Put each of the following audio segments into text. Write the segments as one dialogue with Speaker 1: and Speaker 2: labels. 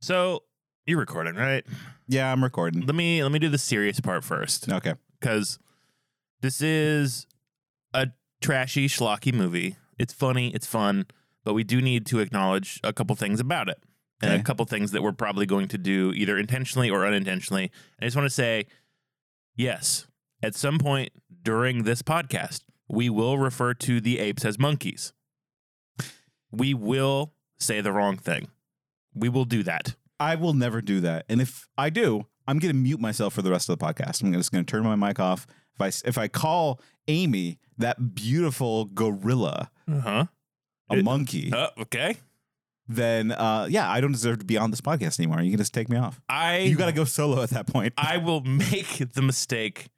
Speaker 1: So you're recording, right?
Speaker 2: Yeah, I'm recording.
Speaker 1: Let me let me do the serious part first,
Speaker 2: Okay.
Speaker 1: because this is a trashy, schlocky movie. It's funny, it's fun, but we do need to acknowledge a couple things about it, and
Speaker 2: Okay.
Speaker 1: a couple things that we're probably going to do either intentionally or unintentionally. And I just want to say, yes, at some point during this podcast, we will refer to the apes as monkeys. We will say the wrong thing. We will do that.
Speaker 2: I will never do that. And if I do, I'm going to mute myself for the rest of the podcast. I'm just going to turn my mic off. If I, s- if I call Amy that beautiful gorilla
Speaker 1: Uh huh.
Speaker 2: a
Speaker 1: It-
Speaker 2: monkey,
Speaker 1: Uh, okay.
Speaker 2: then uh, yeah, I don't deserve to be on this podcast anymore. You can just take me off.
Speaker 1: I
Speaker 2: You got to go solo at that point.
Speaker 1: I will make the mistake.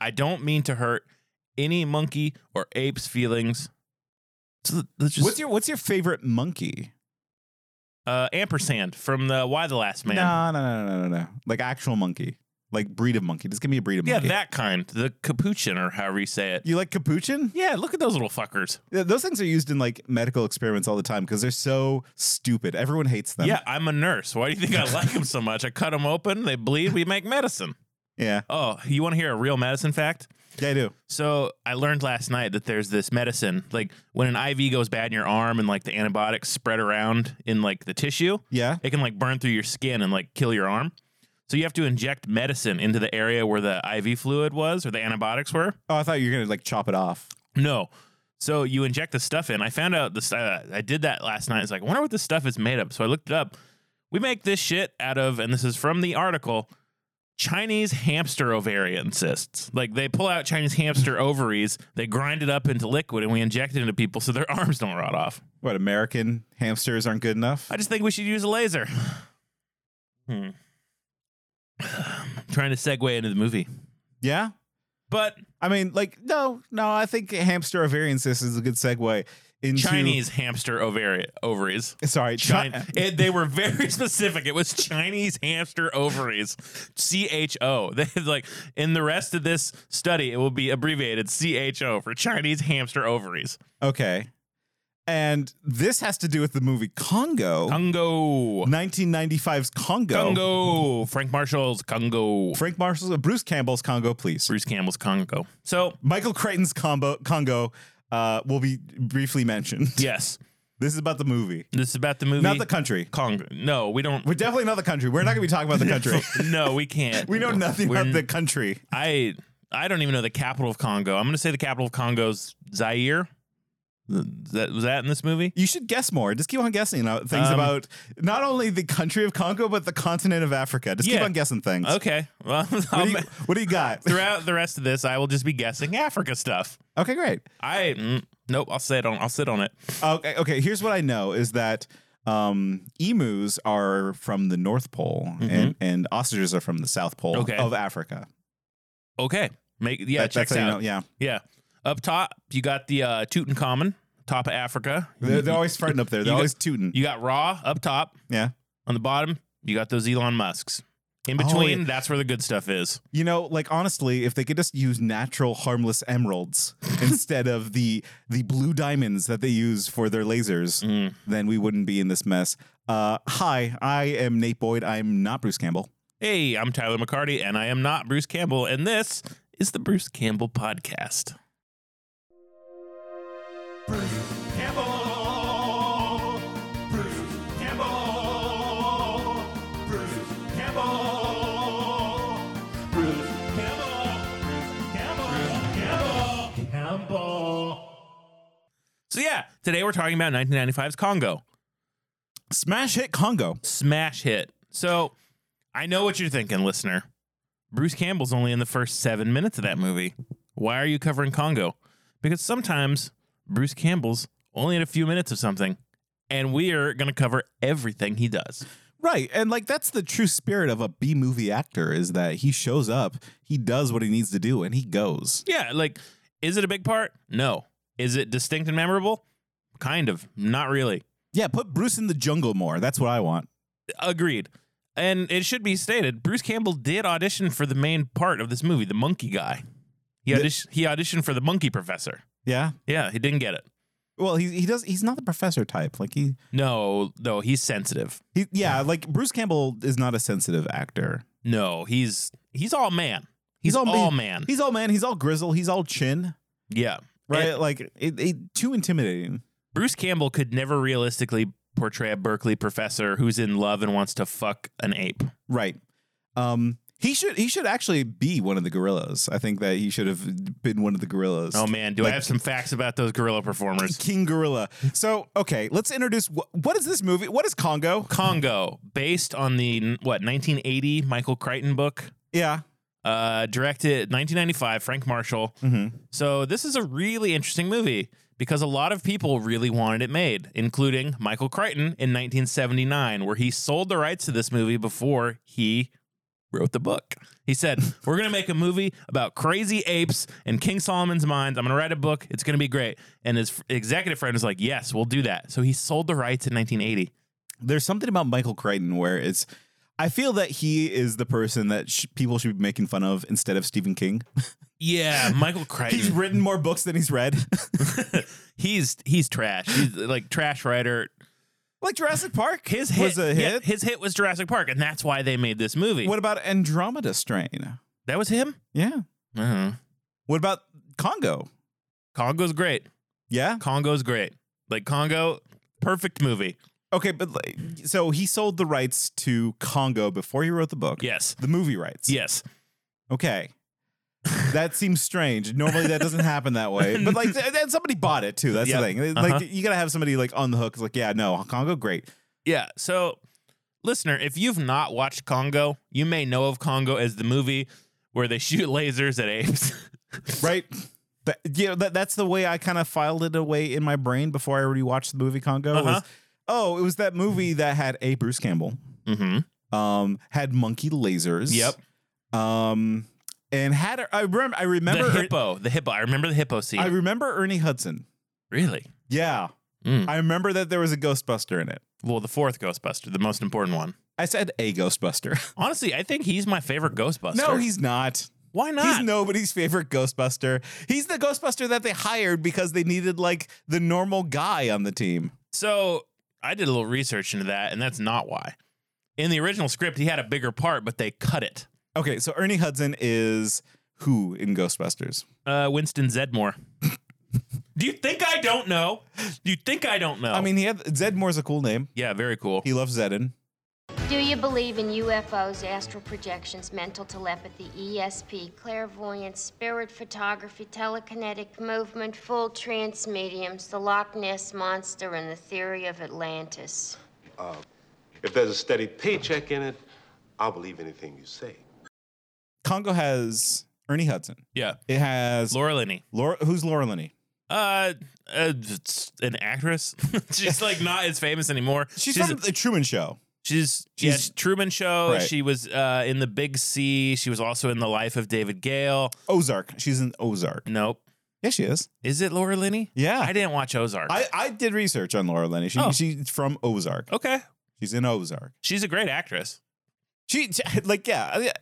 Speaker 1: I don't mean to hurt any monkey or ape's feelings. So th- let's just
Speaker 2: what's your What's your favorite monkey?
Speaker 1: uh, ampersand from the Why the Last Man.
Speaker 2: No, no, no, no, no, no. Like actual monkey, like breed of monkey. Just give me a breed of
Speaker 1: yeah,
Speaker 2: monkey.
Speaker 1: that kind. The capuchin or however you say it.
Speaker 2: you like capuchin?
Speaker 1: Yeah, look at those little fuckers.
Speaker 2: Yeah, Those things are used in like medical experiments all the time because they're so stupid. Everyone hates them.
Speaker 1: Yeah, I'm a nurse. Why do you think I like them so much? I cut them open, they bleed, we make medicine.
Speaker 2: Yeah.
Speaker 1: Oh, you want to hear a real medicine fact?
Speaker 2: Yeah, I do.
Speaker 1: So I learned last night that there's this medicine, like when an IV goes bad in your arm and like the antibiotics spread around in like the tissue,
Speaker 2: Yeah.
Speaker 1: it can like burn through your skin and like kill your arm. So you have to inject medicine into the area where the IV fluid was or the antibiotics were.
Speaker 2: Oh, I thought you were gonna like chop it off.
Speaker 1: No. So you inject the stuff in. I found out this. Uh, I did that last night. It's like, I wonder what this stuff is made of. So I looked it up. We make this shit out of, and this is from the article. Chinese hamster ovarian cysts. Like they pull out Chinese hamster ovaries, they grind it up into liquid, and we inject it into people so their arms don't rot off.
Speaker 2: What American hamsters aren't good enough?
Speaker 1: I just think we should use a laser. Hmm. Trying to segue into the movie,
Speaker 2: yeah.
Speaker 1: but
Speaker 2: I mean, like, no, no. I think hamster ovarian cyst is a good segue into
Speaker 1: Chinese hamster ovari- ovaries.
Speaker 2: Sorry,
Speaker 1: China.
Speaker 2: China.
Speaker 1: It, they were very specific. It was Chinese hamster ovaries, C H O. They like in the rest of this study, it will be abbreviated C H O for Chinese hamster ovaries.
Speaker 2: Okay. And this has to do with the movie Congo,
Speaker 1: Congo,
Speaker 2: 1995's Congo.
Speaker 1: Congo. Frank Marshall's Congo.
Speaker 2: Frank Marshall's, uh, Bruce Campbell's Congo, please.
Speaker 1: Bruce Campbell's Congo. So
Speaker 2: Michael Crichton's combo, Congo uh, will be briefly mentioned.
Speaker 1: yes,
Speaker 2: This is about the movie,
Speaker 1: this is about the movie.
Speaker 2: not the country.
Speaker 1: Congo. No, we don't.
Speaker 2: We're definitely not the country. We're not going to be talking about the country.
Speaker 1: no, we can't.
Speaker 2: we know nothing
Speaker 1: We're
Speaker 2: about the
Speaker 1: n-
Speaker 2: country.
Speaker 1: I I don't even know the capital of Congo. I'm going to say the capital of Congo's Zaire. Th- That was that in this movie.
Speaker 2: You should guess more. Just keep on guessing you know, things
Speaker 1: Um,
Speaker 2: about not only the country of Congo, but the continent of Africa. Just keep
Speaker 1: Yeah.
Speaker 2: on guessing things.
Speaker 1: Okay. Well,
Speaker 2: What,
Speaker 1: I'll
Speaker 2: do you,
Speaker 1: ma-
Speaker 2: what do you got?
Speaker 1: throughout the rest of this, I will just be guessing Africa stuff.
Speaker 2: Okay, great.
Speaker 1: I mm, nope. I'll sit on. I'll sit on it.
Speaker 2: Okay, okay. Here's what I know is that um, emus are from the North Pole, and, and ostriches are from the South Pole
Speaker 1: Mm-hmm. Okay.
Speaker 2: of Africa.
Speaker 1: Okay. Make yeah.
Speaker 2: That-
Speaker 1: checks
Speaker 2: how you
Speaker 1: out.
Speaker 2: know- yeah,
Speaker 1: Yeah. Up top, you got the uh, Tutankhamun, top of Africa.
Speaker 2: they're, they're
Speaker 1: you,
Speaker 2: always farting up there.
Speaker 1: you
Speaker 2: They're
Speaker 1: got-
Speaker 2: always tooting.
Speaker 1: you got Raw up top.
Speaker 2: Yeah.
Speaker 1: On the bottom, you got those Elon Musks. In
Speaker 2: Oh,
Speaker 1: between, that's where the good stuff is.
Speaker 2: You know, like honestly, if they could just use natural harmless emeralds instead of the the blue diamonds that they use for their lasers,
Speaker 1: Mm.
Speaker 2: then we wouldn't be in this mess. Uh, hi, I am Nate Boyd. I'm not Bruce Campbell.
Speaker 1: Hey, I'm Tyler McCarty, and I am not Bruce Campbell, and this is the Bruce Campbell Podcast.
Speaker 3: Campbell. Bruce Campbell. Bruce Campbell. Bruce Campbell. Bruce Campbell. Bruce Campbell. Campbell.
Speaker 1: So yeah, today we're talking about 1995's Congo.
Speaker 2: Smash hit Congo.
Speaker 1: smash hit. So I know what you're thinking, listener. Bruce Campbell's only in the first seven minutes of that movie. Why are you covering Congo? Because sometimes Bruce Campbell's only in a few minutes of something, and we're going to cover everything he does.
Speaker 2: Right. And like that's the true spirit of a B movie actor is that he shows up, he does what he needs to do, and he goes.
Speaker 1: Yeah, like, is it a big part? No. Is it distinct and memorable? Kind of. Not really.
Speaker 2: Yeah, put Bruce in the jungle more. That's what I want.
Speaker 1: Agreed. And it should be stated, Bruce Campbell did audition for the main part of this movie, the monkey guy. He,
Speaker 2: The-
Speaker 1: audition- he auditioned for the monkey professor.
Speaker 2: Yeah.
Speaker 1: Yeah, he didn't get it.
Speaker 2: Well, he he does. He's not the professor type. Like he,
Speaker 1: No, no, he's sensitive.
Speaker 2: he yeah. Like Bruce Campbell is not a sensitive actor.
Speaker 1: No, he's he's all man.
Speaker 2: He's
Speaker 1: He's,
Speaker 2: all-
Speaker 1: all, man.
Speaker 2: He's all man. He's all grizzle. He's all chin.
Speaker 1: yeah.
Speaker 2: Right.
Speaker 1: And
Speaker 2: like it, it, too intimidating.
Speaker 1: Bruce Campbell could never realistically portray a Berkeley professor who's in love and wants to fuck an ape.
Speaker 2: Right. Um. He should he should actually be one of the gorillas. I think that he should have been one of the gorillas.
Speaker 1: Oh man, do
Speaker 2: Like-
Speaker 1: I have some facts about those gorilla performers?
Speaker 2: King Gorilla. So okay, let's introduce wh- what is this movie? What is Congo?
Speaker 1: Congo, based on the what 1980 Michael Crichton book,
Speaker 2: Yeah.
Speaker 1: uh, directed 1995 Frank Marshall.
Speaker 2: Mm-hmm.
Speaker 1: So this is a really interesting movie because a lot of people really wanted it made, including Michael Crichton in 1979, where he sold the rights to this movie before he wrote the book. He said, "We're gonna make a movie about crazy apes and King Solomon's mines. I'm gonna write a book. It's gonna be great." And his f- executive friend was like, "Yes, we'll do that." So he sold the rights in 1980.
Speaker 2: There's something about Michael Crichton where it's. I feel that he is the person that sh- people should be making fun of instead of Stephen King.
Speaker 1: Yeah, Michael
Speaker 2: He's
Speaker 1: Crichton.
Speaker 2: written more books than he's read.
Speaker 1: he's he's trash. He's like trash writer.
Speaker 2: like Jurassic Park.
Speaker 1: His hit
Speaker 2: was a
Speaker 1: yeah,
Speaker 2: hit.
Speaker 1: his hit was Jurassic Park, and that's why they made this movie.
Speaker 2: What about Andromeda Strain?
Speaker 1: That was him.
Speaker 2: Yeah.
Speaker 1: Uh-huh.
Speaker 2: What about Congo?
Speaker 1: Congo's great.
Speaker 2: Yeah.
Speaker 1: Congo's great. Like Congo, perfect movie.
Speaker 2: Okay, but like, so he sold the rights to Congo before he wrote the book.
Speaker 1: Yes.
Speaker 2: The movie rights.
Speaker 1: Yes.
Speaker 2: Okay. That seems strange. Normally that doesn't happen that way. But like th- then somebody bought it too. That's
Speaker 1: Yep.
Speaker 2: the thing. Like
Speaker 1: Uh-huh.
Speaker 2: you got to have somebody like on the hook It's like yeah, no, Congo great.
Speaker 1: Yeah. So, listener, if you've not watched Congo, you may know of Congo as the movie where they shoot lasers at apes.
Speaker 2: Right? That, you know, that, that's the way I kind of filed it away in my brain before I already watched the movie Congo was
Speaker 1: Uh-huh.
Speaker 2: oh, it was that movie that had a Bruce Campbell,
Speaker 1: mm-hmm.
Speaker 2: um had monkey lasers.
Speaker 1: Yep.
Speaker 2: Um and had I remember I remember
Speaker 1: the hippo. The hippo. I remember the hippo scene.
Speaker 2: I remember Ernie Hudson.
Speaker 1: really?
Speaker 2: Yeah.
Speaker 1: Mm.
Speaker 2: I remember that there was a Ghostbuster in it.
Speaker 1: Well, the fourth Ghostbuster, the most important one.
Speaker 2: I said a Ghostbuster.
Speaker 1: Honestly, I think he's my favorite Ghostbuster.
Speaker 2: No, he's not.
Speaker 1: why not?
Speaker 2: He's nobody's favorite Ghostbuster. He's the Ghostbuster that they hired because they needed like the normal guy on the team.
Speaker 1: So I did a little research into that, and that's not why. In the original script, he had a bigger part, but they cut it.
Speaker 2: Okay, so Ernie Hudson is who in Ghostbusters?
Speaker 1: Uh, Winston Zedmore. Do you think I don't know? Do you think I don't know?
Speaker 2: I mean, he had Zedmore's a cool name.
Speaker 1: yeah, very cool.
Speaker 2: He loves Zedin.
Speaker 4: Do you believe in UFOs, astral projections, mental telepathy, ESP, clairvoyance, spirit photography, telekinetic movement, full trance mediums, the Loch Ness monster, and the theory of Atlantis?
Speaker 5: If there's a steady paycheck in it, I'll believe anything you say.
Speaker 2: Congo has Ernie Hudson.
Speaker 1: yeah,
Speaker 2: It has
Speaker 1: Laura
Speaker 2: Laura.
Speaker 1: Linney.
Speaker 2: who's Laura Linney?
Speaker 1: Uh, uh it's an actress. she's like not as famous anymore.
Speaker 2: She's,
Speaker 1: she's
Speaker 2: from the Truman Show.
Speaker 1: she's,
Speaker 2: she's-
Speaker 1: yeah, Truman Show.
Speaker 2: Right.
Speaker 1: She was uh in the Big C. She was also in the Life of David Gale.
Speaker 2: Ozark. She's in Ozark.
Speaker 1: Nope.
Speaker 2: Yeah, she is.
Speaker 1: Is it Laura Linney?
Speaker 2: Yeah.
Speaker 1: I didn't watch Ozark.
Speaker 2: I, I did research on Laura Linney. She,
Speaker 1: Oh.
Speaker 2: She's from Ozark.
Speaker 1: okay,
Speaker 2: She's in Ozark.
Speaker 1: she's a great actress.
Speaker 2: She like yeah. I-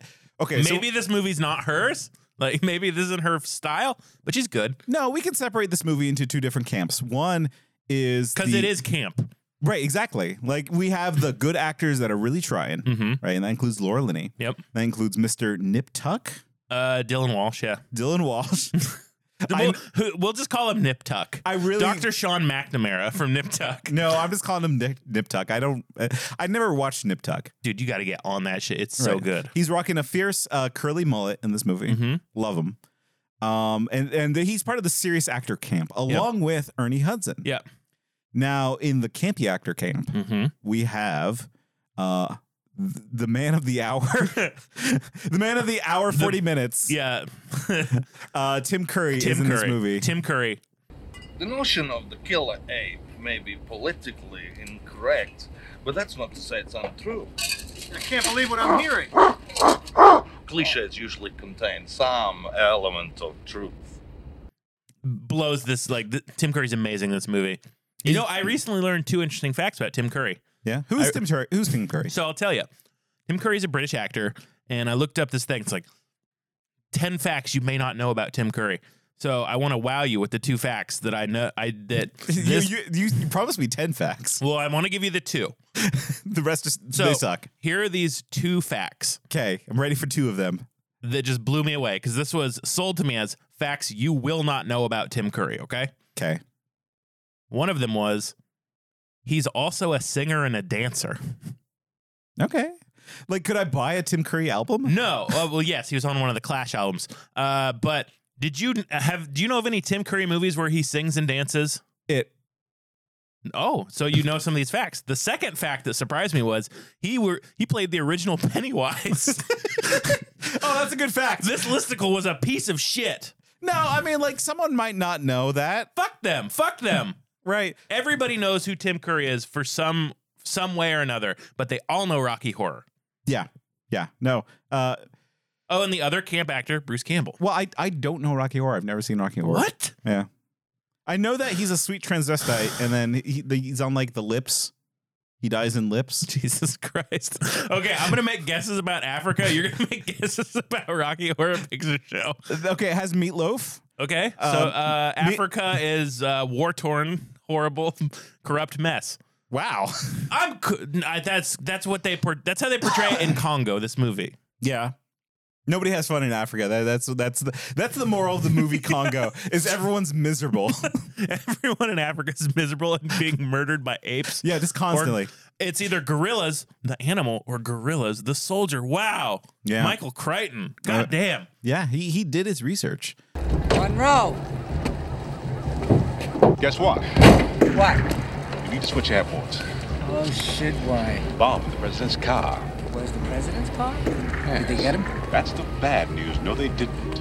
Speaker 2: Okay, so-
Speaker 1: maybe this movie's not hers. Like maybe this isn't her style, but she's good
Speaker 2: No, we can separate this movie into two different camps. One is
Speaker 1: because
Speaker 2: the-
Speaker 1: it is camp.
Speaker 2: right, exactly. Like we have the good actors that are really trying,
Speaker 1: Mm-hmm.
Speaker 2: right, and that includes Laura Linney.
Speaker 1: Yep.
Speaker 2: That includes Mr. Nip Tuck,
Speaker 1: Uh, Dylan Walsh. Yeah.
Speaker 2: Dylan Walsh. I-
Speaker 1: We'll, who- we'll just call him Nip Tuck.
Speaker 2: I really-
Speaker 1: Dr. Sean McNamara from Nip Tuck.
Speaker 2: no, I'm just calling him Nip, Nip Tuck. I don't. Uh, I never watched Nip Tuck.
Speaker 1: Dude, you got to get on that shit. It's so
Speaker 2: Right.
Speaker 1: good.
Speaker 2: He's rocking a fierce uh, curly mullet in this movie.
Speaker 1: Mhm.
Speaker 2: Love him. Um, and and he's part of the serious actor camp along with Ernie Hudson.
Speaker 1: Yeah.
Speaker 2: Now in the campy actor camp,
Speaker 1: Mm-hmm.
Speaker 2: we have uh th- the man of the hour the man of the hour 40 minutes
Speaker 1: Yeah.
Speaker 2: uh tim curry is
Speaker 1: Tim
Speaker 2: in this
Speaker 1: Curry.
Speaker 2: movie
Speaker 1: Tim Curry.
Speaker 6: The notion of the killer ape may be politically incorrect, but that's not to say it's untrue.
Speaker 7: I can't believe what I'm hearing.
Speaker 6: Cliches usually contain some element of truth.
Speaker 1: Blows this. Like, th- Tim Curry's amazing in this movie. You know, I recently learned two interesting facts about Tim Curry.
Speaker 2: yeah who's
Speaker 1: I-
Speaker 2: tim curry who's tim curry
Speaker 1: So I'll tell you, Tim Curry's a British actor, and I looked up this thing. It's like ten facts you may not know about Tim Curry. So I want to wow you with the two facts that I know. I that
Speaker 2: You,
Speaker 1: this,
Speaker 2: you, you, you promised me 10 facts.
Speaker 1: well, I want to give you the two.
Speaker 2: The rest is
Speaker 1: So
Speaker 2: they suck.
Speaker 1: Here are these two facts
Speaker 2: Okay, I'm ready for two of them.
Speaker 1: that just blew me away because this was sold to me as facts you will not know about Tim Curry. Okay,
Speaker 2: Okay.
Speaker 1: one of them was he's also a singer and a dancer.
Speaker 2: Okay. Like, could I buy a Tim Curry album?
Speaker 1: No, uh, well, yes, he was on one of the Clash albums. Uh, but did you have? Do you know of any Tim Curry movies where he sings and dances?
Speaker 2: It.
Speaker 1: Oh, so you know some of these facts. The second fact that surprised me was he were he played the original Pennywise.
Speaker 2: Oh, that's a good fact.
Speaker 1: this listicle was a piece of shit.
Speaker 2: No, I mean, like, someone might not know that.
Speaker 1: Fuck them. Fuck them.
Speaker 2: Right.
Speaker 1: Everybody knows who Tim Curry is for some some way or another, but they all know Rocky Horror.
Speaker 2: Yeah. Yeah. No. Uh,
Speaker 1: Oh, and the other camp actor, Bruce Campbell.
Speaker 2: well, I, I don't know Rocky Horror. I've never seen Rocky Horror.
Speaker 1: What?
Speaker 2: Yeah. I know that he's a sweet transvestite, and then he, the, he's on like the lips. He dies in lips.
Speaker 1: Jesus Christ. Okay, I'm gonna make guesses about Africa. You're gonna make guesses about Rocky Horror Picture Show.
Speaker 2: Okay, it has meatloaf.
Speaker 1: Okay, so
Speaker 2: Um,
Speaker 1: uh,
Speaker 2: me-
Speaker 1: Africa is uh, war torn, horrible, corrupt mess.
Speaker 2: Wow.
Speaker 1: I'm co- I, that's that's what they por- that's how they portray it in Congo. This movie.
Speaker 2: Yeah. Nobody has fun in Africa. That, that's that's the that's the moral of the movie Congo is everyone's miserable.
Speaker 1: Everyone in Africa is miserable and being murdered by apes.
Speaker 2: yeah, just constantly.
Speaker 1: Or it's either gorillas, the animal, or gorillas, the soldier. Wow.
Speaker 2: Yeah.
Speaker 1: Michael Crichton. God damn.
Speaker 2: yeah, he he did his research.
Speaker 8: Monroe.
Speaker 9: Guess what?
Speaker 8: What?
Speaker 9: You need to switch airports.
Speaker 8: Oh shit, why?
Speaker 9: Bomb in the president's car.
Speaker 8: Where's the president's car? Did they get him?
Speaker 9: That's the bad news. No, they didn't.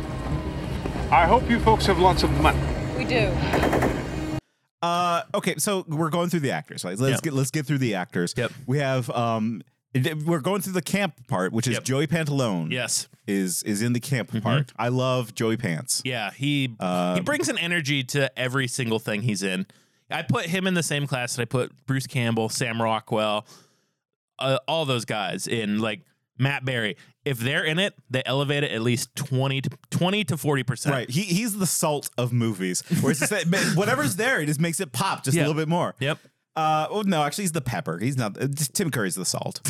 Speaker 3: I hope you folks have lots of money.
Speaker 8: We do.
Speaker 2: Uh, okay, so we're going through the actors. Right? Let's
Speaker 1: Yep.
Speaker 2: get let's get through the actors.
Speaker 1: Yep.
Speaker 2: We have um, it- we're going through the camp part, which is
Speaker 1: Yep.
Speaker 2: Joey Pantalone.
Speaker 1: Yes. Mm-hmm.
Speaker 2: is is in the camp part. I love Joey Pants.
Speaker 1: Yeah. He
Speaker 2: Uh,
Speaker 1: he brings an energy to every single thing he's in. I put him in the same class that I put Bruce Campbell, Sam Rockwell, uh, all those guys in like Matt Berry. If they're in it, they elevate it at least 20 to 20 to 40%.
Speaker 2: Right, he he's the salt of movies. Whereas it's that- but whatever's there, it just makes it pop just
Speaker 1: Yeah.
Speaker 2: a little bit more.
Speaker 1: Yep.
Speaker 2: Uh, oh no, actually, he's the pepper. He's not. uh, just Tim Curry's the salt.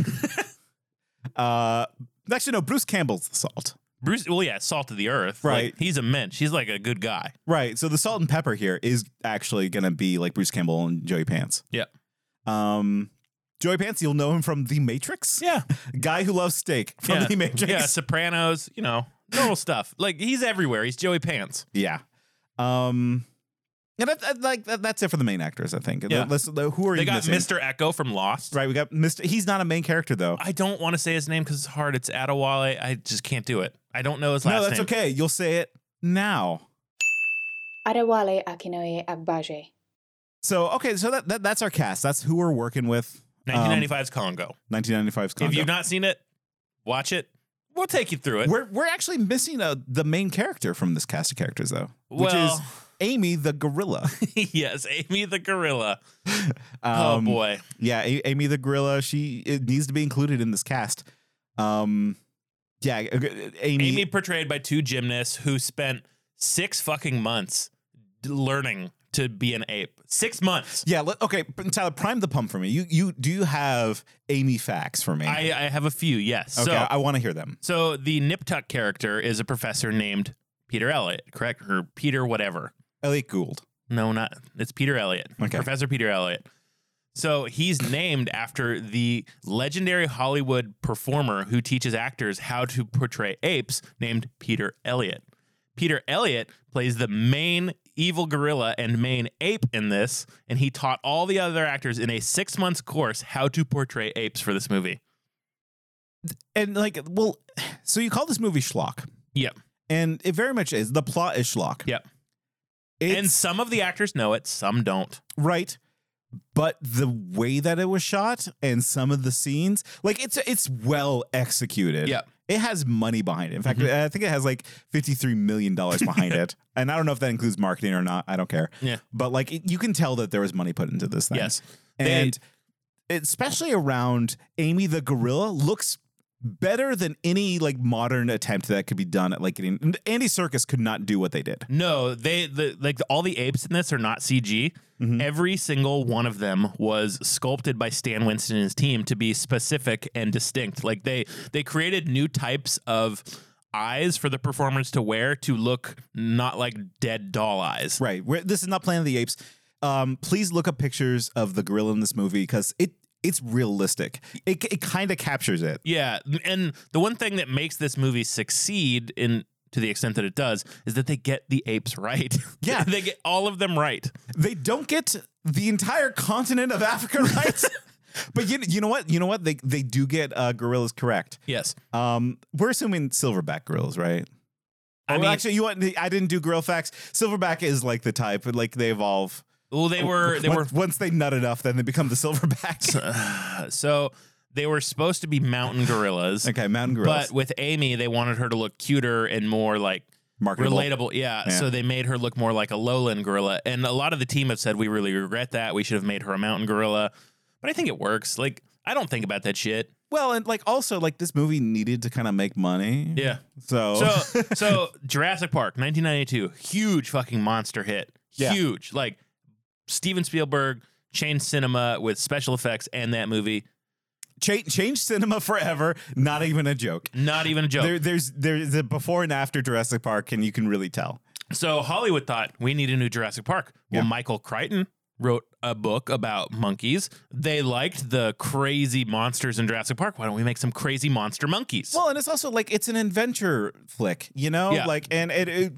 Speaker 2: uh, actually, no, Bruce Campbell's the salt.
Speaker 1: Bruce, well, yeah, Salt of the Earth.
Speaker 2: Right.
Speaker 1: Like, he's immense. He's like a good guy.
Speaker 2: Right. So the salt and pepper here is actually gonna be like Bruce Campbell and Joey Pants.
Speaker 1: Yep.
Speaker 2: Um, Joey Pants, you'll know him from The Matrix.
Speaker 1: Yeah.
Speaker 2: Guy who loves steak from
Speaker 1: yeah.
Speaker 2: The Matrix.
Speaker 1: Yeah, Sopranos, you know, normal stuff. Like he's everywhere. He's Joey Pants.
Speaker 2: Yeah. Um, and that, that- like that, that's it for the main actors. I think.
Speaker 1: Yeah.
Speaker 2: Let's- who are
Speaker 1: They
Speaker 2: you
Speaker 1: got
Speaker 2: missing?
Speaker 1: Mr. Echo from Lost.
Speaker 2: Right. We got Mr. He's not a main character though.
Speaker 1: I don't want to say his name because it's hard. It's Adewale. I just can't do it. I don't know his last
Speaker 2: no, that's
Speaker 1: name.
Speaker 2: okay. You'll say it now.
Speaker 10: Adewale Akinoye Agbaje.
Speaker 2: So okay, so that, that that's our cast. That's who we're working with.
Speaker 1: 1995's Congo.
Speaker 2: Um, 1995's Congo.
Speaker 1: If you've not seen it, watch it. We'll take you through it.
Speaker 2: we're we're actually missing a, the main character from this cast of characters though, which is
Speaker 1: Well-
Speaker 2: Amy the gorilla.
Speaker 1: yes, Amy the gorilla. oh
Speaker 2: Um,
Speaker 1: boy.
Speaker 2: Yeah, A- Amy the gorilla. She it needs to be included in this cast. Um, yeah, uh, Amy.
Speaker 1: Amy portrayed by two gymnasts who spent six fucking months d- learning to be an ape. Six months.
Speaker 2: Yeah. Let, okay, but Tyler, prime the pump for me. You you do you have Amy facts for me?
Speaker 1: I, I have a few. Yes.
Speaker 2: okay,
Speaker 1: So
Speaker 2: I, want to hear them.
Speaker 1: So the Niptuck character is a professor named Peter Elliot, correct? Or Peter whatever.
Speaker 2: Elliot Gould.
Speaker 1: No, not it's Peter Elliot.
Speaker 2: Okay.
Speaker 1: Professor Peter Elliot. So he's named after the legendary Hollywood performer who teaches actors how to portray apes named Peter Elliot. Peter Elliot plays the main evil gorilla and main ape in this, and he taught all the other actors in a six months course how to portray apes for this movie.
Speaker 2: And like, well, so you call this movie schlock,
Speaker 1: Yep.
Speaker 2: and it very much is. The plot is schlock.
Speaker 1: Yep. and
Speaker 2: It's
Speaker 1: some of the actors know it, some don't.
Speaker 2: right. But the way that it was shot and some of the scenes, like it's it's well executed.
Speaker 1: Yep.
Speaker 2: It has money behind it. In fact,
Speaker 1: Mm-hmm.
Speaker 2: I think it has like $53 million behind it. And I don't know if that includes marketing or not. I don't care.
Speaker 1: Yeah.
Speaker 2: But like it, you can tell that there was money put into this thing.
Speaker 1: Yes. They-
Speaker 2: And especially around Amy the gorilla looks better than any like modern attempt that could be done at like getting Andy Circus could not do what they did.
Speaker 1: No, they the like all the apes in this are not CG.
Speaker 2: Mm-hmm.
Speaker 1: Every single one of them was sculpted by Stan Winston and his team to be specific and distinct. Like they they created new types of eyes for the performers to wear to look not like dead doll eyes.
Speaker 2: Right. We're, this is not Planet of the Apes. Um, please look up pictures of the gorilla in this movie because it it's realistic. It it kind of captures it.
Speaker 1: Yeah, and the one thing that makes this movie succeed in to the extent that it does is that they get the apes right.
Speaker 2: Yeah.
Speaker 1: they get all of them right.
Speaker 2: They don't get the entire continent of Africa right. But you, you know what? You know what? They they do get uh, gorillas correct.
Speaker 1: Yes.
Speaker 2: Um, we're assuming silverback gorillas, right?
Speaker 1: I
Speaker 2: I
Speaker 1: mean-
Speaker 2: mean, actually, you want? I didn't do gorilla facts. Silverback is like the type, like they evolve.
Speaker 1: Well,
Speaker 2: Oh,
Speaker 1: they were they were
Speaker 2: once, once they nut enough, then they become the silverback.
Speaker 1: so they were supposed to be mountain gorillas.
Speaker 2: okay, mountain gorillas.
Speaker 1: But with Amy, they wanted her to look cuter and more like
Speaker 2: Marketable.
Speaker 1: relatable. Yeah,
Speaker 2: Yeah.
Speaker 1: So they made her look more like a lowland gorilla. And a lot of the team have said, we really regret that. We should have made her a mountain gorilla. But I think it works. Like, I don't think about that shit.
Speaker 2: well, and like also like this movie needed to kind of make money.
Speaker 1: Yeah.
Speaker 2: So,
Speaker 1: So, so Jurassic Park, 1992, huge fucking monster hit.
Speaker 2: Yeah.
Speaker 1: Huge. Like Steven Spielberg changed cinema with special effects and that movie.
Speaker 2: change change cinema forever. Not even a joke.
Speaker 1: Not even a joke.
Speaker 2: There, there's there's a before and after Jurassic Park, and you can really tell.
Speaker 1: So Hollywood thought we need a new Jurassic Park. Well,
Speaker 2: Yeah.
Speaker 1: Michael Crichton wrote a book about monkeys. They liked the crazy monsters in Jurassic Park. Why don't we make some crazy monster monkeys?
Speaker 2: Well, and it's also like it's an adventure flick, you know,
Speaker 1: Yeah.
Speaker 2: like and it.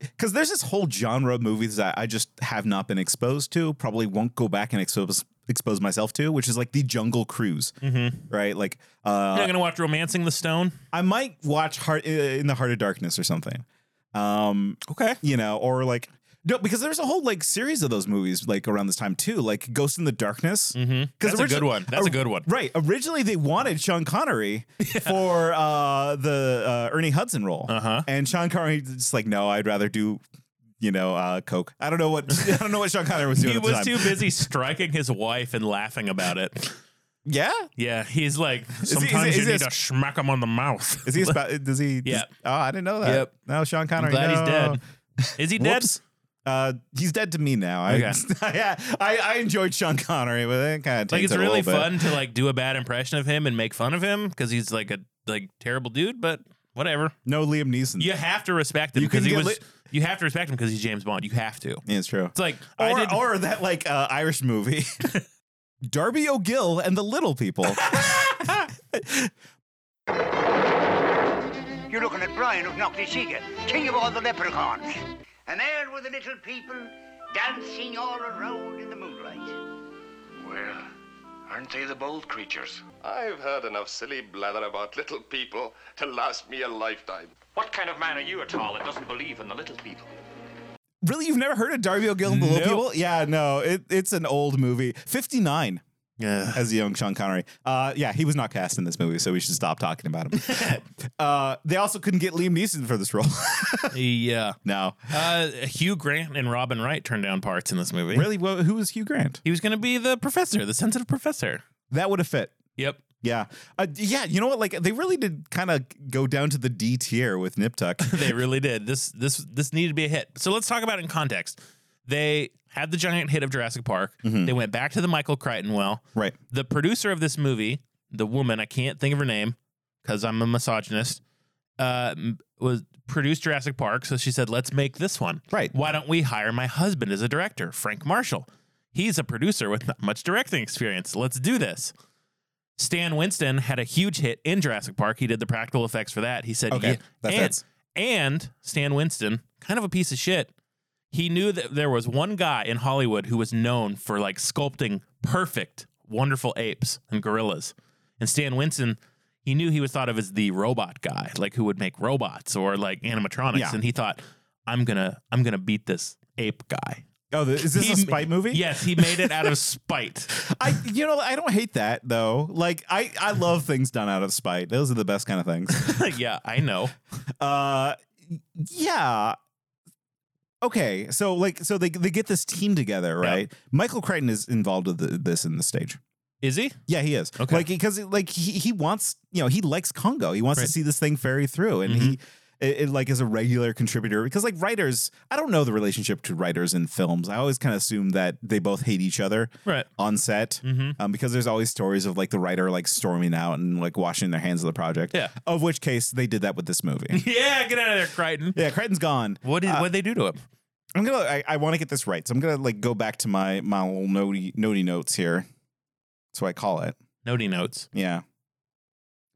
Speaker 2: because there's this whole genre of movies that I just have not been exposed to, probably won't go back and expose expose myself to, which is like the Jungle Cruise, right? Like,
Speaker 1: You're not
Speaker 2: uh,
Speaker 1: gonna watch Romancing the Stone.
Speaker 2: I might watch Heart uh, in the Heart of Darkness or something. Um, okay, you know, or like no, because there's a whole like series of those movies like around this time too, like Ghost in the Darkness. Mm-hmm.
Speaker 1: That's a good one. That's a good one.
Speaker 2: Right. Originally, they wanted Sean Connery for uh, the uh, Ernie Hudson role,
Speaker 1: Uh-huh.
Speaker 2: and Sean Connery just like, no, I'd rather do, you know, uh, coke. I don't know what I don't know what Sean Connery was doing.
Speaker 1: He
Speaker 2: at the
Speaker 1: was
Speaker 2: time.
Speaker 1: too busy striking his wife and laughing about it.
Speaker 2: Yeah.
Speaker 1: Yeah, he's like
Speaker 2: he- is
Speaker 1: sometimes
Speaker 2: he-
Speaker 1: you
Speaker 2: is he
Speaker 1: need
Speaker 2: a-
Speaker 1: to smack him on the mouth.
Speaker 2: Is he? A spa- does he?
Speaker 1: Yeah.
Speaker 2: oh, I didn't know that.
Speaker 1: Yep.
Speaker 2: No, Sean
Speaker 1: I'm
Speaker 2: Connery.
Speaker 1: glad he's
Speaker 2: no.
Speaker 1: dead. Is he dead?
Speaker 2: Whoops. Uh, he's dead to me now. I,
Speaker 1: Okay.
Speaker 2: yeah, I, I enjoyed Sean Connery, but it kind of
Speaker 1: Like
Speaker 2: takes
Speaker 1: it's
Speaker 2: it a
Speaker 1: really
Speaker 2: little bit.
Speaker 1: fun to like do a bad impression of him and make fun of him because he's like a like terrible dude, but whatever.
Speaker 2: No Liam Neeson.
Speaker 1: You have to respect him
Speaker 2: You
Speaker 1: because
Speaker 2: can
Speaker 1: he
Speaker 2: get
Speaker 1: was.
Speaker 2: lit-
Speaker 1: you have to respect him because he's James Bond. You have to.
Speaker 2: Yeah, it's true.
Speaker 1: It's like I did.
Speaker 2: or, or that like uh, Irish movie, Darby O'Gill and the Little People.
Speaker 7: You're looking at Brian of Knocknashiga, king of all the leprechauns. And there were the little people dancing all around in the moonlight.
Speaker 9: Well, aren't they the bold creatures? I've heard enough silly blather about little people to last me a lifetime.
Speaker 11: What kind of man are you at all that doesn't believe in the little people?
Speaker 2: really, you've never heard of Darby O'Gill and the Little
Speaker 1: Nope.
Speaker 2: People? Yeah, no, it, it's an old movie. Fifty nine
Speaker 1: yeah.
Speaker 2: as a young Sean Connery. Uh, yeah, he was not cast in this movie, so we should stop talking about him. uh, they also couldn't get Liam Neeson for this role.
Speaker 1: yeah.
Speaker 2: no,
Speaker 1: Uh, Hugh Grant and Robin Wright turned down parts in this movie.
Speaker 2: really, Well, who was Hugh Grant?
Speaker 1: He was going to be the professor, the sensitive professor.
Speaker 2: That would have fit.
Speaker 1: Yep.
Speaker 2: Yeah, uh, yeah. You know what? Like they really did kind of go down to the D tier with Nip Tuck.
Speaker 1: they really did. This this this needed to be a hit. So let's talk about it in context. They had the giant hit of Jurassic Park.
Speaker 2: Mm-hmm.
Speaker 1: They went back to the Michael Crichton well.
Speaker 2: Right.
Speaker 1: The producer of this movie, the woman I can't think of her name because I'm a misogynist, uh, m- was produced Jurassic Park. So she said, "Let's make this one."
Speaker 2: Right.
Speaker 1: Why don't we hire my husband as a director, Frank Marshall? He's a producer with not much directing experience. Let's do this. Stan Winston had a huge hit in Jurassic Park. He did the practical effects for that. He said,
Speaker 2: Okay,
Speaker 1: yeah.
Speaker 2: that
Speaker 1: and,
Speaker 2: fits.
Speaker 1: and Stan Winston, kind of a piece of shit. He knew that there was one guy in Hollywood who was known for like sculpting perfect, wonderful apes and gorillas. And Stan Winston, he knew he was thought of as the robot guy, like who would make robots or like animatronics.
Speaker 2: Yeah.
Speaker 1: And he thought, I'm gonna, I'm gonna beat this ape guy.
Speaker 2: Oh, the, is this
Speaker 1: He
Speaker 2: a
Speaker 1: ma-
Speaker 2: spite movie?
Speaker 1: Yes, he made it out of spite.
Speaker 2: I you know I don't hate that though. Like I I love things done out of spite. Those are the best kind of things.
Speaker 1: yeah, I know.
Speaker 2: Uh yeah. Okay, so like so they they get this team together, right? Michael Crichton is involved with the, this in the stage.
Speaker 1: Is he?
Speaker 2: Yeah, he is. Okay. Like because like he, he wants you know he likes Congo. He wants to see this thing ferry through, and he
Speaker 1: Mm-hmm.
Speaker 2: it, it, like is a regular contributor because like writers. I don't know the relationship to writers in films. I always kind of assume that they both hate each other
Speaker 1: Right.
Speaker 2: on set
Speaker 1: Mhm.
Speaker 2: um, because there's always stories of like the writer like storming out and like washing their hands of the project.
Speaker 1: Yeah.
Speaker 2: Of which case they did that with this movie.
Speaker 1: yeah, get out of there, Crichton.
Speaker 2: yeah, Crichton's gone.
Speaker 1: What did
Speaker 2: Uh,
Speaker 1: what they do to him?
Speaker 2: I'm gonna. I, I want to get this right, so I'm gonna like go back to my my little notey notey notes here. That's what I call it.
Speaker 1: Nody notes.
Speaker 2: Yeah.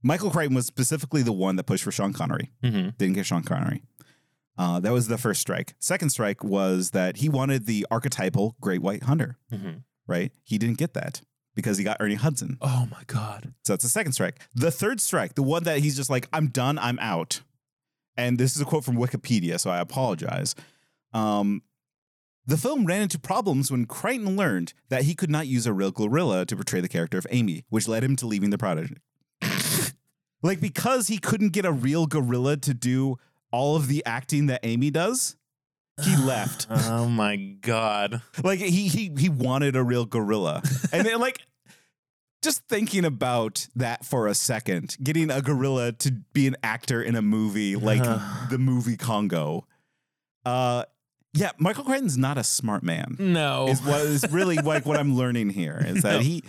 Speaker 2: Michael Crichton was specifically the one that pushed for Sean Connery.
Speaker 1: Mhm.
Speaker 2: Didn't get Sean Connery. Uh, that was the first strike. Second strike was that he wanted the archetypal great white hunter,
Speaker 1: Mhm.
Speaker 2: right? He didn't get that because he got Ernie Hudson.
Speaker 1: Oh my god.
Speaker 2: So that's the second strike. The third strike, the one that he's just like, I'm done, I'm out. And this is a quote from Wikipedia, so I apologize. Um, the film ran into problems when Crichton learned that he could not use a real gorilla to portray the character of Amy, which led him to leaving the project. like, because he couldn't get a real gorilla to do all of the acting that Amy does, he left.
Speaker 1: Oh my god.
Speaker 2: Like he he he wanted a real gorilla, and then like just thinking about that for a second, getting a gorilla to be an actor in a movie like
Speaker 1: Uh-huh.
Speaker 2: the movie Congo. Uh, yeah, Michael Crichton's not a smart man.
Speaker 1: No.
Speaker 2: Is what is really like what I'm learning here is that
Speaker 1: No.
Speaker 2: he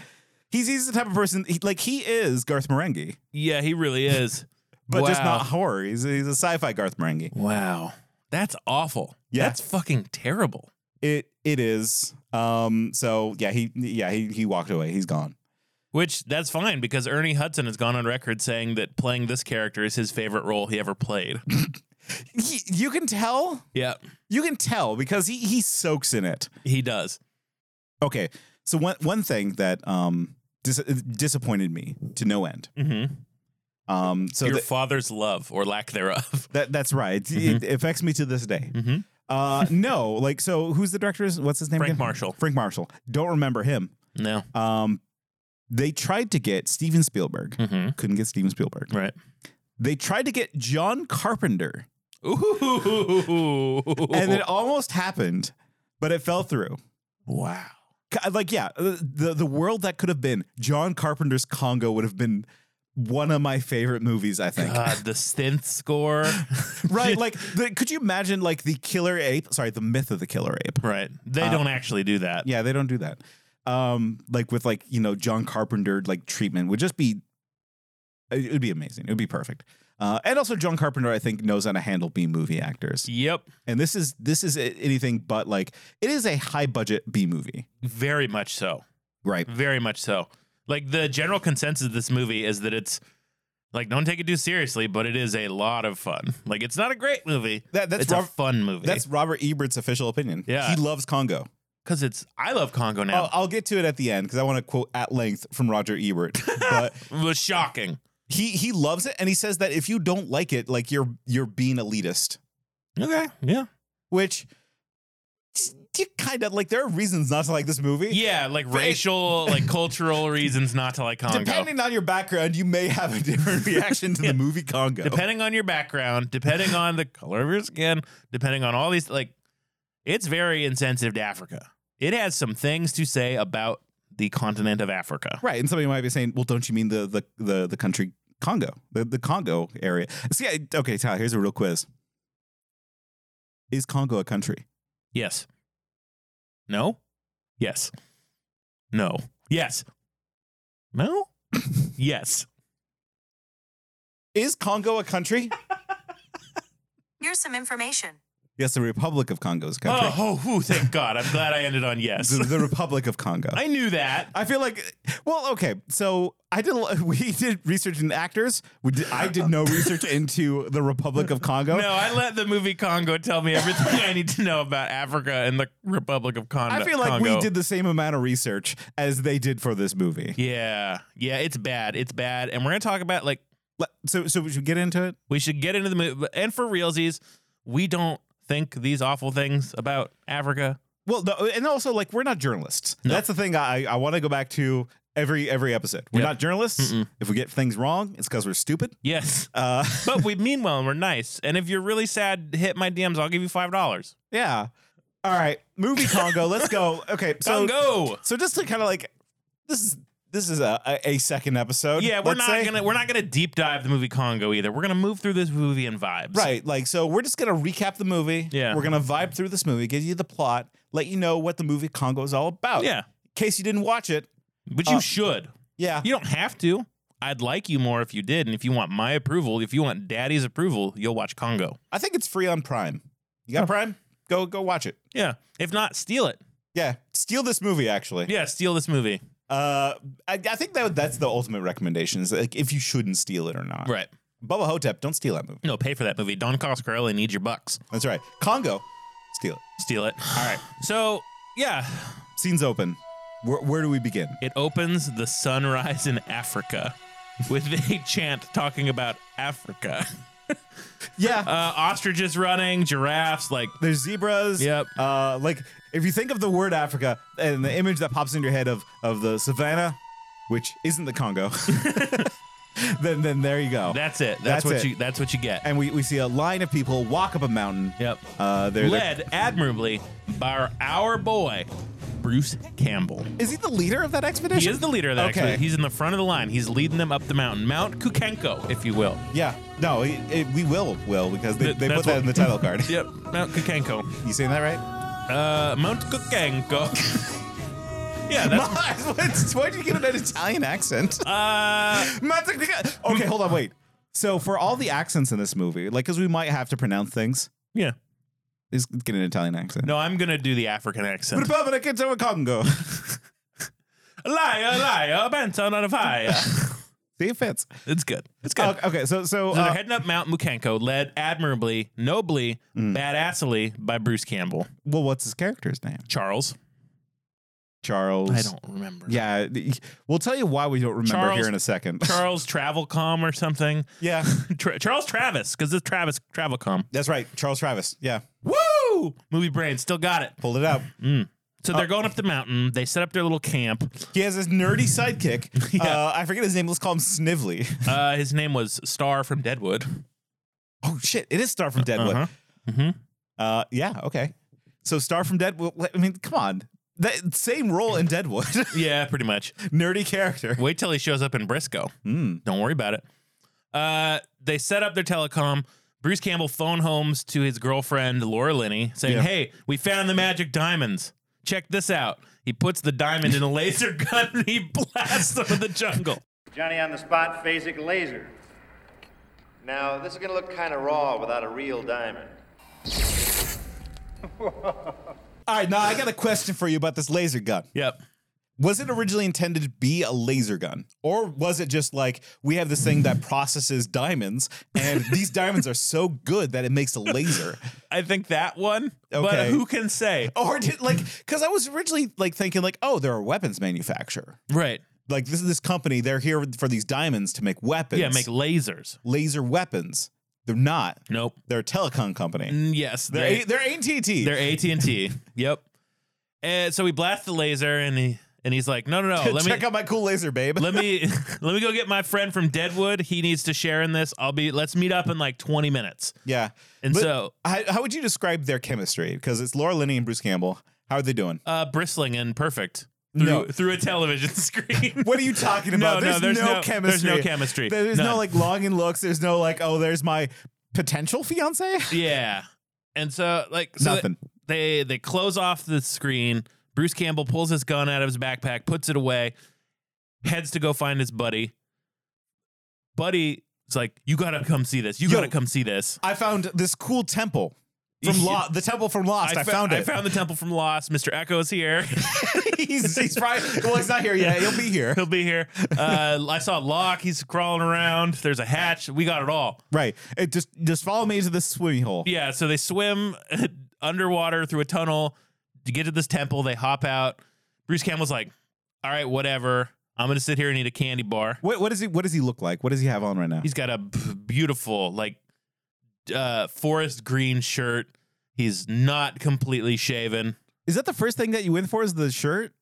Speaker 2: he's he's the type of person he, like he is Garth Marenghi,
Speaker 1: Yeah, he really is.
Speaker 2: but just
Speaker 1: Wow.
Speaker 2: not horror. He's he's a sci-fi Garth Marenghi.
Speaker 1: Wow. That's awful.
Speaker 2: Yeah.
Speaker 1: That's fucking terrible.
Speaker 2: It it is. Um. So yeah, he yeah he he walked away. He's gone.
Speaker 1: Which that's fine because Ernie Hudson has gone on record saying that playing this character is his favorite role he ever played.
Speaker 2: He- you can tell
Speaker 1: yeah,
Speaker 2: You can tell because he he soaks in it.
Speaker 1: he does.
Speaker 2: Okay, so one one thing that um dis- disappointed me to no end.
Speaker 1: Mm-hmm.
Speaker 2: Um, so
Speaker 1: Your
Speaker 2: th-
Speaker 1: father's love or lack thereof.
Speaker 2: that that's right. It-
Speaker 1: Mm-hmm.
Speaker 2: It affects me to this day.
Speaker 1: Mhm.
Speaker 2: Uh, no, like so, who's the director? What's his name?
Speaker 1: Frank
Speaker 2: again?
Speaker 1: Marshall.
Speaker 2: Frank Marshall. Don't remember him.
Speaker 1: No.
Speaker 2: Um, they tried to get Steven Spielberg.
Speaker 1: Mhm.
Speaker 2: Couldn't get Steven Spielberg.
Speaker 1: Right.
Speaker 2: They tried to get John Carpenter,
Speaker 1: Ooh.
Speaker 2: and it almost happened, but it fell through.
Speaker 1: wow.
Speaker 2: Ca- like yeah uh, the the world that could have been john carpenter's congo would have been one of my favorite movies i think
Speaker 1: God, the synth score.
Speaker 2: right like the, could you imagine like the killer ape sorry the myth of the killer ape
Speaker 1: right. They don't actually do that.
Speaker 2: Uh, yeah they don't do that um like with like you know john carpenter like treatment would just be it would be amazing it would be perfect uh, and also john carpenter i think knows how to handle b movie actors
Speaker 1: Yep.
Speaker 2: and this is this is a- anything but like it is a high budget b movie
Speaker 1: Very much so.
Speaker 2: right
Speaker 1: Very much so. Like the general consensus of this movie is that it's like don't take it too seriously, but it is a lot of fun. Like it's not a great movie.
Speaker 2: That- that's
Speaker 1: it's a
Speaker 2: Robert-
Speaker 1: fun movie.
Speaker 2: that's robert ebert's official opinion
Speaker 1: Yeah.
Speaker 2: he loves congo
Speaker 1: because it's I love Congo now.
Speaker 2: I'll, I'll get to it at the end because I want to quote at length from Roger Ebert. but
Speaker 1: it was shocking.
Speaker 2: he he loves it, and he says that if you don't like it, like you're you're being elitist,
Speaker 1: Okay. Yeah.
Speaker 2: which s- you kind of like. There are reasons not to like this movie.
Speaker 1: Yeah, like racial, like cultural reasons not to like Congo.
Speaker 2: Depending on your background, you may have a different reaction to the movie Congo.
Speaker 1: depending on your background, depending on the color of your skin, depending on all these, like, it's very insensitive to Africa. It has some things to say about the continent of Africa.
Speaker 2: right, and somebody might be saying, "Well, don't you mean the the the, the country Congo, the the Congo area?" See, I, okay, Tyler, here's a real quiz: Is Congo a country?
Speaker 1: Yes. No. Yes. No. Yes. No. yes.
Speaker 2: Is Congo a country?
Speaker 12: Here's some information.
Speaker 2: Yes, the Republic of Congo is a country.
Speaker 1: Oh, oh, whew, thank God. I'm glad I ended on yes.
Speaker 2: the, the Republic of Congo. I,
Speaker 1: I knew that.
Speaker 2: feel like, well, okay. So I did. a- We did research in actors. We did, I did no research into the Republic of Congo.
Speaker 1: No, I let the movie Congo tell me everything I need to know about Africa and the Republic of Congo.
Speaker 2: I feel like we
Speaker 1: Congo.
Speaker 2: did the same amount of research as they did for this movie.
Speaker 1: Yeah. Yeah, it's bad. It's bad. And we're going to talk about like
Speaker 2: Le- So, so we should get into it.
Speaker 1: we should get into the movie and for realsies, we don't think these awful things about Africa.
Speaker 2: Well, no, and also like we're not journalists.
Speaker 1: No.
Speaker 2: That's the thing. I I want to go back to every every episode. We're
Speaker 1: Yep.
Speaker 2: not journalists. If we get things wrong, it's because we're stupid.
Speaker 1: Yes.
Speaker 2: Uh,
Speaker 1: but we mean well and we're nice. And if you're really sad, hit my DMs. I'll give you five dollars.
Speaker 2: yeah. All right, movie Congo. let's go. Okay, so
Speaker 1: Congo.
Speaker 2: So just to kind of like this is This is a, a, a second episode.
Speaker 1: Yeah, we're
Speaker 2: let's
Speaker 1: not
Speaker 2: say.
Speaker 1: gonna we're not gonna deep dive the movie Congo either. We're gonna move through this movie in vibes.
Speaker 2: Right. Like, so we're just going to recap the movie.
Speaker 1: Yeah.
Speaker 2: We're going to vibe through this movie, give you the plot, let you know what the movie Congo is all about.
Speaker 1: Yeah.
Speaker 2: In case you didn't watch it.
Speaker 1: But
Speaker 2: Uh,
Speaker 1: you should.
Speaker 2: Yeah.
Speaker 1: You don't have to. I'd like you more if you did, and if you want my approval, if you want Daddy's approval, you'll watch Congo.
Speaker 2: I think it's free on Prime. You
Speaker 1: Oh.
Speaker 2: got Oh, Prime? Go go watch it.
Speaker 1: Yeah. If not, steal it.
Speaker 2: Yeah. Steal this movie, actually.
Speaker 1: Yeah, steal this movie.
Speaker 2: Uh, I, I think that that's the ultimate recommendation is like if you shouldn't steal it or not.
Speaker 1: Right.
Speaker 2: Bubba Hotep, don't steal that movie.
Speaker 1: No, pay for that movie. Don Coscarelli needs your bucks.
Speaker 2: That's right. Congo, steal it.
Speaker 1: Steal it. All right. So yeah,
Speaker 2: Scenes open. Where, where do we begin?
Speaker 1: it opens the sunrise in Africa with a chant talking about Africa.
Speaker 2: Yeah.
Speaker 1: Uh, ostriches running, giraffes, like
Speaker 2: There's zebras.
Speaker 1: Yep.
Speaker 2: Uh, like if you think of the word Africa and the image that pops in your head of of the savannah, which isn't the Congo, then then there you go.
Speaker 1: that's it. That's,
Speaker 2: That's
Speaker 1: what
Speaker 2: it.
Speaker 1: you. That's what you get.
Speaker 2: and we, we see a line of people walk up a mountain.
Speaker 1: Yep.
Speaker 2: Uh, they're
Speaker 1: Led admirably by our, our boy Bruce Campbell.
Speaker 2: Is he the leader of that expedition?
Speaker 1: He is the leader of that.
Speaker 2: Okay.
Speaker 1: expedition. He's in the front of the line. He's leading them up the mountain, Mount Kukenko, if you will.
Speaker 2: Yeah. No, it, it, we will, Will, because they,
Speaker 1: Th-
Speaker 2: they
Speaker 1: that's
Speaker 2: put that
Speaker 1: what-
Speaker 2: in the title card.
Speaker 1: Yep, Mount Kukenko.
Speaker 2: You saying that right?
Speaker 1: Uh, Mount Kukenko. yeah, that's.
Speaker 2: Mars, what's- why'd you get an Italian accent?
Speaker 1: Uh,
Speaker 2: okay, hold on, wait. So for all the accents in this movie, like, because we might have to pronounce things,
Speaker 1: yeah.
Speaker 2: is get an Italian accent.
Speaker 1: No, I'm gonna do the African accent.
Speaker 2: Republic of Congo.
Speaker 1: liar, liar, Benton on a fire.
Speaker 2: See if it's
Speaker 1: It's good. It's good.
Speaker 2: okay. okay, So so,
Speaker 1: So
Speaker 2: uh,
Speaker 1: they're heading up Mount Mukenko, led admirably, nobly, badassly by Bruce Campbell.
Speaker 2: well, what's his character's name?
Speaker 1: Charles.
Speaker 2: Charles.
Speaker 1: I don't remember.
Speaker 2: Yeah, th- we'll tell you why we don't remember
Speaker 1: Charles-
Speaker 2: here in a second.
Speaker 1: Charles Travelcom or something.
Speaker 2: yeah,
Speaker 1: Tra- Charles Travis, because it's Travis Travelcom.
Speaker 2: that's right. Charles Travis. Yeah,
Speaker 1: Woo! Uh, Movie brain still got it.
Speaker 2: pulled it out.
Speaker 1: So they're going up the mountain. They set up their little camp.
Speaker 2: He has this nerdy sidekick.
Speaker 1: Yeah.
Speaker 2: uh, I forget his name. Let's call him Snively.
Speaker 1: Uh, his name was Star from Deadwood.
Speaker 2: Oh shit! It is Star from Deadwood.
Speaker 1: Uh-huh. Mhm.
Speaker 2: Uh, yeah. Okay. So Star from Deadwood. I mean, come on. That same role in Deadwood.
Speaker 1: Yeah, pretty much.
Speaker 2: Nerdy character.
Speaker 1: Wait till he shows up in Briscoe.
Speaker 2: Mm.
Speaker 1: Don't worry about it. Uh, they set up their telecom. Bruce Campbell phone homes to his girlfriend Laura Linney, saying,
Speaker 2: Yeah.
Speaker 1: "Hey, we found the magic diamonds. Check this out." He puts the diamond in a laser gun and he blasts them in the jungle.
Speaker 13: Johnny on the spot phasic laser.
Speaker 9: Now, this is gonna look kinda raw without a real diamond.
Speaker 2: All right. Now I got a question for you about this laser gun.
Speaker 1: Yep.
Speaker 2: Was it originally intended to be a laser gun, or was it just like we have this thing that processes diamonds, and these diamonds are so good that it makes a laser?
Speaker 1: I think that one. But
Speaker 2: Okay.
Speaker 1: who can say?
Speaker 2: Or did like because I was originally like thinking like, oh, they're a weapons manufacturer.
Speaker 1: Right.
Speaker 2: Like this is this company, they're here for these diamonds to make weapons.
Speaker 1: Yeah, make lasers.
Speaker 2: laser weapons. They're not.
Speaker 1: Nope.
Speaker 2: They're a telecom company.
Speaker 1: Mm, Yes,
Speaker 2: They're
Speaker 1: they-
Speaker 2: a, they're AT&T.
Speaker 1: They're AT and T. yep. And so he blasts the laser, and he and he's like, "No, no, no. Let me
Speaker 2: check out my cool laser, babe.
Speaker 1: let me let me go get my friend from Deadwood. He needs to share in this. I'll be. Let's meet up in like twenty minutes.
Speaker 2: yeah.
Speaker 1: And so-
Speaker 2: how, how would you describe their chemistry? Because it's Laura Linney and Bruce Campbell. How are they doing?
Speaker 1: Uh, bristling and perfect through
Speaker 2: No.
Speaker 1: through a television screen.
Speaker 2: What are you talking
Speaker 1: No,
Speaker 2: about?
Speaker 1: no, there's no- there's
Speaker 2: chemistry.
Speaker 1: no chemistry.
Speaker 2: There's no
Speaker 1: None.
Speaker 2: like longing looks. There's no like, oh, there's my potential fiance.
Speaker 1: yeah. And so like so
Speaker 2: Nothing.
Speaker 1: They they close off the screen. Bruce Campbell pulls his gun out of his backpack, puts it away, heads to go find his buddy. Buddy is like, "You gotta come see this. You
Speaker 2: Yo.
Speaker 1: gotta come see this."
Speaker 2: I found this cool temple from
Speaker 1: Yeah.
Speaker 2: Lost. The temple from Lost. I,
Speaker 1: fa-
Speaker 2: found it.
Speaker 1: I found the temple from Lost. Mr. Echo is here.
Speaker 2: he's he's probably well. He's not here yet. He'll be here.
Speaker 1: He'll be here. Uh, I saw Locke. He's crawling around. There's a hatch. We got it all.
Speaker 2: Right. It just just follow me to this swimming hole.
Speaker 1: Yeah. So they swim underwater through a tunnel to get to this temple. They hop out. Bruce Campbell's like, all right, whatever. I'm going to sit here and eat a candy bar.
Speaker 2: What what does he what does he look like? What does he have on right now?
Speaker 1: He's got a b- beautiful, like, uh, forest green shirt. He's not completely shaven.
Speaker 2: Is that the first thing that you went for? Is the shirt?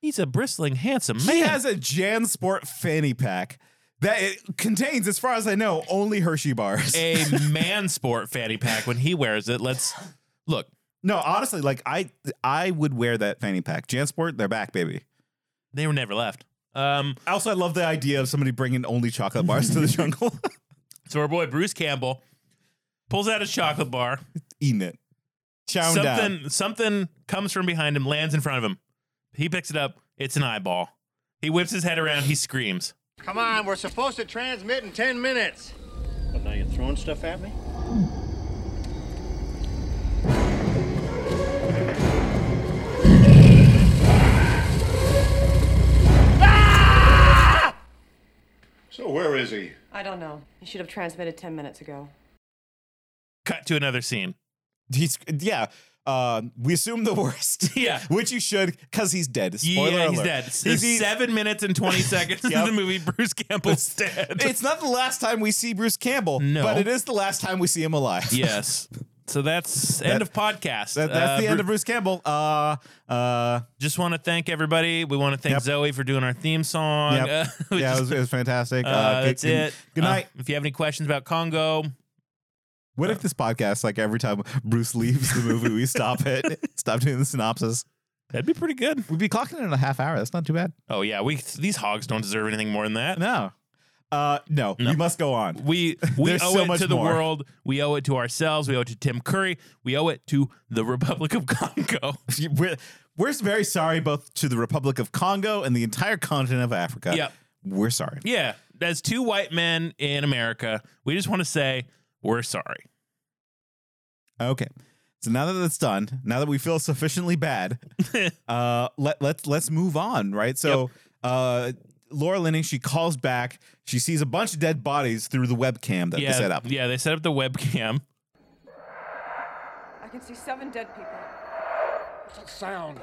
Speaker 1: He's a bristling, handsome man.
Speaker 2: He has a JanSport fanny pack that it contains, as far as I know, only Hershey bars.
Speaker 1: a man sport fanny pack when he wears it. Let's look.
Speaker 2: no, honestly, like I I would wear that fanny pack. JanSport, they're back, baby.
Speaker 1: They were never left. Um,
Speaker 2: also, I love the idea of somebody bringing only chocolate bars to the jungle.
Speaker 1: so our boy Bruce Campbell pulls out his chocolate bar,
Speaker 2: eating it. Chowing
Speaker 1: something
Speaker 2: down.
Speaker 1: something comes from behind him, lands in front of him. He picks it up. It's an eyeball. He whips his head around. He screams.
Speaker 13: Come on, we're supposed to transmit in 10 minutes. But now you're throwing stuff at me?
Speaker 14: So where is he?
Speaker 15: I don't know. You should have transmitted 10 minutes ago.
Speaker 1: Cut to another scene.
Speaker 2: He's yeah. Uh, we assume the worst.
Speaker 1: Yeah.
Speaker 2: which you should, because he's dead.
Speaker 1: Yeah,
Speaker 2: Spoiler
Speaker 1: he's
Speaker 2: alert.
Speaker 1: dead.
Speaker 2: He's- he's-
Speaker 1: seven minutes and twenty seconds into
Speaker 2: Yep.
Speaker 1: the movie. Bruce Campbell's dead.
Speaker 2: It's not the last time we see Bruce Campbell,
Speaker 1: No.
Speaker 2: but it is the last time we see him alive.
Speaker 1: yes. So that's end
Speaker 2: That-
Speaker 1: of podcast.
Speaker 2: That- that's
Speaker 1: Uh,
Speaker 2: the end
Speaker 1: Bru-
Speaker 2: of Bruce Campbell. Uh, uh,
Speaker 1: Just want to thank everybody. We want to thank
Speaker 2: Yep.
Speaker 1: Zoe for doing our theme song.
Speaker 2: yep.
Speaker 1: Uh, we
Speaker 2: yeah, it
Speaker 1: just-
Speaker 2: was, it was fantastic.
Speaker 1: uh,
Speaker 2: good-
Speaker 1: that's
Speaker 2: good,
Speaker 1: it.
Speaker 2: Good
Speaker 1: Uh,
Speaker 2: night.
Speaker 1: if you have any questions about Congo,
Speaker 2: What if this podcast, like every time Bruce leaves the movie, we stop it, stop doing the synopsis?
Speaker 1: That'd be pretty good.
Speaker 2: We'd be clocking in at a half hour. That's not too bad.
Speaker 1: oh yeah, we these hogs don't deserve anything more than that.
Speaker 2: No, uh, no,
Speaker 1: No.
Speaker 2: we must go on.
Speaker 1: We we owe
Speaker 2: There's so
Speaker 1: it
Speaker 2: much
Speaker 1: to the
Speaker 2: more.
Speaker 1: world. We owe it to ourselves. We owe it to Tim Curry. We owe it to the Republic of Congo.
Speaker 2: We're, we're very sorry both to the Republic of Congo and the entire continent of Africa.
Speaker 1: Yep.
Speaker 2: We're sorry.
Speaker 1: Yeah. As two white men in America, we just want to say we're sorry.
Speaker 2: Okay. So now that that's done, now that we feel sufficiently bad, uh, let let's let's move on, right? So, uh, Laura Linney she calls back. She sees a bunch of dead bodies through the webcam that
Speaker 1: yeah,
Speaker 2: they set up.
Speaker 1: Yeah, they set up the webcam.
Speaker 15: I can see seven dead people. What's that sound?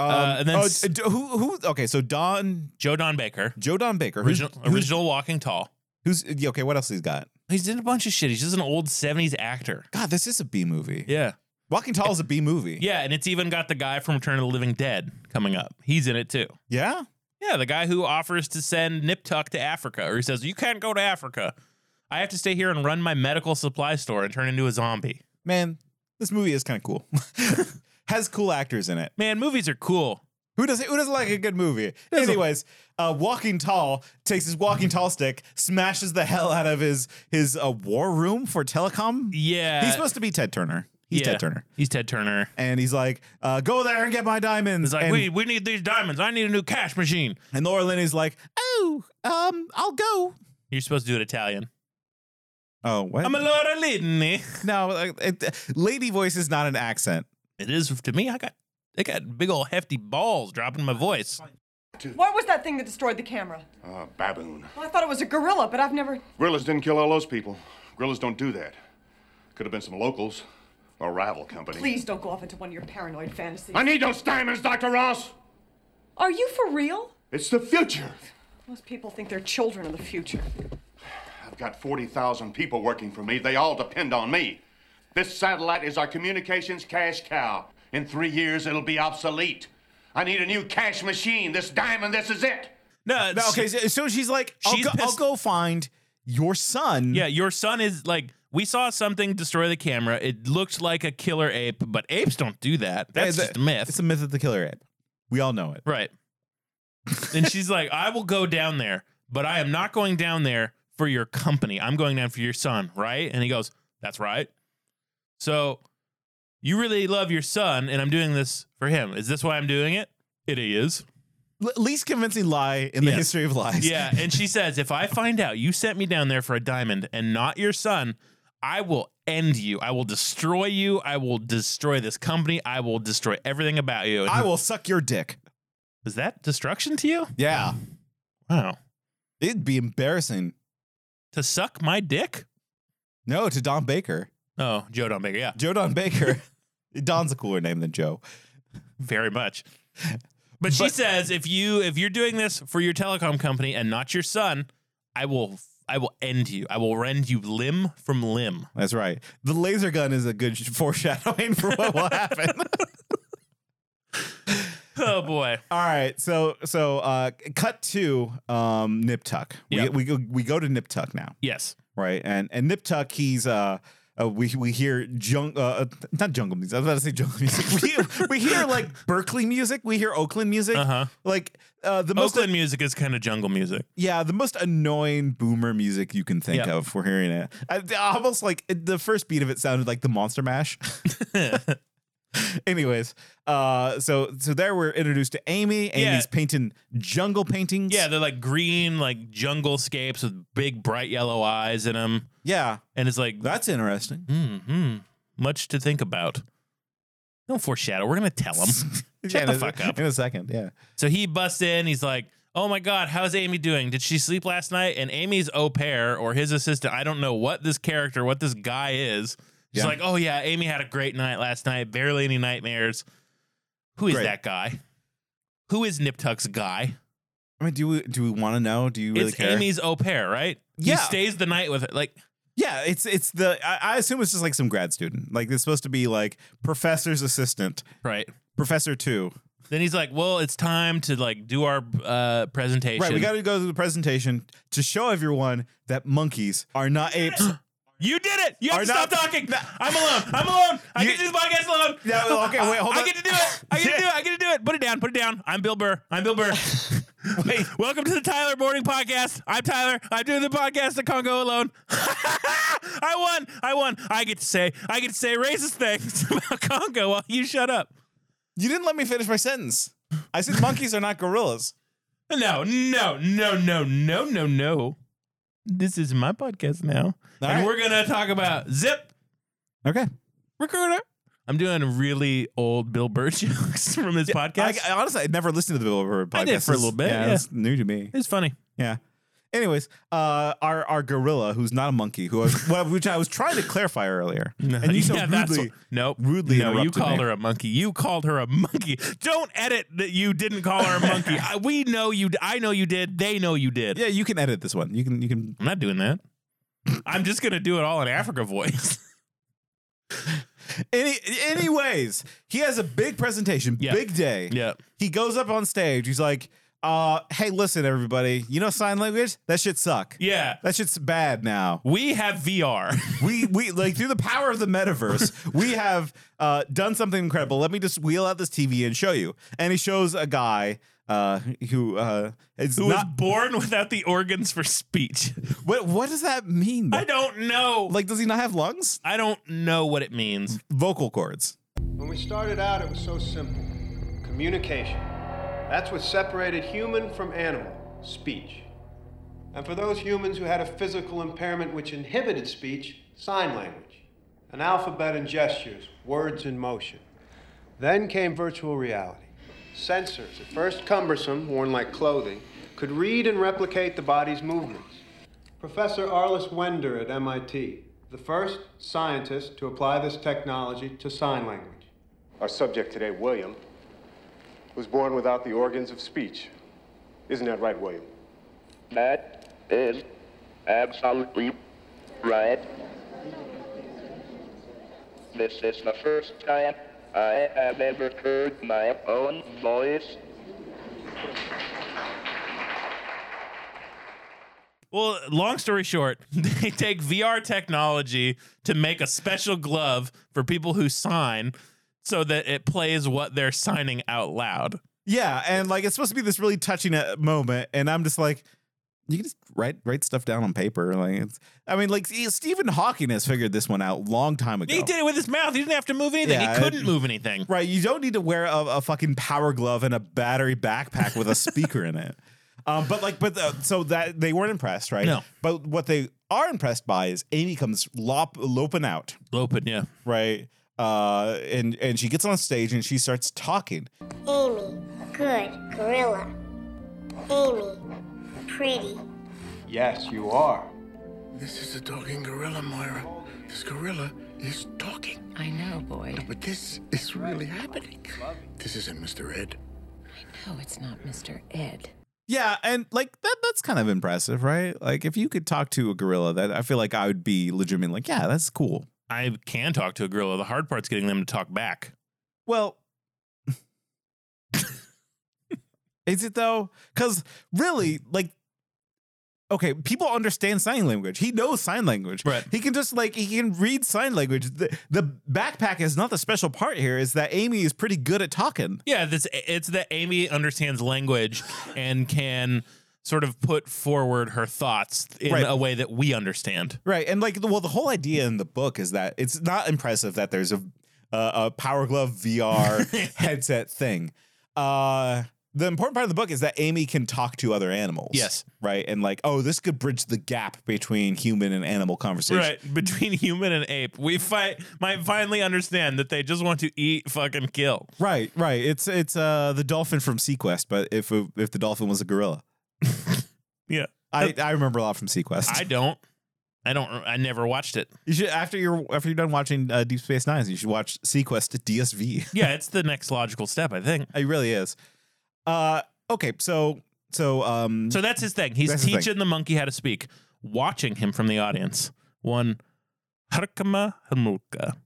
Speaker 2: Um,
Speaker 1: Uh, and then
Speaker 2: oh,
Speaker 1: s-
Speaker 2: d- who who? Okay, so Don
Speaker 1: Joe Don Baker,
Speaker 2: Joe Don Baker, who's-
Speaker 1: original, original Walking Tall.
Speaker 2: Who's, who's yeah, okay? What else he's got?
Speaker 1: He's in a bunch of shit. He's just an old 70s actor.
Speaker 2: God, this is a B movie.
Speaker 1: Yeah.
Speaker 2: Walking Tall is a B movie.
Speaker 1: Yeah, and it's even got the guy from Return of the Living Dead coming up. He's in it too.
Speaker 2: Yeah.
Speaker 1: Yeah, the guy who offers to send Nip Tuck to Africa, or he says, You can't go to Africa. I have to stay here and run my medical supply store and turn into a zombie.
Speaker 2: Man, this movie is kind of cool. Has cool actors in it.
Speaker 1: Man, movies are cool.
Speaker 2: Who doesn't who doesn't like a good movie? Anyways, uh, Walking Tall takes his Walking Tall stick, smashes the hell out of his his uh, war room for telecom.
Speaker 1: Yeah.
Speaker 2: He's supposed to be Ted Turner. He's
Speaker 1: Yeah.
Speaker 2: Ted Turner,
Speaker 1: He's Ted Turner.
Speaker 2: and he's like, uh, "Go there and get my diamonds."
Speaker 1: He's like,
Speaker 2: and,
Speaker 1: we, we need these diamonds. I need a new cash machine.
Speaker 2: and Laura Linney's like, "Oh, um, I'll go."
Speaker 1: You're supposed to do it Italian.
Speaker 2: Oh, what?
Speaker 1: I'm a Laura Linney.
Speaker 2: no, like, it, lady voice is not an accent.
Speaker 1: It is to me. I got I got big old hefty balls dropping my voice.
Speaker 15: What was that thing that destroyed the camera?
Speaker 14: Uh, baboon.
Speaker 15: Well, I thought it was a gorilla, but I've never.
Speaker 14: Gorillas didn't kill all those people. Gorillas don't do that. Could have been some locals or a rival company.
Speaker 15: Please don't go off into one of your paranoid fantasies.
Speaker 14: I need those diamonds, Dr. Ross!
Speaker 15: Are you for real?
Speaker 14: It's the future!
Speaker 15: Most people think they're children of the future.
Speaker 14: I've got 40,000 people working for me. They all depend on me. This satellite is our communications cash cow. In three years, it'll be obsolete. I need a new cash machine. This diamond, this is it.
Speaker 1: No,
Speaker 2: No, okay, so, so she's like, I'll,
Speaker 1: She's
Speaker 2: go, I'll
Speaker 1: pissed-
Speaker 2: go find your son.
Speaker 1: Yeah, your son is like we saw something destroy the camera. It looked like a killer ape, but apes don't do that. That's
Speaker 2: It's
Speaker 1: just a myth.
Speaker 2: It's a myth of the killer ape. We all know it.
Speaker 1: Right. and she's like, I will go down there, but I am not going down there for your company. I'm going down for your son, right? And he goes, That's right. So you really love your son, and I'm doing this for him. Is this why I'm doing it? It is.
Speaker 2: L- least convincing lie in the
Speaker 1: Yes.
Speaker 2: history of lies.
Speaker 1: Yeah. And she says, If I find out you sent me down there for a diamond and not your son, I will end you. I will destroy you. I will destroy this company. I will destroy everything about you. And
Speaker 2: I will suck your dick.
Speaker 1: Is that destruction to you?
Speaker 2: Yeah.
Speaker 1: Wow.
Speaker 2: It'd be embarrassing.
Speaker 1: To suck my dick?
Speaker 2: No, to Don Baker.
Speaker 1: Oh, Joe Don Baker. Yeah,
Speaker 2: Joe Don Baker. Don's a cooler name than Joe.
Speaker 1: very much. But she says if you if you're doing this for your telecom company and not your son, I will I will end you. I will rend you limb from limb.
Speaker 2: That's right. The laser gun is a good sh- foreshadowing for what will happen.
Speaker 1: Oh boy.
Speaker 2: All right. So so uh cut to um Nip Tuck.
Speaker 1: Yeah.
Speaker 2: We, we go we go to Nip Tuck now.
Speaker 1: Yes.
Speaker 2: Right. And and Nip Tuck, he's uh Uh, we we hear jung uh, not jungle music. I was about to say jungle music. We, we hear like Berkeley music. We hear Oakland music.
Speaker 1: Uh-huh.
Speaker 2: Like uh, the most
Speaker 1: Oakland music is kind of jungle music.
Speaker 2: yeah, the most annoying boomer music you can think
Speaker 1: Yeah.
Speaker 2: of. We're hearing it. I, almost like the first beat of it sounded like the Monster Mash. Anyways, uh, so so there we're introduced to Amy. Amy's
Speaker 1: Yeah.
Speaker 2: painting jungle paintings.
Speaker 1: Yeah, they're like green, like jungle scapes with big, bright yellow eyes in them.
Speaker 2: Yeah,
Speaker 1: and it's like
Speaker 2: that's interesting.
Speaker 1: Hmm, much to think about. Don't foreshadow. We're gonna tell them.
Speaker 2: Yeah,
Speaker 1: Shut
Speaker 2: in
Speaker 1: the
Speaker 2: a-
Speaker 1: fuck up.
Speaker 2: in a second. Yeah.
Speaker 1: So he busts in. He's like, "Oh my god, how's Amy doing? Did she sleep last night?" And Amy's au pair or his assistant, I don't know what this character, what this guy is. She's
Speaker 2: Yeah.
Speaker 1: like, "Oh yeah, Amy had a great night last night. Barely any nightmares." Who is
Speaker 2: Great.
Speaker 1: that guy? Who is Nip Tuck's guy?
Speaker 2: I mean, do we do we want to know? Do you really
Speaker 1: it's
Speaker 2: care?
Speaker 1: Amy's au pair, right?
Speaker 2: Yeah.
Speaker 1: He stays the night with her. Like,
Speaker 2: yeah, it's it's the I, I assume it's just like some grad student. Like it's supposed to be like professor's assistant,
Speaker 1: right.
Speaker 2: professor two.
Speaker 1: Then he's like, well, it's time to like do our uh, presentation.
Speaker 2: Right, we got to go through the presentation to show everyone that monkeys are not apes.
Speaker 1: You did it. You have
Speaker 2: Are
Speaker 1: to stop
Speaker 2: not-
Speaker 1: talking. I'm alone. I'm alone. I
Speaker 2: You-
Speaker 1: get to do this podcast alone.
Speaker 2: No, okay, wait, hold
Speaker 1: I
Speaker 2: on.
Speaker 1: get to do it. I get to do it. I get to do it. Put it down. Put it down. I'm Bill Burr. I'm Bill Burr. wait. Welcome to the Tyler Morning Podcast. I'm Tyler. I'm doing the podcast that can't go alone. I won. I won. I get to say. I get to say racist things about Congo while you shut up.
Speaker 2: You didn't let me finish my sentence. I said monkeys are not gorillas.
Speaker 1: No, no, no, no, no, no, no. This is my podcast now.
Speaker 2: All
Speaker 1: and
Speaker 2: right.
Speaker 1: we're going to talk about Zip
Speaker 2: Okay.
Speaker 1: Recruiter. I'm doing really old Bill Burr jokes from his podcast.
Speaker 2: I, I honestly I never listened to the Bill Burr podcast.
Speaker 1: I did for a little bit,
Speaker 2: Yeah,
Speaker 1: yeah.
Speaker 2: it's new to me.
Speaker 1: it's funny.
Speaker 2: Yeah. Anyways, uh, our our gorilla, who's not a monkey, who I was, well, which I was trying to clarify earlier, and you so
Speaker 1: Yeah, that's
Speaker 2: rudely,
Speaker 1: what- nope.
Speaker 2: rudely
Speaker 1: No, you
Speaker 2: interrupted
Speaker 1: called
Speaker 2: me.
Speaker 1: her a monkey. You called her a monkey. Don't edit that you didn't call her a monkey. I, we know you. d- I know you did. They know you did.
Speaker 2: Yeah, you can edit this one. You can you can
Speaker 1: I'm not doing that. I'm just gonna do it all in Africa voice.
Speaker 2: Any, anyways, he has a big presentation,
Speaker 1: Yeah.
Speaker 2: big day.
Speaker 1: Yeah.
Speaker 2: He goes up on stage. He's like, uh, "Hey, listen, everybody. You know sign language? That shit suck.
Speaker 1: Yeah.
Speaker 2: That shit's bad now.
Speaker 1: We have VR.
Speaker 2: We we like through the power of the metaverse, we have uh, done something incredible. Let me just wheel out this TV and show you. And he shows a guy uh, who uh, is
Speaker 1: Who was
Speaker 2: not.
Speaker 1: born without the organs for speech.
Speaker 2: What what does that mean?
Speaker 1: I don't know.
Speaker 2: Like, does he not have lungs?
Speaker 1: I don't know what it means.
Speaker 2: Vocal cords.
Speaker 15: When we started out, it was so simple communication. That's what separated human from animal speech. And for those humans who had a physical impairment which inhibited speech, sign language, an alphabet and gestures, words in motion. Then came virtual reality. Sensors, at first cumbersome, worn like clothing, could read and replicate the body's movements. Professor Arliss Wender at MIT, the first scientist to apply this technology to sign language.
Speaker 16: Our subject today, William, was born without the organs of speech. Isn't that right, William?
Speaker 17: That is absolutely right. This is the first time I have ever heard my own voice.
Speaker 1: Well, long story short, they take VR technology to make a special glove for people who sign so that it plays what they're signing out loud.
Speaker 2: Yeah, and like it's supposed to be this really touching uh, moment, and I'm just like, you can just write write stuff down on paper. Like, it's, I mean, like see, Stephen Hawking has figured this one out long time ago.
Speaker 1: He did it with his mouth. He didn't have to move anything.
Speaker 2: Yeah,
Speaker 1: he couldn't
Speaker 2: it-
Speaker 1: move anything.
Speaker 2: Right, you don't need to wear a, a fucking power glove and a battery backpack with a speaker in it. Um, but like, but the, so that they weren't impressed, right?
Speaker 1: No.
Speaker 2: But what they are impressed by is Amy comes lop, loping out,
Speaker 1: Lopin, yeah.
Speaker 2: right? Uh, and and she gets on stage and she starts talking.
Speaker 18: Amy, good gorilla. Amy, pretty.
Speaker 15: Yes, you are.
Speaker 19: This is a talking gorilla, Moira. This gorilla is talking.
Speaker 20: I know, Boyd.
Speaker 19: But this is really happening. This isn't Mr. Ed.
Speaker 20: No, it's not Mr. Ed.
Speaker 2: Yeah, and like that that's kind of impressive, right? Like if you could talk to a gorilla, that I feel like I would be legitimately like, yeah, that's cool.
Speaker 1: I can talk to a gorilla. The hard part's getting them to talk back.
Speaker 2: Well, is it though? Cuz really, like okay, people understand sign language. He knows sign language. Right. He can just like he can read sign language. The, the backpack is not the special part here. Is that Amy is pretty good at talking.
Speaker 1: Yeah, this it's that Amy understands language and can sort of put forward her thoughts in
Speaker 2: Right.
Speaker 1: a way that we understand.
Speaker 2: Right, and like, the- well, the whole idea in the book is that it's not impressive that there's a uh, a Power Glove VR headset thing. Uh, the important part of the book is that Amy can talk to other animals.
Speaker 1: Yes.
Speaker 2: right, and like, oh, this could bridge the gap between human and animal conversation.
Speaker 1: Right, between human and ape, we fight might finally understand that they just want to eat, fucking kill.
Speaker 2: Right, right. It's it's uh the dolphin from Sequest, but if if the dolphin was a gorilla,
Speaker 1: Yeah,
Speaker 2: I I remember a lot from Sequest.
Speaker 1: I don't, I don't, I never watched it.
Speaker 2: you should after you're after you're done watching uh, Deep Space Nine, you should watch Sequest at DSV.
Speaker 1: Yeah, it's the next logical step, I think.
Speaker 2: It really is. Uh, okay, so so um,
Speaker 1: So that's his thing. He's
Speaker 2: That's the thing.
Speaker 1: teaching the monkey how to speak, watching him from the audience. One Harkama Hamulka.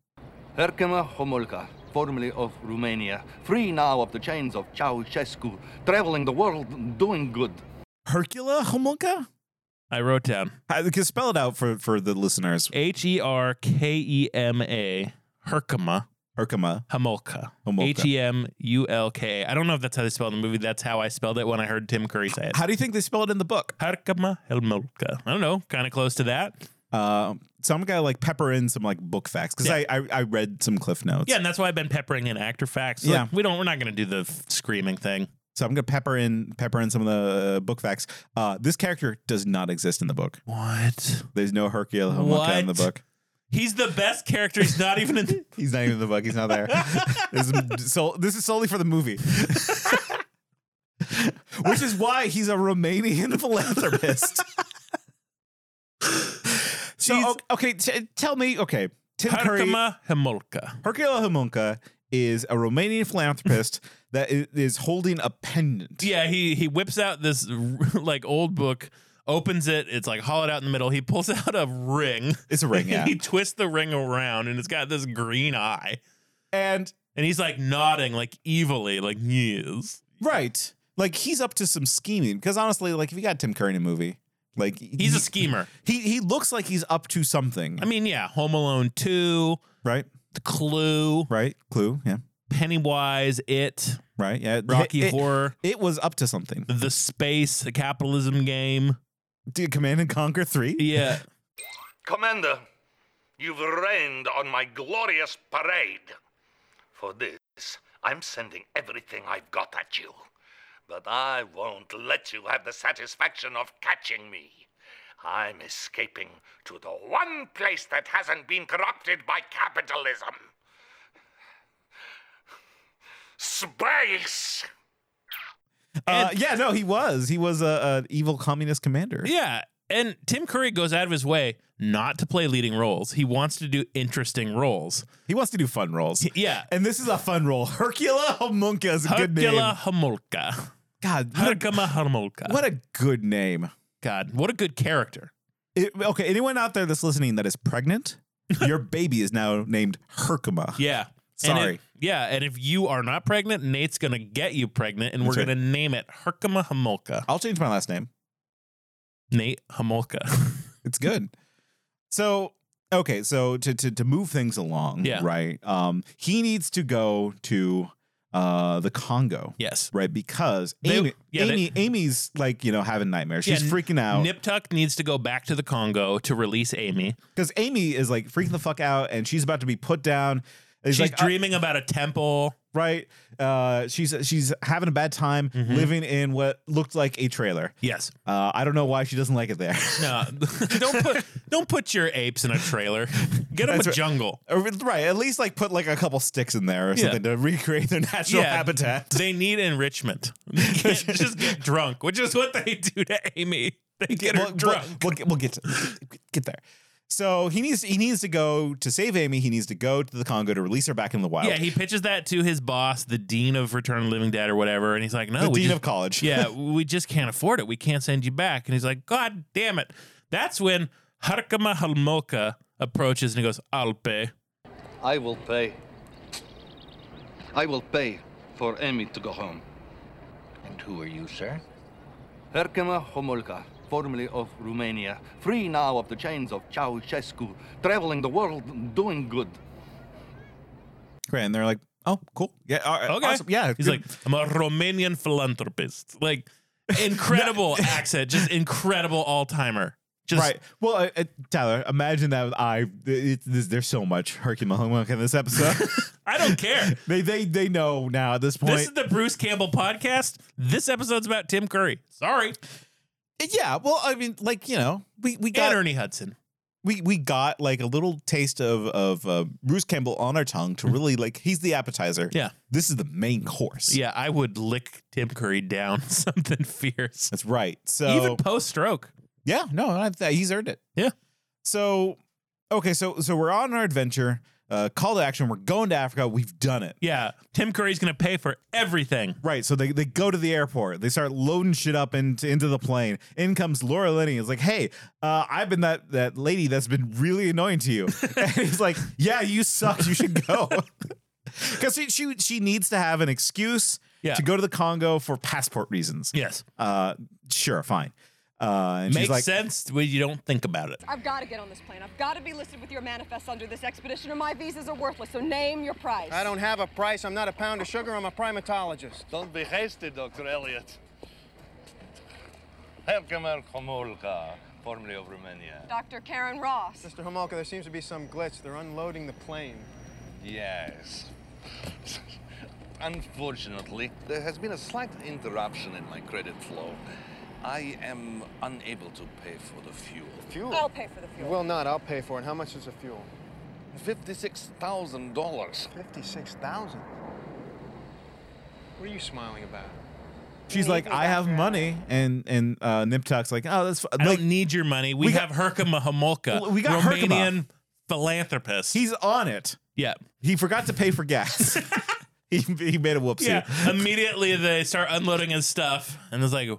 Speaker 21: Herkimer Homolka, formerly of Romania, free now of the chains of Ceausescu, traveling the world doing good.
Speaker 2: Hercula Homolka?
Speaker 1: I wrote down.
Speaker 2: I can spell it out for for the listeners.
Speaker 1: H E R K E M A Herkama.
Speaker 2: Herkama.
Speaker 1: Hamulka.
Speaker 2: Homolka.
Speaker 1: H E M U L K. I don't know if that's how they spell it in the movie. That's how I spelled it when I heard Tim Curry say it.
Speaker 2: How do you think they spell it in the book?
Speaker 1: Herkama Helmolka. I don't know. Kind of close to that.
Speaker 2: Uh, so I'm gonna like pepper in some like book facts because I, I I read some cliff notes.
Speaker 1: Yeah, and that's why I've been peppering in actor facts. Like,
Speaker 2: Yeah.
Speaker 1: we don't. We're not going to do the f- screaming thing.
Speaker 2: So I'm gonna pepper in pepper in some of the uh, book facts. Uh, this character does not exist in the book.
Speaker 1: What?
Speaker 2: There's no Hercule Homolka in the
Speaker 1: What?
Speaker 2: book.
Speaker 1: He's the best character. He's not even in. The-
Speaker 2: He's not even in the book. He's not there. this, is, so, this is solely for the movie. Which is why he's a Romanian philanthropist. so, o- okay, t- tell me, okay. Tim Curry,
Speaker 1: Herkama Hamulka.
Speaker 2: Hercule Homunca is a Romanian philanthropist that i- is holding a pendant.
Speaker 1: Yeah, he he whips out this like old book, opens it. It's like hollowed out in the middle. He pulls out a ring.
Speaker 2: It's a ring, yeah.
Speaker 1: he twists the ring around, and it's got this green eye.
Speaker 2: And
Speaker 1: and he's like nodding like evilly, like yes.
Speaker 2: Right. Like he's up to some scheming because honestly, like if you got Tim Curry in a movie, like
Speaker 1: He's a schemer.
Speaker 2: He he looks like he's up to something.
Speaker 1: I mean, yeah, Home Alone two,
Speaker 2: right?
Speaker 1: The Clue,
Speaker 2: right? Clue, yeah.
Speaker 1: Pennywise, It,
Speaker 2: right? Yeah,
Speaker 1: Rocky
Speaker 2: It- it-
Speaker 1: Horror,
Speaker 2: It was up to something.
Speaker 1: The Space, the Capitalism Game,
Speaker 2: Did Command and Conquer three?
Speaker 1: Yeah.
Speaker 6: Commander, you've rained on my glorious parade. For this, I'm sending everything I've got at you. But I won't let you have the satisfaction of catching me. I'm escaping to the one place that hasn't been corrupted by capitalism space!
Speaker 2: Uh, yeah, no, he was. He was a, a evil communist commander.
Speaker 1: yeah. And Tim Curry goes out of his way not to play leading roles. He wants to do interesting roles.
Speaker 2: He wants to do fun roles.
Speaker 1: Yeah.
Speaker 2: And this is a fun role. Hercula Homunca is a good name.
Speaker 1: Hercula Homolka.
Speaker 2: God,
Speaker 1: Herkama Homolka.
Speaker 2: What a good name.
Speaker 1: God, what a good character.
Speaker 2: It, okay, anyone out there that's listening that is pregnant, your baby is now named Herkima.
Speaker 1: Yeah. And
Speaker 2: Sorry.
Speaker 1: if- yeah, and if you are not pregnant, Nate's gonna get you pregnant, and
Speaker 2: That's
Speaker 1: we're
Speaker 2: right.
Speaker 1: gonna name it Herkima Homolka.
Speaker 2: I'll change my last name.
Speaker 1: Nate Homolka.
Speaker 2: It's good. So okay, so to to, to move things along,
Speaker 1: Yeah.
Speaker 2: right? Um, he needs to go to uh the Congo.
Speaker 1: Yes.
Speaker 2: Right, because
Speaker 1: They-
Speaker 2: Amy,
Speaker 1: yeah, they-
Speaker 2: Amy Amy's like, you know, having nightmares. She's
Speaker 1: Yeah,
Speaker 2: freaking out.
Speaker 1: Nip Tuck needs to go back to the Congo to release Amy.
Speaker 2: Because Amy is like freaking the fuck out and she's about to be put down.
Speaker 1: She's
Speaker 2: uh,
Speaker 1: dreaming about a temple.
Speaker 2: Right. Uh, she's she's having a bad time
Speaker 1: Mm-hmm.
Speaker 2: living in what looked like a trailer.
Speaker 1: Yes.
Speaker 2: Uh, I don't know why she doesn't like it there.
Speaker 1: No, don't put don't put your apes in a trailer. Get them
Speaker 2: That's
Speaker 1: a
Speaker 2: right.
Speaker 1: jungle.
Speaker 2: Or, right. At least like put like a couple sticks in there or
Speaker 1: Yeah.
Speaker 2: something to recreate their natural habitat.
Speaker 1: They need enrichment. They can't just get drunk, which is what they do to Amy. They get her
Speaker 2: We'll- we'll-
Speaker 1: drunk.
Speaker 2: We'll, get, we'll get to, get there. So he needs he needs to go to save Amy. He needs to go to the Congo to release her back in the wild.
Speaker 1: Yeah, he pitches that to his boss, the dean of Return of the Living Dead or whatever, and he's like, "No,
Speaker 2: The
Speaker 1: oh, we
Speaker 2: dean
Speaker 1: just-
Speaker 2: of college.
Speaker 1: yeah, we just can't afford it. We can't send you back." And he's like, "God damn it!" That's when Harkama Halmoka approaches and he goes, "I'll pay."
Speaker 21: I will pay. I will pay for Amy to go home.
Speaker 6: And who are you, sir?
Speaker 21: Herkimer Homolka, formerly of Romania, free now of the chains of Ceausescu, traveling the world doing good.
Speaker 2: Great. And they're like, oh, cool. Yeah. All right,
Speaker 1: Okay.
Speaker 2: Awesome. Yeah.
Speaker 1: He's like,
Speaker 2: good.
Speaker 1: I'm a Romanian philanthropist. Like, incredible accent, just incredible all timer. Just
Speaker 2: right. Well, uh, uh, Tyler, imagine that I. It, this, there's so much Herky Mahonk in this episode.
Speaker 1: I don't care.
Speaker 2: they they they know now at this point.
Speaker 1: This is the Bruce Campbell podcast. This episode's about Tim Curry. Sorry.
Speaker 2: yeah. Well, I mean, like you know, we we got
Speaker 1: And Ernie Hudson.
Speaker 2: we we got like a little taste of of uh, Bruce Campbell on our tongue to really like he's the appetizer.
Speaker 1: Mm-hmm. Yeah.
Speaker 2: This is the main course.
Speaker 1: Yeah, I would lick Tim Curry down something fierce.
Speaker 2: That's right. So
Speaker 1: Even post stroke.
Speaker 2: Yeah, no, I, th- he's earned it.
Speaker 1: Yeah.
Speaker 2: So, okay, so so we're on our adventure. Uh, call to action. We're going to Africa. We've done it.
Speaker 1: Yeah. Tim Curry's going to pay for everything.
Speaker 2: Right. So they, they go to the airport. They start loading shit up into into the plane. In comes Laura Linney. It's like, hey, uh, I've been that that lady that's been really annoying to you. and he's like, yeah, you suck. You should go. Because she, she she needs to have an excuse
Speaker 1: Yeah.
Speaker 2: to go to the Congo for passport reasons.
Speaker 1: Yes.
Speaker 2: Uh, sure, fine. Uh, and she's
Speaker 1: Makes
Speaker 2: like,
Speaker 1: sense when you don't think about it.
Speaker 4: I've got to get on this plane. I've got to be listed with your manifest under this expedition, or my visas are worthless. So name your price.
Speaker 13: I don't have a price. I'm not a pound of sugar. I'm a primatologist.
Speaker 6: Don't be hasty, Dr. Elliot. Herkimer Homolka, formerly of Romania.
Speaker 4: Dr. Karen Ross.
Speaker 13: Mr. Homolka, there seems to be some glitch. They're unloading the plane.
Speaker 6: Yes. Unfortunately, there has been a slight interruption in my credit flow. I am unable to pay for the fuel.
Speaker 13: Fuel?
Speaker 4: I'll pay for the
Speaker 13: You
Speaker 4: fuel.
Speaker 13: will not. I'll pay for it. How much is the fuel?
Speaker 6: $56,000.
Speaker 13: Fifty-six thousand. What are you smiling about?
Speaker 2: She's like, I have money, and and uh, Nip Tuck's like, oh, that's f-.
Speaker 1: I
Speaker 2: like
Speaker 1: don't need your money. We,
Speaker 2: we
Speaker 1: have
Speaker 2: got-
Speaker 1: Herkimer Homolka,
Speaker 2: We got Herkimer.
Speaker 1: Romanian philanthropist.
Speaker 2: he's on it.
Speaker 1: yeah.
Speaker 2: He forgot to pay for gas. he he made a whoopsie.
Speaker 1: Yeah. Immediately they start unloading his stuff, and it's like,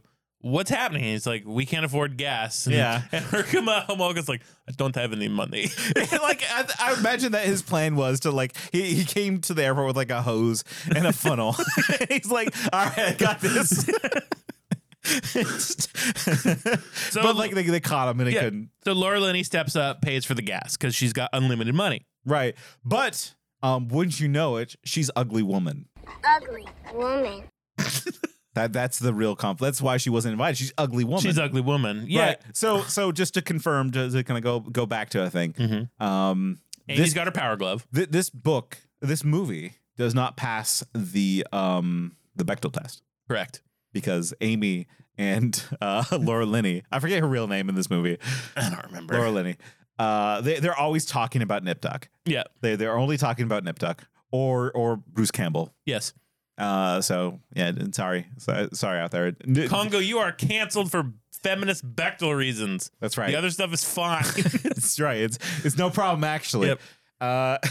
Speaker 1: "What's happening?" He's like, "We can't afford gas." And,
Speaker 2: Yeah.
Speaker 1: And Herkimer Homolka's like, "I don't have any money."
Speaker 2: like I, I imagine that his plan was to like he, he came to the airport with like a hose and a funnel. he's like, all right, I got this.
Speaker 1: So-
Speaker 2: but like they, they caught him and he
Speaker 1: Yeah.
Speaker 2: couldn't.
Speaker 1: So Laura Linney steps up, pays for the gas because she's got unlimited money.
Speaker 2: Right, but um, wouldn't you know it? She's ugly woman.
Speaker 18: Ugly woman.
Speaker 2: That that's the real comp. That's why she wasn't invited. She's ugly woman.
Speaker 1: She's ugly woman. Yeah.
Speaker 2: Right. So so just to confirm, to, to kind of go go back to I think um,
Speaker 1: Mm-hmm. And
Speaker 2: this
Speaker 1: he's got her power glove.
Speaker 2: thi- this book this movie does not pass the um the Bechtel test
Speaker 1: Correct.
Speaker 2: because Amy and uh, Laura Linney I forget her real name in this movie
Speaker 1: I don't remember.
Speaker 2: Laura Linney uh they they're always talking about Nip Tuck
Speaker 1: Yeah.
Speaker 2: they they're only talking about Nip Tuck or or Bruce Campbell
Speaker 1: Yes.
Speaker 2: uh so yeah sorry so, sorry out there N-
Speaker 1: Congo, you are canceled for feminist Bechtel reasons.
Speaker 2: that's right
Speaker 1: The other stuff is fine.
Speaker 2: That's right. It's it's no problem actually.
Speaker 1: Yep.
Speaker 2: Uh,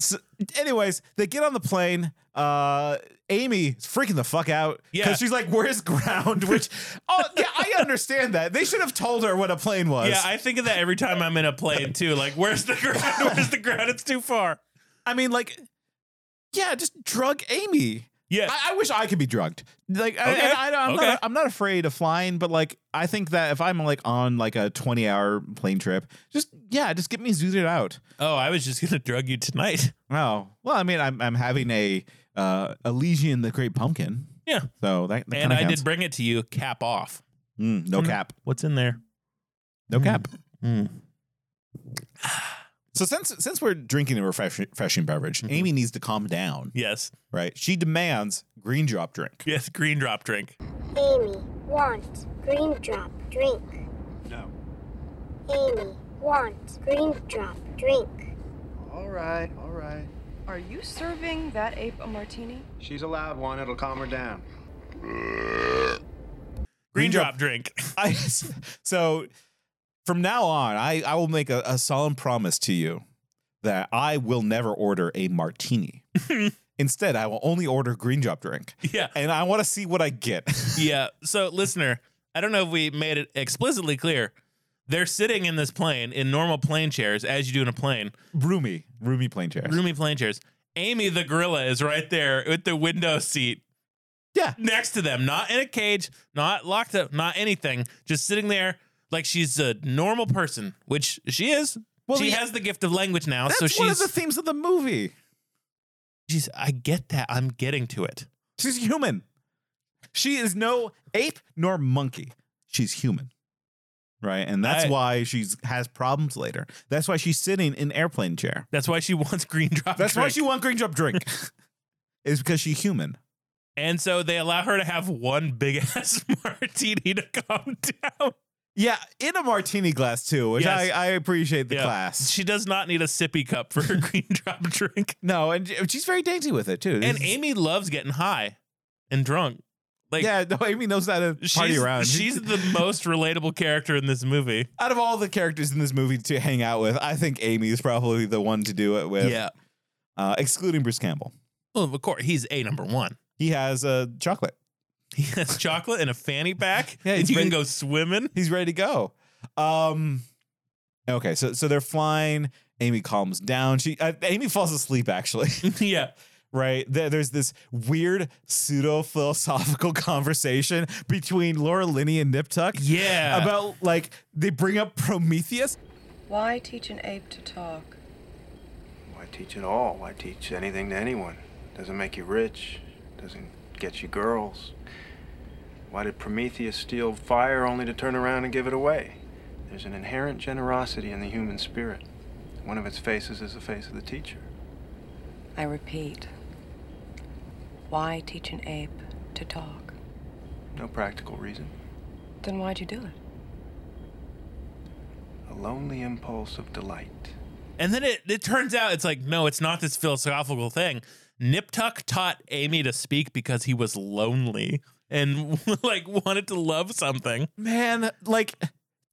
Speaker 2: so, anyways, they get on the plane. Uh, Amy's freaking the fuck out
Speaker 1: Yeah.
Speaker 2: she's like, "Where's ground?" Which, oh yeah, I understand that. They should have told her what a plane was.
Speaker 1: yeah, I think of that every time I'm in a plane too. Like, where's the ground? Where's the ground? It's too far.
Speaker 2: I mean, like, yeah, just drug Amy.
Speaker 1: Yeah.
Speaker 2: I, I wish I could be drugged. Like, I,
Speaker 1: Okay.
Speaker 2: and I, I'm,
Speaker 1: Okay.
Speaker 2: not, I'm not afraid of flying, but like, I think that if I'm like on like a 20 hour plane trip, just yeah, just get me zooted out.
Speaker 1: Oh, I was just gonna drug you tonight.
Speaker 2: Oh well, I mean, I'm I'm having a uh, Elysian the Great Pumpkin,
Speaker 1: Yeah.
Speaker 2: so that, that
Speaker 1: And
Speaker 2: kinda
Speaker 1: I
Speaker 2: counts.
Speaker 1: did bring it to you, cap off.
Speaker 2: Mm, no cap,
Speaker 1: What's in there?
Speaker 2: no cap.
Speaker 1: Mm.
Speaker 2: So since since we're drinking a refresh- refreshing beverage,
Speaker 1: Mm-hmm.
Speaker 2: Amy needs to calm down,
Speaker 1: Yes.
Speaker 2: right? She demands green drop drink.
Speaker 1: Yes, green drop drink.
Speaker 18: Amy want green drop drink.
Speaker 13: No.
Speaker 18: Amy want green drop drink.
Speaker 13: All right. All right.
Speaker 4: Are you serving that ape a martini?
Speaker 13: She's allowed one. It'll calm her down.
Speaker 1: Green,
Speaker 2: Green
Speaker 1: drop
Speaker 2: drop-
Speaker 1: drink.
Speaker 2: I so from now on, I I will make a, a solemn promise to you that I will never order a martini. Instead, I will only order green drop drink,
Speaker 1: Yeah.
Speaker 2: and I want to see what I get.
Speaker 1: Yeah. So, listener, I don't know if we made it explicitly clear. They're sitting in this plane in normal plane chairs, as you do in a plane,
Speaker 2: roomy, roomy plain chair.
Speaker 1: roomy plane chairs. Amy the gorilla is right there with the window seat
Speaker 2: Yeah.
Speaker 1: Next to them, not in a cage, not locked up, not anything, just sitting there like she's a normal person, which she is.
Speaker 2: Well,
Speaker 1: she
Speaker 2: yeah.
Speaker 1: has the gift of language now,
Speaker 2: That's
Speaker 1: so she's
Speaker 2: one of the themes of the movie.
Speaker 1: Jeez, I get that. I'm getting to it.
Speaker 2: She's human. She is no ape nor monkey. She's human. Right? And that's
Speaker 1: I-
Speaker 2: why she's has problems later. That's why she's sitting in airplane chair.
Speaker 1: That's why she wants green drop.
Speaker 2: That's why
Speaker 1: drink.
Speaker 2: she wants green drop drink. is because she's human.
Speaker 1: And so they allow her to have one big ass martini to calm down.
Speaker 2: Yeah, in a martini glass too, which
Speaker 1: Yes.
Speaker 2: I, I appreciate the
Speaker 1: Yeah.
Speaker 2: class.
Speaker 1: She does not need a sippy cup for her green drop drink.
Speaker 2: No, and j- she's very dainty with it too.
Speaker 1: And Amy loves getting high and drunk. Like
Speaker 2: yeah, no, Amy knows how to
Speaker 1: she's,
Speaker 2: party around.
Speaker 1: She's the most relatable character in this movie.
Speaker 2: out of all the characters in this movie to hang out with, I think Amy is probably the one to do it with.
Speaker 1: Yeah.
Speaker 2: Uh, excluding Bruce Campbell.
Speaker 1: Well, of course, he's a number one.
Speaker 2: He has uh, chocolate.
Speaker 1: He has chocolate and a fanny pack.
Speaker 2: Yeah,
Speaker 1: and
Speaker 2: he's
Speaker 1: you
Speaker 2: ready-
Speaker 1: can go swimming.
Speaker 2: He's ready to go. Um, okay, so so they're flying. Amy calms down. She uh, Amy falls asleep actually.
Speaker 1: yeah.
Speaker 2: Right there, there's this weird pseudo philosophical conversation between Laura Linney and Nip Tuck.
Speaker 1: Yeah.
Speaker 2: about like they bring up Prometheus.
Speaker 5: Why teach an ape to talk?
Speaker 13: Why teach at all? Why teach anything to anyone? Doesn't make you rich, doesn't get you girls. Why did Prometheus steal fire only to turn around and give it away? There's an inherent generosity in the human spirit. One of its faces is the face of the teacher.
Speaker 5: I repeat. Why teach an ape to talk?
Speaker 13: No practical reason.
Speaker 5: Then why'd you do it?
Speaker 13: A lonely impulse of delight.
Speaker 1: And then it, it turns out it's like, no, it's not this philosophical thing. Nip Tuck taught Amy to speak because he was lonely and like wanted to love something.
Speaker 2: Man, like,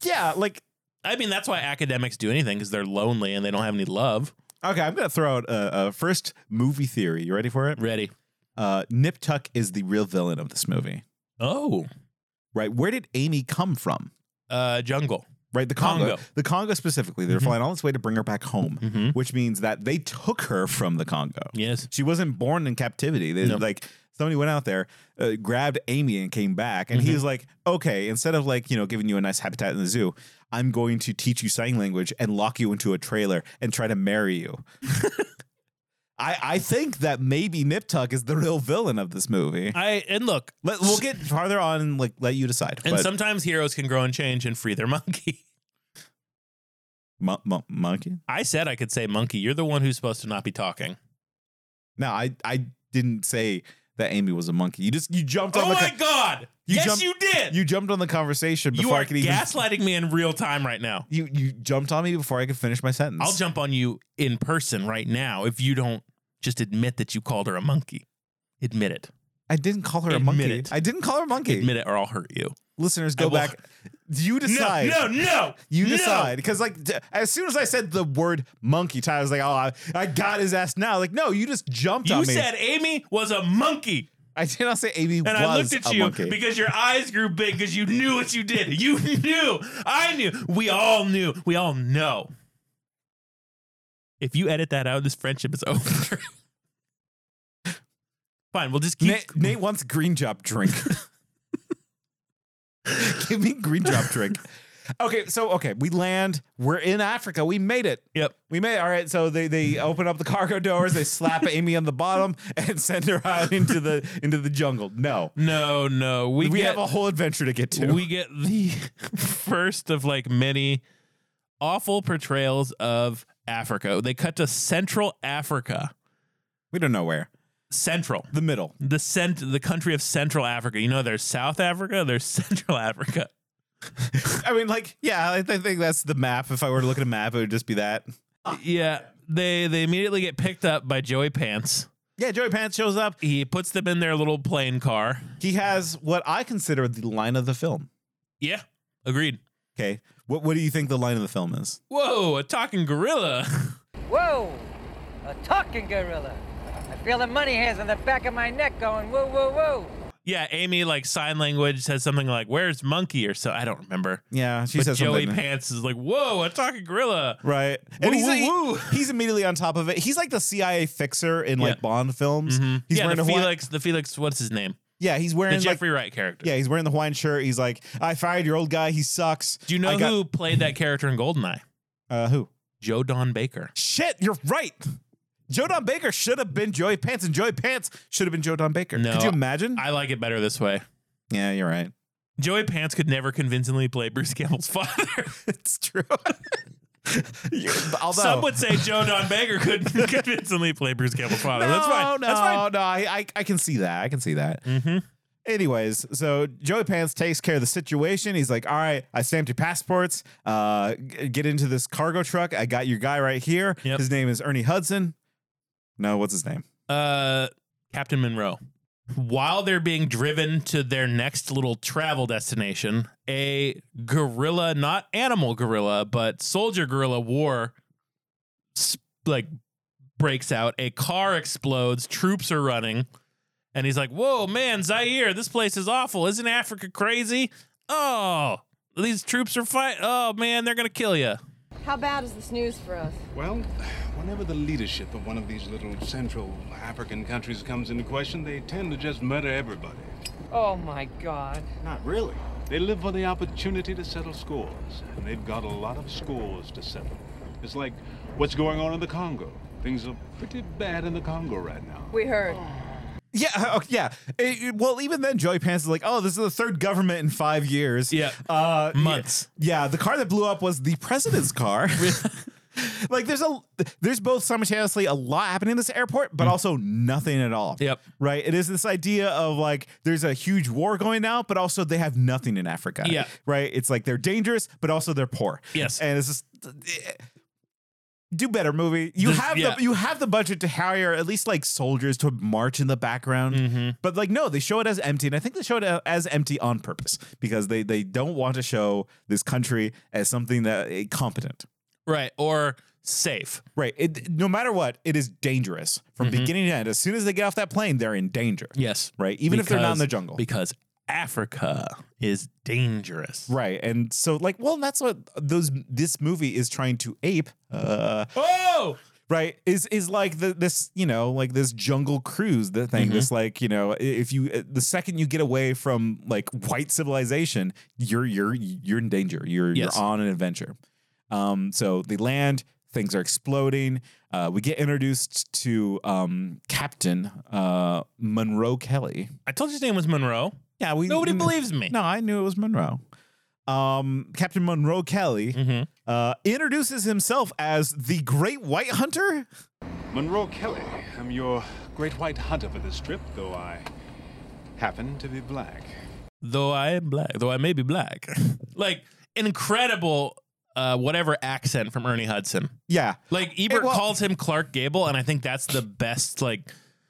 Speaker 2: yeah, like
Speaker 1: I mean, that's why academics do anything because they're lonely and they don't have any love.
Speaker 2: Okay, I'm gonna throw out a, a first movie theory. You ready for it?
Speaker 1: Ready.
Speaker 2: Uh, Nip Tuck is the real villain of this movie.
Speaker 1: Oh,
Speaker 2: Right. Where did Amy come from?
Speaker 1: uh, jungle.
Speaker 2: Right. The Congo.
Speaker 1: Congo.
Speaker 2: The Congo specifically. They're flying all this way to bring her back home, which means that they took her from the Congo.
Speaker 1: Yes.
Speaker 2: She wasn't born in captivity. They
Speaker 1: No.
Speaker 2: like somebody went out there, uh, grabbed Amy and came back, and he
Speaker 1: Mhm.
Speaker 2: was like, "Okay, instead of like you know giving you a nice habitat in the zoo." I'm going to teach you sign language and lock you into a trailer and try to marry you. I, I think that maybe Nip Tuck is the real villain of this movie.
Speaker 1: I and look,
Speaker 2: Let, we'll get farther on and like let you decide.
Speaker 1: and
Speaker 2: but
Speaker 1: sometimes heroes can grow and change and free their monkey.
Speaker 2: Mon- mon- monkey?
Speaker 1: I said I could say monkey. You're the one who's supposed to not be talking.
Speaker 2: No, I I didn't say that Amy was a monkey. You just you jumped on
Speaker 1: Oh
Speaker 2: the
Speaker 1: my
Speaker 2: co-
Speaker 1: god!
Speaker 2: You
Speaker 1: yes,
Speaker 2: jumped-
Speaker 1: you did.
Speaker 2: you jumped on the conversation
Speaker 1: You
Speaker 2: before
Speaker 1: are
Speaker 2: I could even
Speaker 1: gaslighting me in real time right now.
Speaker 2: you you jumped on me before I could finish my sentence.
Speaker 1: I'll jump on you in person right now if you don't just admit that you called her a monkey. Admit it.
Speaker 2: I didn't call her a
Speaker 1: Admit
Speaker 2: monkey.
Speaker 1: it.
Speaker 2: I didn't call her a monkey.
Speaker 1: Admit it or I'll hurt you.
Speaker 2: Listeners,
Speaker 1: I
Speaker 2: go
Speaker 1: will-
Speaker 2: back. You decide.
Speaker 1: No, no, no.
Speaker 2: You
Speaker 1: no.
Speaker 2: decide because, like, d- as soon as I said the word monkey, Ty was like, "Oh, I, I got his ass now." Like, no, you just jumped
Speaker 1: You
Speaker 2: on me.
Speaker 1: said Amy was a monkey.
Speaker 2: I did not say Amy
Speaker 1: And
Speaker 2: was
Speaker 1: I looked at
Speaker 2: a
Speaker 1: you
Speaker 2: monkey.
Speaker 1: because your eyes grew big because you knew what you did. You knew. I knew. We all knew. We all know. If you edit that out, this friendship is over. Fine, we'll just keep.
Speaker 2: Nate, Nate wants green drop drink. Give me green drop drink. Okay, so okay, we land. We're in Africa. We made it.
Speaker 1: Yep.
Speaker 2: We made it. All right. So they they open up the cargo doors. They slap Amy on the bottom and send her out into the into the jungle. No,
Speaker 1: No, no. We,
Speaker 2: we,
Speaker 1: get,
Speaker 2: have a whole adventure to get to.
Speaker 1: We get the first of like many awful portrayals of Africa. They cut to Central Africa.
Speaker 2: we don't know where.
Speaker 1: Central.
Speaker 2: The middle.
Speaker 1: The cent- the country of Central Africa. You know there's South Africa, there's Central Africa.
Speaker 2: I mean, like, yeah, I, th- I think that's the map. If I were to look at a map, it would just be that.
Speaker 1: Yeah. They they immediately get picked up by Joey Pants.
Speaker 2: Yeah, Joey Pants shows up.
Speaker 1: He puts them in their little plane car.
Speaker 2: He has what I consider the line of the film.
Speaker 1: Yeah. Agreed.
Speaker 2: Okay, what what do you think the line of the film is?
Speaker 1: Whoa, a talking gorilla.
Speaker 22: Whoa! A talking gorilla. I feel the money hairs on the back of my neck going whoa, whoa, whoa.
Speaker 1: yeah, Amy like sign language says something like "Where's monkey?" or so. I don't remember.
Speaker 2: Yeah, she
Speaker 1: but
Speaker 2: says
Speaker 1: Joey
Speaker 2: something.
Speaker 1: Pants is like, "Whoa, a talking gorilla!"
Speaker 2: Right.
Speaker 1: Woo,
Speaker 2: And he's,
Speaker 1: woo, woo.
Speaker 2: he's immediately on top of it. He's like the CIA fixer in like
Speaker 1: Yeah.
Speaker 2: Bond films.
Speaker 1: Mhm.
Speaker 2: He's
Speaker 1: yeah,
Speaker 2: wearing
Speaker 1: the
Speaker 2: a Hawaii-
Speaker 1: Felix. The Felix. What's his name?
Speaker 2: Yeah, he's wearing
Speaker 1: The
Speaker 2: like-
Speaker 1: Jeffrey Wright character.
Speaker 2: Yeah, he's wearing the Hawaiian shirt. He's like, I fired your old guy. He sucks.
Speaker 1: Do you know who played that character in Goldeneye?
Speaker 2: Uh, who?
Speaker 1: Joe Don Baker.
Speaker 2: Shit, you're right. Joe Don Baker should have been Joey Pants, and Joey Pants should have been Joe Don Baker.
Speaker 1: No,
Speaker 2: Could you imagine?
Speaker 1: I like it better this way.
Speaker 2: Yeah, you're right.
Speaker 1: Joey Pants could never convincingly play Bruce Campbell's father.
Speaker 2: it's true. although-
Speaker 1: some would say Joe Don Baker could convincingly play Bruce Campbell's father. That's fine.
Speaker 2: No,
Speaker 1: That's fine.
Speaker 2: no, I, I, I can see that. I can see that.
Speaker 1: Mm-hmm.
Speaker 2: Anyways, so Joey Pants takes care of the situation. He's like, "All right, I stamped your passports. Uh, g- get into this cargo truck. I got your guy right here. His name is Ernie Hudson. No, what's his name?
Speaker 1: uh, Captain Monroe. While they're being driven to their next little travel destination, a gorilla, not animal gorilla, but soldier gorilla war, s- like breaks out. A car explodes. Troops are running. And he's like, whoa, man, Zaire, this place is awful. Isn't Africa crazy? Oh, these troops are fight. Oh, man, they're going to kill you.
Speaker 4: How bad is this news for us?
Speaker 19: Well, whenever the leadership of one of these little Central African countries comes into question, they tend to just murder everybody.
Speaker 22: Oh my God.
Speaker 19: Not really. They live for the opportunity to settle scores, and they've got a lot of scores to settle. It's like what's going on in the Congo. Things are pretty bad in the Congo right now.
Speaker 4: We heard.
Speaker 2: Yeah, uh, okay, yeah. It- it- well, even then, Joey Pants is like, "Oh, this is the third government in five years. Yeah, uh,
Speaker 1: months.
Speaker 2: Yeah, the car that blew up was the president's car. like, there's a there's both simultaneously a lot happening in this airport,
Speaker 1: Mm.
Speaker 2: but also nothing at all. Yep. Right. It is this idea of like there's a huge war going out, but also they have nothing in Africa.
Speaker 1: Yeah.
Speaker 2: Right. It's like they're dangerous, but also they're poor.
Speaker 1: Yes.
Speaker 2: And it's just. eh, Do better, movie. You
Speaker 1: This-
Speaker 2: have
Speaker 1: yeah.
Speaker 2: the you have the budget to hire at least like soldiers to march in the background,
Speaker 1: Mm-hmm.
Speaker 2: but like no, they show it as empty, and I think they show it as empty on purpose because they they don't want to show this country as something that eh, competent,
Speaker 1: Right. Or safe.
Speaker 2: right? It, no matter what, it is dangerous from beginning to end. As soon as they get off that plane, they're in danger.
Speaker 1: Mm-hmm. Yes.
Speaker 2: right. Even if they're not in the
Speaker 1: Because-
Speaker 2: jungle,
Speaker 1: Because Africa is dangerous.
Speaker 2: right? And so like, well, that's what those this movie is trying to ape. Uh,
Speaker 1: Oh,
Speaker 2: right is is like the, this you know like this jungle cruise the
Speaker 1: Mm-hmm.
Speaker 2: thing this like you know i- if you uh, the second you get away from like white civilization you're you're you're in danger you're
Speaker 1: Yes.
Speaker 2: you're on an adventure um so they land things are exploding uh we get introduced to um captain uh monroe kelly
Speaker 1: I told you his name was Monroe.
Speaker 2: yeah we
Speaker 1: Nobody
Speaker 2: we-
Speaker 1: believes me.
Speaker 2: no i knew it was monroe um captain monroe kelly
Speaker 1: Mm-hmm.
Speaker 2: uh introduces himself as the great white hunter
Speaker 19: Monroe Kelly, I'm your great white hunter for this trip, though I happen to be black.
Speaker 1: Though I am black, though I may be black. like incredible uh whatever accent from Ernie Hudson.
Speaker 2: yeah
Speaker 1: Like Ebert calls him Clark Gable, and I think that's the best like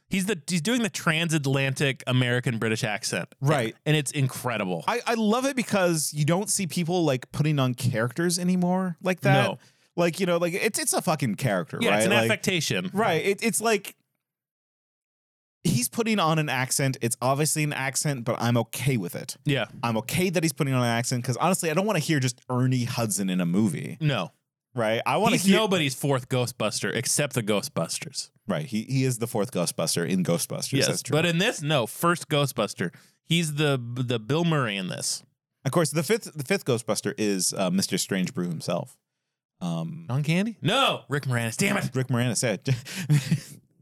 Speaker 1: he's the he's doing the transatlantic American British accent.
Speaker 2: Right.
Speaker 1: And it's incredible.
Speaker 2: I, I love it because you don't see people like putting on characters anymore like that.
Speaker 1: No.
Speaker 2: Like, you know, like it's it's a fucking character,
Speaker 1: yeah,
Speaker 2: right?
Speaker 1: it's an
Speaker 2: like,
Speaker 1: affectation.
Speaker 2: Right. It, it's like he's putting on an accent. It's obviously an accent, but I'm okay with it.
Speaker 1: Yeah.
Speaker 2: I'm okay that he's putting on an accent because honestly, I don't want to hear just Ernie Hudson in a movie.
Speaker 1: No.
Speaker 2: Right. I want to
Speaker 1: He's
Speaker 2: hear
Speaker 1: nobody's fourth Ghostbuster except the Ghostbusters.
Speaker 2: Right. He he is the fourth Ghostbuster in Ghostbusters.
Speaker 1: Yes,
Speaker 2: That's true.
Speaker 1: but in this, no, first Ghostbuster. He's the the Bill Murray in this.
Speaker 2: of course, the fifth the fifth Ghostbuster is uh, Mr. Strange Brew himself. Um
Speaker 1: John Candy? No, Rick Moranis. Damn it!
Speaker 2: Rick Moranis said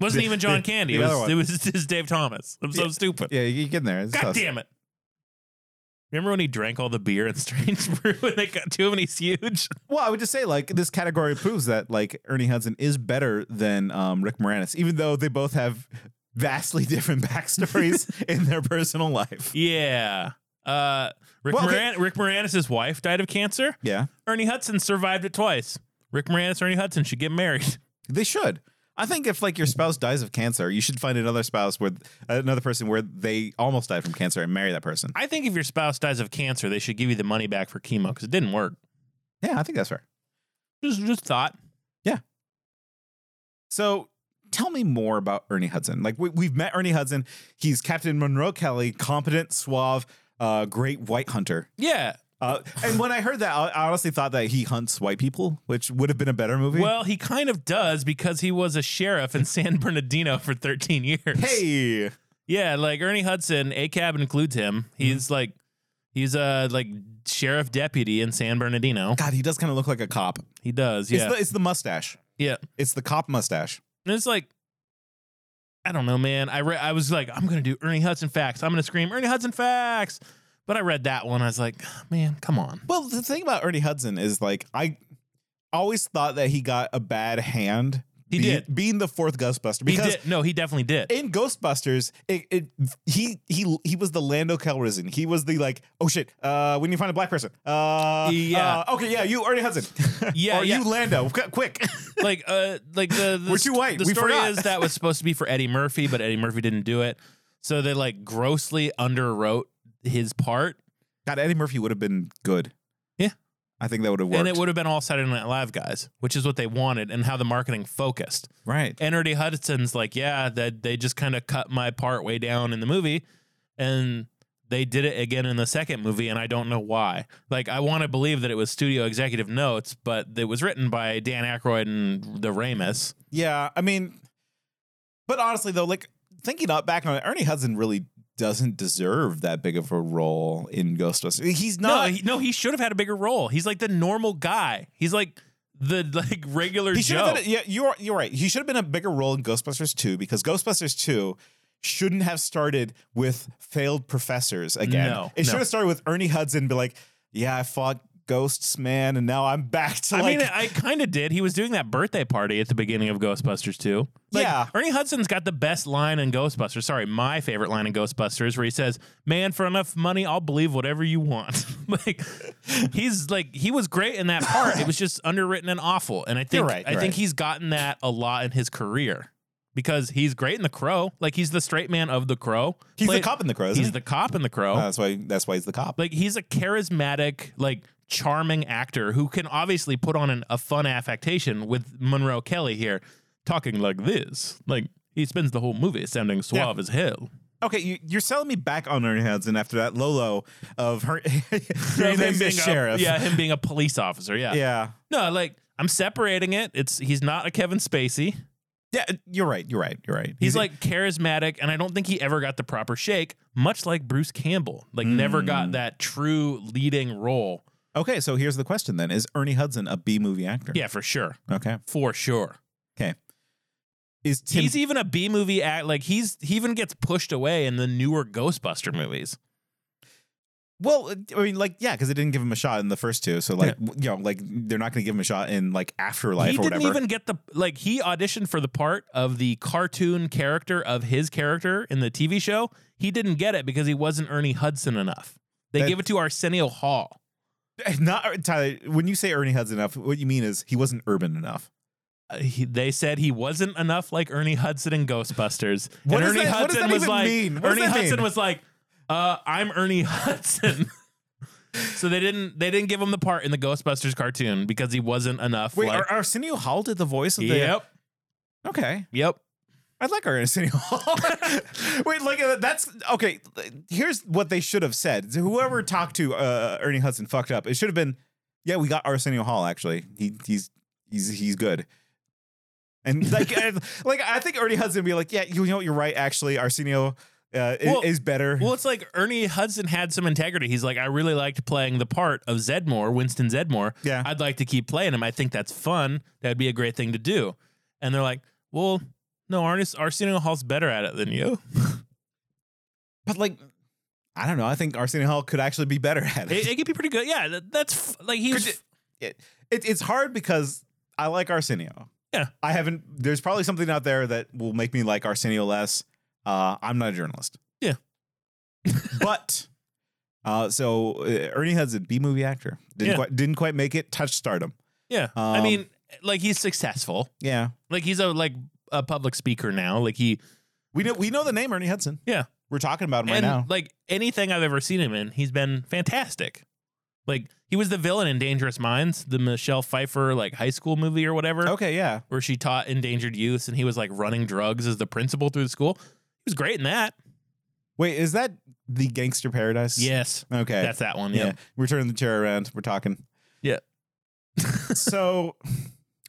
Speaker 1: Wasn't
Speaker 2: The-
Speaker 1: even John
Speaker 2: the-
Speaker 1: Candy.
Speaker 2: the
Speaker 1: it,
Speaker 2: other
Speaker 1: was,
Speaker 2: one.
Speaker 1: it was just Dave Thomas. I'm so
Speaker 2: Yeah.
Speaker 1: stupid.
Speaker 2: Yeah, you get in there. It's
Speaker 1: God
Speaker 2: tough.
Speaker 1: damn it! Remember when he drank all the beer and Strange Brew and they got two and he's huge?
Speaker 2: Well, I would just say like this category proves that like Ernie Hudson is better than um, Rick Moranis, even though they both have vastly different backstories in their personal life.
Speaker 1: Yeah. Uh, Rick,
Speaker 2: Well, okay.
Speaker 1: Moran- Rick Moranis' wife died of cancer.
Speaker 2: Yeah,
Speaker 1: Ernie Hudson survived it twice. Rick Moranis, Ernie Hudson should get married.
Speaker 2: they should. I think if like your spouse dies of cancer, you should find another spouse where another person where they almost died from cancer and marry that person.
Speaker 1: I think if your spouse dies of cancer, they should give you the money back for chemo because it didn't work.
Speaker 2: Yeah, I think that's fair.
Speaker 1: Just, just thought.
Speaker 2: So tell me more about Ernie Hudson. Like we, we've met Ernie Hudson. He's Captain Monroe Kelly, competent, suave, uh, great white hunter.
Speaker 1: Yeah.
Speaker 2: Uh, and when I heard that, I I honestly thought that he hunts white people, which would have been a better movie.
Speaker 1: Well, he kind of does because he was a sheriff in San Bernardino for 13 years.
Speaker 2: hey,
Speaker 1: Yeah, like Ernie Hudson, ACAB includes him.
Speaker 2: Mm-hmm.
Speaker 1: He's like, he's a like sheriff deputy in San Bernardino.
Speaker 2: God, he does kind of look like a cop.
Speaker 1: He does. Yeah,
Speaker 2: It's the, it's the mustache.
Speaker 1: yeah.
Speaker 2: It's the cop mustache.
Speaker 1: And it's like, I don't know, man. I re- I was like, I'm gonna do Ernie Hudson facts. I'm gonna scream Ernie Hudson facts. But I read that one. I was like, "Ah, man, come on.
Speaker 2: Well, the thing about Ernie Hudson is like I always thought that he got a bad hand.
Speaker 1: He
Speaker 2: be-
Speaker 1: did.
Speaker 2: being the fourth Ghostbuster
Speaker 1: He
Speaker 2: because
Speaker 1: did. No, he definitely did.
Speaker 2: in Ghostbusters, it, it he he he was the Lando Calrissian. He was the like, oh shit, uh, when you find a black person, uh,
Speaker 1: Yeah.
Speaker 2: uh, okay, yeah, you Ernie Hudson,
Speaker 1: Yeah,
Speaker 2: or
Speaker 1: yeah.
Speaker 2: you Lando, Qu- quick.
Speaker 1: like uh like the, the
Speaker 2: We're too white.
Speaker 1: the
Speaker 2: We
Speaker 1: story
Speaker 2: forgot.
Speaker 1: is that was supposed to be for Eddie Murphy but Eddie Murphy didn't do it so they like grossly underwrote his part
Speaker 2: God, Eddie Murphy would have been good.
Speaker 1: Yeah.
Speaker 2: I think that would have worked.
Speaker 1: and it would have been all Saturday Night Live guys which is what they wanted and how the marketing focused
Speaker 2: right.
Speaker 1: and Ernie Hudson's like yeah that they just kind of cut my part way down in the movie and they did it again in the second movie and I don't know why like I want to believe that it was studio executive notes but it was written by Dan Aykroyd and the Ramis
Speaker 2: Yeah, I mean, but honestly though, like thinking up back on it, Ernie Hudson really doesn't deserve that big of a role in Ghostbusters. He's not.
Speaker 1: no, he, no, he should have had a bigger role. He's like the normal guy. He's like the like regular
Speaker 2: he should
Speaker 1: Joe.
Speaker 2: have been. Yeah, you're you're right. He should have been a bigger role in Ghostbusters 2 because Ghostbusters 2 shouldn't have started with failed professors again.
Speaker 1: No,
Speaker 2: it
Speaker 1: no.
Speaker 2: should have started with Ernie Hudson. Be like, yeah, I fought ghosts, man, and now I'm back to
Speaker 1: I
Speaker 2: like.
Speaker 1: mean, I kind of did. He was doing that birthday party at the beginning of Ghostbusters 2. Like,
Speaker 2: Yeah.
Speaker 1: Ernie Hudson's got the best line in Ghostbusters. Sorry, my favorite line in Ghostbusters, where he says, Man, for enough money, I'll believe whatever you want. like, he's like, he was great in that part. It was just underwritten and awful. And I think,
Speaker 2: You're right,
Speaker 1: I
Speaker 2: you're
Speaker 1: think
Speaker 2: right.
Speaker 1: he's gotten that a lot in his career because he's great in The Crow. Like, he's the straight man of The Crow.
Speaker 2: he's the
Speaker 1: Played-
Speaker 2: cop in the crow. Isn't
Speaker 1: He's
Speaker 2: he?
Speaker 1: the cop in The Crow.
Speaker 2: Oh, that's why. That's why he's the cop.
Speaker 1: Like he's a charismatic, like charming actor who can obviously put on an, a fun affectation with Monroe Kelly here talking like this. Like he spends the whole movie sounding suave as hell.
Speaker 2: Okay, you, you're selling me back on Ernie Hudson after that Lolo of her.
Speaker 1: Him
Speaker 2: him being
Speaker 1: being a-
Speaker 2: sheriff.
Speaker 1: yeah, him being a police officer. Yeah.
Speaker 2: yeah,
Speaker 1: No, like I'm separating it. It's he's not a Kevin Spacey.
Speaker 2: yeah. uh, You're right. You're right. You're right.
Speaker 1: He's like charismatic, and I don't think he ever got the proper shake, much like Bruce Campbell. Like never got that true leading role.
Speaker 2: okay. So here's the question then: Is Ernie Hudson a B movie actor?
Speaker 1: Yeah, for sure.
Speaker 2: Okay.
Speaker 1: For sure.
Speaker 2: Okay. Is Tim?
Speaker 1: he's even a B movie act. Like he's he even gets pushed away in the newer Ghostbuster movies.
Speaker 2: well, uh, I mean, like, yeah, because they didn't give him a shot in the first two, so like, w- you know, like they're not going to give him a shot in like Afterlife
Speaker 1: he
Speaker 2: or
Speaker 1: didn't
Speaker 2: whatever.
Speaker 1: even get the like he auditioned for the part of the cartoon character of his character in the TV show. He didn't get it because he wasn't Ernie Hudson enough. They
Speaker 2: That-
Speaker 1: gave it to Arsenio Hall.
Speaker 2: Not uh, Tyler. When you say Ernie Hudson enough, what you mean is he wasn't urban enough.
Speaker 1: Uh, he, they said he wasn't enough like Ernie Hudson in Ghostbusters.
Speaker 2: What
Speaker 1: and
Speaker 2: does
Speaker 1: Ernie
Speaker 2: that- what does
Speaker 1: Hudson
Speaker 2: that
Speaker 1: was
Speaker 2: even
Speaker 1: like
Speaker 2: mean? What does
Speaker 1: Ernie
Speaker 2: that
Speaker 1: Hudson
Speaker 2: mean?
Speaker 1: was like, uh, I'm Ernie Hudson. so they didn't they didn't give him the part in the Ghostbusters cartoon because he wasn't enough.
Speaker 2: Wait,
Speaker 1: like,
Speaker 2: Ar- Arsenio Hall did the voice of the.
Speaker 1: yep.
Speaker 2: Okay.
Speaker 1: Yep.
Speaker 2: I'd like Arsenio Hall. Wait, like uh, that's okay. Here's what they should have said. Whoever talked to uh, Ernie Hudson fucked up. It should have been, yeah, we got Arsenio Hall. Actually, he he's he's he's good. And like I, like I think Ernie Hudson would be like, yeah, you know, what, you're right. Actually, Arsenio uh, i-
Speaker 1: Well-
Speaker 2: is, better.
Speaker 1: Well, it's like Ernie Hudson had some integrity. He's like, I really liked playing the part of Zedmore, Winston Zedmore.
Speaker 2: Yeah.
Speaker 1: I'd like to keep playing him. I think that's fun. That'd be a great thing to do. And they're like, well, no, Arnis, Arsenio Hall's better at it than you.
Speaker 2: but like, I don't know. I think Arsenio Hall could actually be better
Speaker 1: It,
Speaker 2: at it.
Speaker 1: it could be pretty good. Yeah, that, that's f- like he was.
Speaker 2: Could it, it it's hard because I like Arsenio.
Speaker 1: Yeah.
Speaker 2: I haven't. There's probably something out there that will make me like Arsenio less. Uh, I'm not a journalist.
Speaker 1: Yeah.
Speaker 2: but uh, so uh, Ernie Hudson, B movie actor, didn't
Speaker 1: Yeah.
Speaker 2: quite didn't quite make it. Touch stardom.
Speaker 1: yeah. I
Speaker 2: Um,
Speaker 1: mean, like he's successful.
Speaker 2: Yeah,
Speaker 1: Like he's a like a public speaker now. Like he,
Speaker 2: we know we know the name Ernie Hudson.
Speaker 1: yeah.
Speaker 2: We're talking about him right
Speaker 1: and
Speaker 2: now.
Speaker 1: like anything I've ever seen him in, he's been fantastic. Like he was the villain in Dangerous Minds, the Michelle Pfeiffer like high school movie or whatever,
Speaker 2: okay, yeah,
Speaker 1: where she taught endangered youths and he was like running drugs as the principal through the school. He was great in that.
Speaker 2: wait, is that the Gangster Paradise?
Speaker 1: Yes.
Speaker 2: Okay.
Speaker 1: That's that one. Yeah.
Speaker 2: We're turning the chair around. We're talking.
Speaker 1: Yeah.
Speaker 2: so,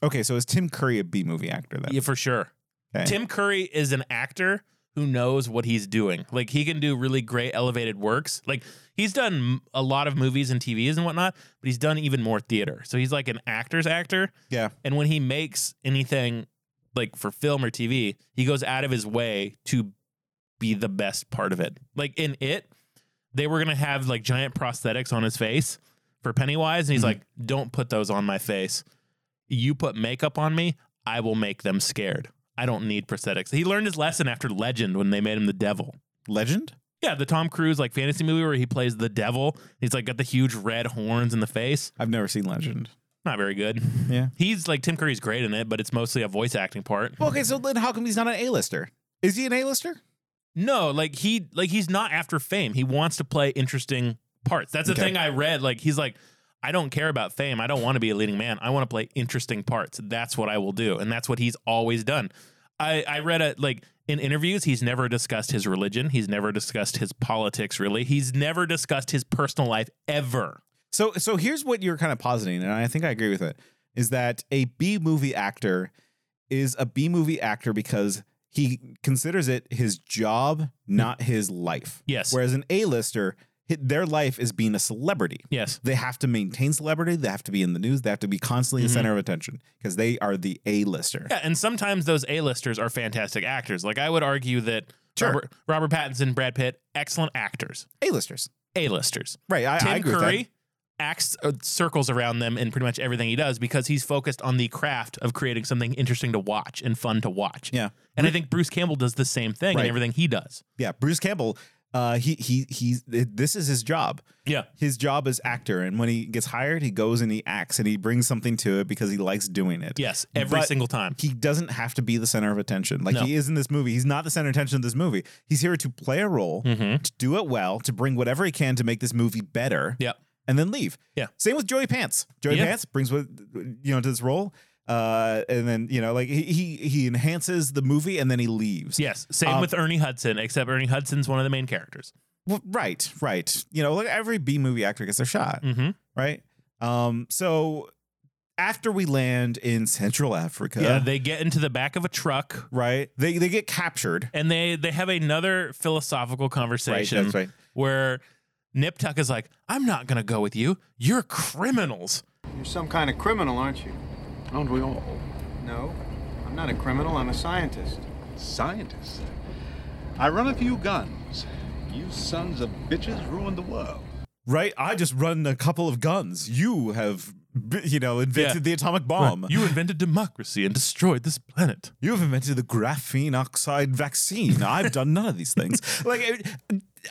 Speaker 2: okay. So is Tim Curry a B movie actor
Speaker 1: Yeah,
Speaker 2: then?
Speaker 1: for sure.
Speaker 2: Okay.
Speaker 1: Tim Curry is an actor who knows what he's doing. Like he can do really great elevated works. Like he's done m- a lot of movies and TVs and whatnot, but he's done even more theater. So he's like an actor's actor.
Speaker 2: Yeah.
Speaker 1: And when he makes anything like for film or TV, he goes out of his way to be the best part of it. Like in it, they were gonna have like giant prosthetics on his face for Pennywise, and he's like, "Don't put those on my face. You put makeup on me, I will make them scared. I don't need prosthetics." He learned his lesson after Legend when they made him the devil.
Speaker 2: Legend?
Speaker 1: Yeah, the Tom Cruise like fantasy movie where he plays the devil. He's like got the huge red horns in the face.
Speaker 2: I've never seen Legend.
Speaker 1: Not very good.
Speaker 2: Yeah.
Speaker 1: He's like Tim Curry's great in it, but it's mostly a voice acting part.
Speaker 2: Well, okay, so then how come he's not an A-lister? Is he an A-lister?
Speaker 1: No, like he like he's not after fame. He wants to play interesting parts. That's the
Speaker 2: Okay.
Speaker 1: thing I read. Like he's like, I don't care about fame. I don't want to be a leading man. I want to play interesting parts. That's what I will do, and that's what he's always done. I I read a like in interviews he's never discussed his religion. He's never discussed his politics. Really, he's never discussed his personal life ever.
Speaker 2: So so here's what you're kind of positing, and I think I agree with it, is that a B movie actor is a B movie actor because he considers it his job, not his life.
Speaker 1: Yes.
Speaker 2: Whereas an A-lister, hi- their life is being a celebrity.
Speaker 1: Yes.
Speaker 2: They have to maintain celebrity, they have to be in the news, they have to be constantly
Speaker 1: Mm-hmm.
Speaker 2: the center of attention because they are the A-lister.
Speaker 1: Yeah, and sometimes those A-listers are fantastic actors. Like I would argue that Robert, Robert Pattinson, Brad Pitt, excellent actors.
Speaker 2: A-listers.
Speaker 1: A-listers.
Speaker 2: Right. I,
Speaker 1: Tim
Speaker 2: I agree with that.
Speaker 1: Curry acts uh, circles around them in pretty much everything he does because he's focused on the craft of creating something interesting to watch and fun to watch.
Speaker 2: Yeah.
Speaker 1: And I think Bruce Campbell does the same thing
Speaker 2: Right.
Speaker 1: in everything he does.
Speaker 2: Yeah, Bruce Campbell. Uh, he he he's this is his job.
Speaker 1: Yeah.
Speaker 2: his job is actor, and when he gets hired, he goes and he acts and he brings something to it because he likes doing it.
Speaker 1: Yes, every
Speaker 2: But
Speaker 1: single time.
Speaker 2: He doesn't have to be the center of attention like
Speaker 1: No.
Speaker 2: he is in this movie. He's not the center of attention of this movie. He's here to play a role,
Speaker 1: Mm-hmm.
Speaker 2: to do it well, to bring whatever he can to make this movie better.
Speaker 1: Yep.
Speaker 2: and then leave.
Speaker 1: Yeah.
Speaker 2: same with Joey Pants. Joey
Speaker 1: Yeah.
Speaker 2: Pants brings what you know to this role. Uh, and then you know, like he he, he enhances the movie, and then he leaves.
Speaker 1: Yes. Same
Speaker 2: Um,
Speaker 1: with Ernie Hudson, except Ernie Hudson's one of the main characters.
Speaker 2: Well, right, right. You know, like every B movie actor gets their shot,
Speaker 1: Mhm.
Speaker 2: right? Um, so after we land in Central Africa,
Speaker 1: yeah, Uh, they get into the back of a truck
Speaker 2: right? They they get captured.
Speaker 1: and they they have another philosophical conversation
Speaker 2: Right, that's right.
Speaker 1: where Nip Tuck is like, "I'm not going to go with you. You're criminals."
Speaker 15: You're some kind of criminal, aren't you?
Speaker 19: Aren't we all?
Speaker 15: No, I'm not a criminal. I'm a scientist.
Speaker 19: Scientists. I run a few guns. You sons of bitches ruined the world.
Speaker 2: Right? I just run a couple of guns. You have, b- you know, invented
Speaker 1: Yeah.
Speaker 2: the atomic bomb.
Speaker 1: Right. You invented democracy and destroyed this planet.
Speaker 2: You have invented the graphene oxide vaccine. I've done none of these things. Like it-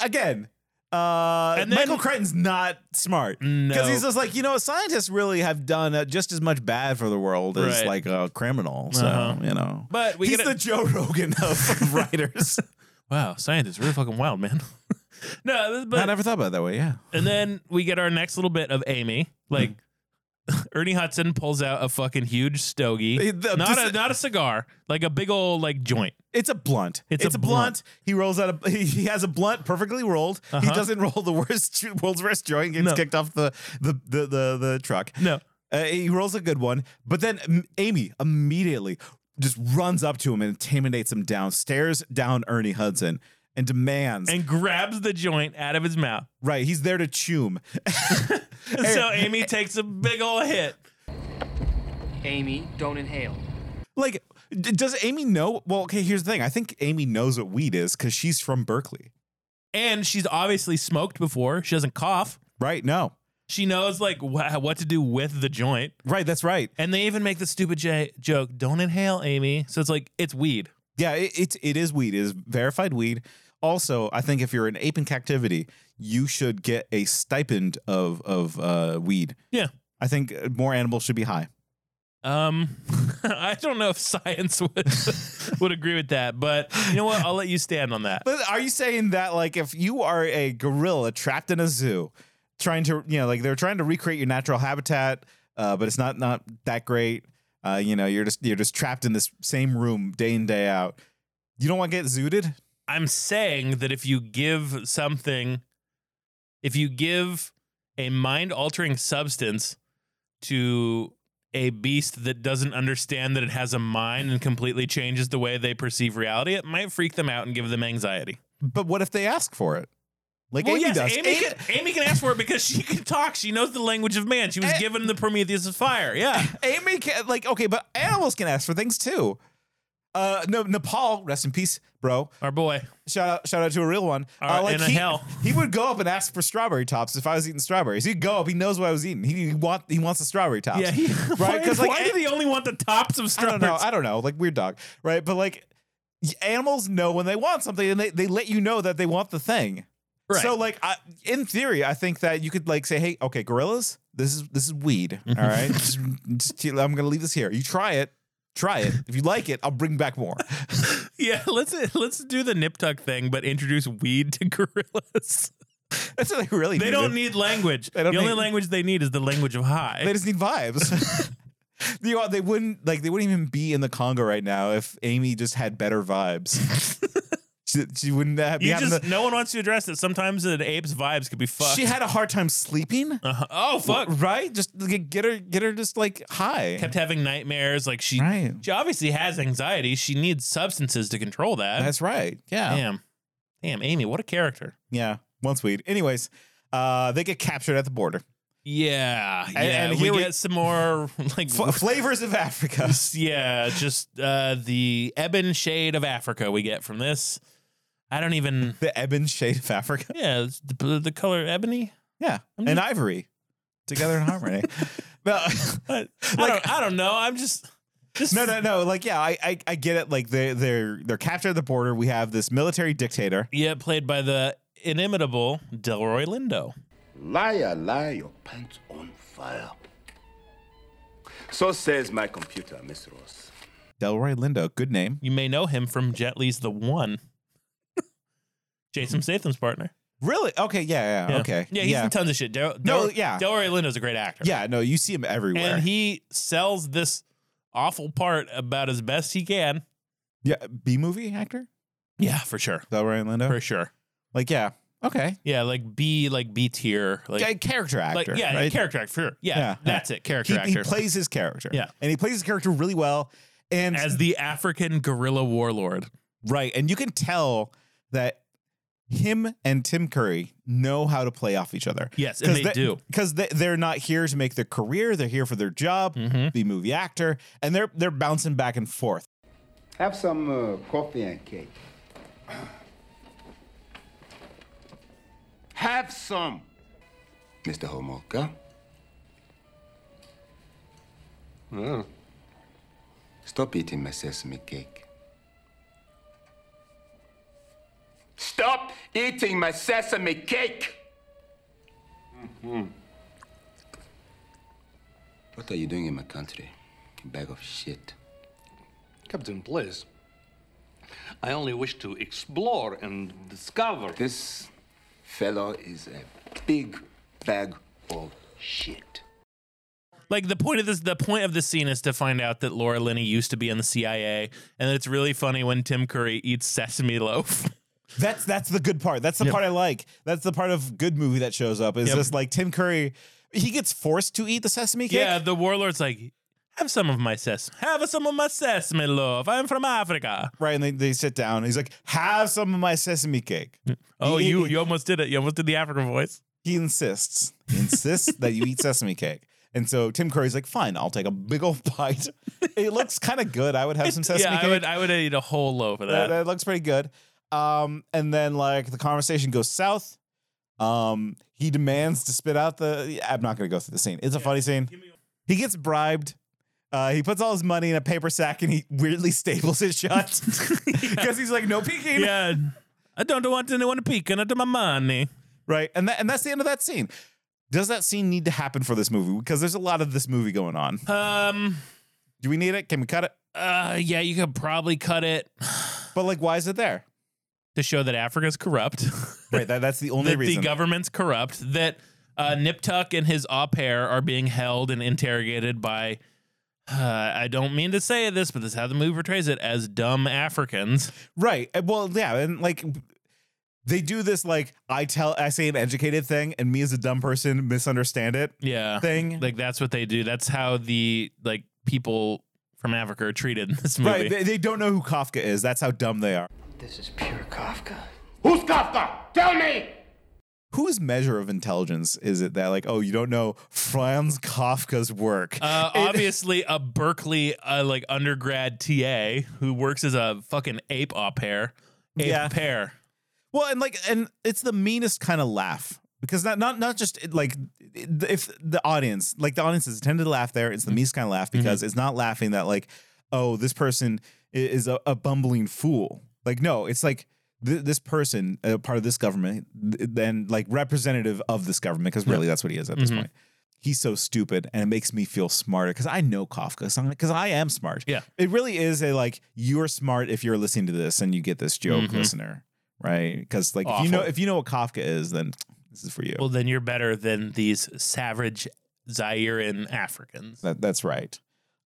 Speaker 2: again, uh,
Speaker 1: And then-
Speaker 2: Michael Crichton's not smart
Speaker 1: No.
Speaker 2: he's just like you know scientists really have done uh, just as much bad for the world as
Speaker 1: Right.
Speaker 2: like a criminal. So
Speaker 1: Uh-huh.
Speaker 2: you know,
Speaker 1: But we
Speaker 2: he's
Speaker 1: get
Speaker 2: the
Speaker 1: a-
Speaker 2: Joe Rogan of writers.
Speaker 1: Wow, scientists really fucking wild, man. no,
Speaker 2: I
Speaker 1: but
Speaker 2: never thought about it that way. Yeah,
Speaker 1: and then we get our next little bit of Amy, like. Ernie Hudson pulls out a fucking huge stogie,
Speaker 2: Eh, the-
Speaker 1: not
Speaker 2: this-
Speaker 1: a not a cigar, like a big old like joint.
Speaker 2: it's a blunt.
Speaker 1: It's a blunt.
Speaker 2: He rolls out a. He, he has a blunt perfectly rolled. He
Speaker 1: Uh-huh.
Speaker 2: doesn't roll the worst world's worst joint. and Gets
Speaker 1: No.
Speaker 2: kicked off the the the the, the truck.
Speaker 1: No,
Speaker 2: Uh, he rolls a good one, but then mm, Amy immediately just runs up to him and intimidates him down, stares down Ernie Hudson, and demands.
Speaker 1: and grabs the joint out of his mouth.
Speaker 2: right, he's there to chew him.
Speaker 1: so Amy takes a big old hit.
Speaker 3: Amy, don't inhale.
Speaker 2: Like, d- does Amy know? Well, okay, here's the thing. I think Amy knows what weed is because she's from Berkeley.
Speaker 1: and she's obviously smoked before. She doesn't cough.
Speaker 2: Right? No.
Speaker 1: She knows like wha what to do with the joint.
Speaker 2: Right, that's right.
Speaker 1: And they even make the stupid j- joke, "Don't inhale, Amy." So it's like it's weed.
Speaker 2: Yeah, it, it's it is weed. It is verified weed. Also, I think if you're in ape in captivity, you should get a stipend of of uh, weed.
Speaker 1: Yeah.
Speaker 2: I think uh, more animals should be high.
Speaker 1: Um, I don't know if science would would agree with that, but you know what? I'll let you stand on that.
Speaker 2: But are you saying that like if you are a gorilla trapped in a zoo, trying to you know like they're trying to recreate your natural habitat, uh, but it's not not that great. Uh, you know you're just you're just trapped in this same room day in day out. You don't want to get zooted.
Speaker 1: I'm saying that if you give something, if you give a mind altering substance to a beast that doesn't understand that it has a mind and completely changes the way they perceive reality, it might freak them out and give them anxiety.
Speaker 2: But what if they ask for it? Like
Speaker 1: Well,
Speaker 2: Amy
Speaker 1: yes,
Speaker 2: does.
Speaker 1: Amy, can, Amy can ask for it because she can talk. She knows the language of man. She was
Speaker 2: Eh.
Speaker 1: given the Prometheus of fire. Yeah.
Speaker 2: Amy can like okay, but animals can ask for things too. Uh, no, Nepal, rest in peace, bro.
Speaker 1: Our boy.
Speaker 2: Shout out, shout out to a real one.
Speaker 1: Our-
Speaker 2: uh, like
Speaker 1: in a
Speaker 2: he,
Speaker 1: hell.
Speaker 2: he would go up and ask for strawberry tops if I was eating strawberries. He'd go up. He knows what I was eating. He, he want he wants the strawberry tops.
Speaker 1: Yeah, he-
Speaker 2: right. Because
Speaker 1: why-
Speaker 2: like
Speaker 1: why
Speaker 2: eh.
Speaker 1: did he only want the tops of
Speaker 2: I don't know. I don't know. Like weird dog, right? But like y- animals know when they want something, and they they let you know that they want the thing.
Speaker 1: Right.
Speaker 2: So like I, in theory, I think that you could like say, hey, okay, gorillas, this is this is weed. All right, Just- just- I'm gonna leave this here. You try it. Try it. If you like it, I'll bring back more.
Speaker 1: Yeah, let's let's do the nip tuck thing, but introduce weed to gorillas.
Speaker 2: That's what they really
Speaker 1: They
Speaker 2: need,
Speaker 1: don't
Speaker 2: dude.
Speaker 1: need language.
Speaker 2: They don't
Speaker 1: the only
Speaker 2: need-
Speaker 1: language they need is the language of high.
Speaker 2: They just need vibes. you know, they wouldn't like they wouldn't even be in the Congo right now if Amy just had better vibes. she, she wouldn't have. be
Speaker 1: you
Speaker 2: having
Speaker 1: just
Speaker 2: the-
Speaker 1: no one wants to address that sometimes an ape's vibes could be fucked.
Speaker 2: She had a hard time sleeping.
Speaker 1: Uh-huh. Oh fuck!
Speaker 2: Right? Just like, get her, get her, just like high.
Speaker 1: Kept having nightmares. Like she, she obviously has anxiety. She needs substances to control that.
Speaker 2: That's right. Yeah.
Speaker 1: Damn. Damn, Amy, what a character.
Speaker 2: Yeah. Once weed. Anyways, uh, they get captured at the border.
Speaker 1: Yeah, yeah.
Speaker 2: and
Speaker 1: we
Speaker 2: here
Speaker 1: get
Speaker 2: we-
Speaker 1: some more like
Speaker 2: F- flavors of Africa.
Speaker 1: yeah, just uh, the ebon shade of Africa we get from this. I don't even
Speaker 2: the ebon shade of Africa.
Speaker 1: Yeah, it's the, the color ebony.
Speaker 2: Yeah, and ivory together in harmony. no,
Speaker 1: like I don't, I don't know. I'm just.
Speaker 2: no, no, no. Like, yeah, I, I, I get it. Like, they, they're, they're captured at the border. We have this military dictator.
Speaker 1: Yeah, played by the inimitable Delroy Lindo.
Speaker 8: Liar, liar, your pants on fire. So says my computer, Miss Ross.
Speaker 2: Delroy Lindo, good name.
Speaker 1: You may know him from Jet Li's The One. Jason Statham's partner.
Speaker 2: Really? Okay. Yeah. Yeah.
Speaker 1: Yeah.
Speaker 2: Okay.
Speaker 1: Yeah, he's in tons of shit. Del-
Speaker 2: No,
Speaker 1: Del-
Speaker 2: yeah.
Speaker 1: Delroy Lindo's a great actor.
Speaker 2: Yeah. No, you see him everywhere.
Speaker 1: And he sells this awful part about as best he can.
Speaker 2: yeah. B movie actor.
Speaker 1: Yeah, for sure.
Speaker 2: Delroy Lindo.
Speaker 1: For sure.
Speaker 2: Like, yeah. Okay.
Speaker 1: Yeah, like B, like B tier, like
Speaker 2: Ca- character
Speaker 1: Like,
Speaker 2: actor.
Speaker 1: yeah,
Speaker 2: right?
Speaker 1: character actor. For sure. Yeah, that's it. Character
Speaker 2: he,
Speaker 1: actor.
Speaker 2: He plays his character.
Speaker 1: Yeah.
Speaker 2: and he plays his character really well. And
Speaker 1: as the African guerrilla warlord.
Speaker 2: right, and you can tell that him and Tim Curry know how to play off each other.
Speaker 1: Yes, and they do.
Speaker 2: because they, they're not here to make their career; they're here for their job,
Speaker 1: Mm-hmm.
Speaker 2: be movie actor, and they're they're bouncing back and forth.
Speaker 8: Have some uh, coffee and cake. Have some. Mr. Homolka. Well, stop eating my sesame cake. Stop eating my sesame cake! What are you doing in my country? You bag of shit.
Speaker 21: Captain, please. I only wish to explore and discover.
Speaker 8: This fellow is a big bag of shit.
Speaker 1: Like the point of this, the point of this scene is to find out that Laura Linney used to be in the CIA, and that it's really funny when Tim Curry eats sesame loaf.
Speaker 2: That's that's the good part. That's the
Speaker 1: Yep.
Speaker 2: part I like. That's the part of good movie that shows up. Is
Speaker 1: Yep.
Speaker 2: just like Tim Curry. He gets forced to eat the sesame cake.
Speaker 1: Yeah, the warlord's like, have some of my sesame, have some of my sesame loaf. I'm from Africa.
Speaker 2: Right, and they, they sit down. He's like, "Have some of my sesame cake."
Speaker 1: Oh,
Speaker 2: He-
Speaker 1: you you almost did it. You almost did the African voice.
Speaker 2: he insists he insists that you eat sesame cake and so tim curry's like fine i'll take a big old bite it looks kind of good i would have some sesame
Speaker 1: yeah,
Speaker 2: cake
Speaker 1: I would I would eat a whole loaf of
Speaker 2: that,
Speaker 1: that.
Speaker 2: that looks pretty good um, and then like the conversation goes south um, he demands to spit out the i'm not going to go through the scene it's a funny scene he gets bribed uh, he puts all his money in a paper sack and he weirdly staples it shut because he's like no peeking
Speaker 1: yeah i don't want anyone to peek and i do my money
Speaker 2: right and that, and that's the end of that scene does that scene need to happen for this movie because there's a lot of this movie going on
Speaker 1: Um,
Speaker 2: do we need it can we cut it
Speaker 1: uh, yeah, you could probably cut it
Speaker 2: but like why is it there
Speaker 1: to show that Africa's corrupt.
Speaker 2: right that, that's the only
Speaker 1: that
Speaker 2: reason
Speaker 1: the government's corrupt, that uh, Nip Tuck and his au pair are being held and interrogated by, uh, I don't mean to say this, but this is how the movie portrays it as dumb Africans.
Speaker 2: right Uh, well yeah and like they do this like I tell I say an educated thing and me as a dumb person misunderstand it.
Speaker 1: Yeah.
Speaker 2: Thing.
Speaker 1: Like that's what they do. That's how the like people from Africa are treated in this movie.
Speaker 2: Right. They, they don't know who Kafka is. That's how dumb they are.
Speaker 15: This is pure Kafka.
Speaker 9: Who's Kafka? Tell me!
Speaker 2: Whose measure of intelligence is it that like, oh, you don't know Franz Kafka's work?
Speaker 1: Uh, obviously, a Berkeley uh, like undergrad TA who works as a fucking ape au pair. Ape
Speaker 2: Yeah.
Speaker 1: pair.
Speaker 2: Well, and like, and it's the meanest kind of laugh because not not not just like if the audience, like the audience is intended to laugh there, it's the meanest kind of laugh because it's not laughing that like, oh, this person i- is a, a bumbling fool. Like, no, it's like th- this person, a part of this government, th- then like representative of this government, because really that's what he is at this
Speaker 1: Mhm.
Speaker 2: point. He's so stupid, and it makes me feel smarter because I know Kafka, because I am smart.
Speaker 1: Yeah.
Speaker 2: it really is a like you're smart if you're listening to this and you get this joke,
Speaker 1: Mhm.
Speaker 2: listener, right? Because like if you know
Speaker 1: Awful.
Speaker 2: if you know what Kafka is, then this is for you.
Speaker 1: Well, then you're better than these savage Zairean Africans.
Speaker 2: That, that's right.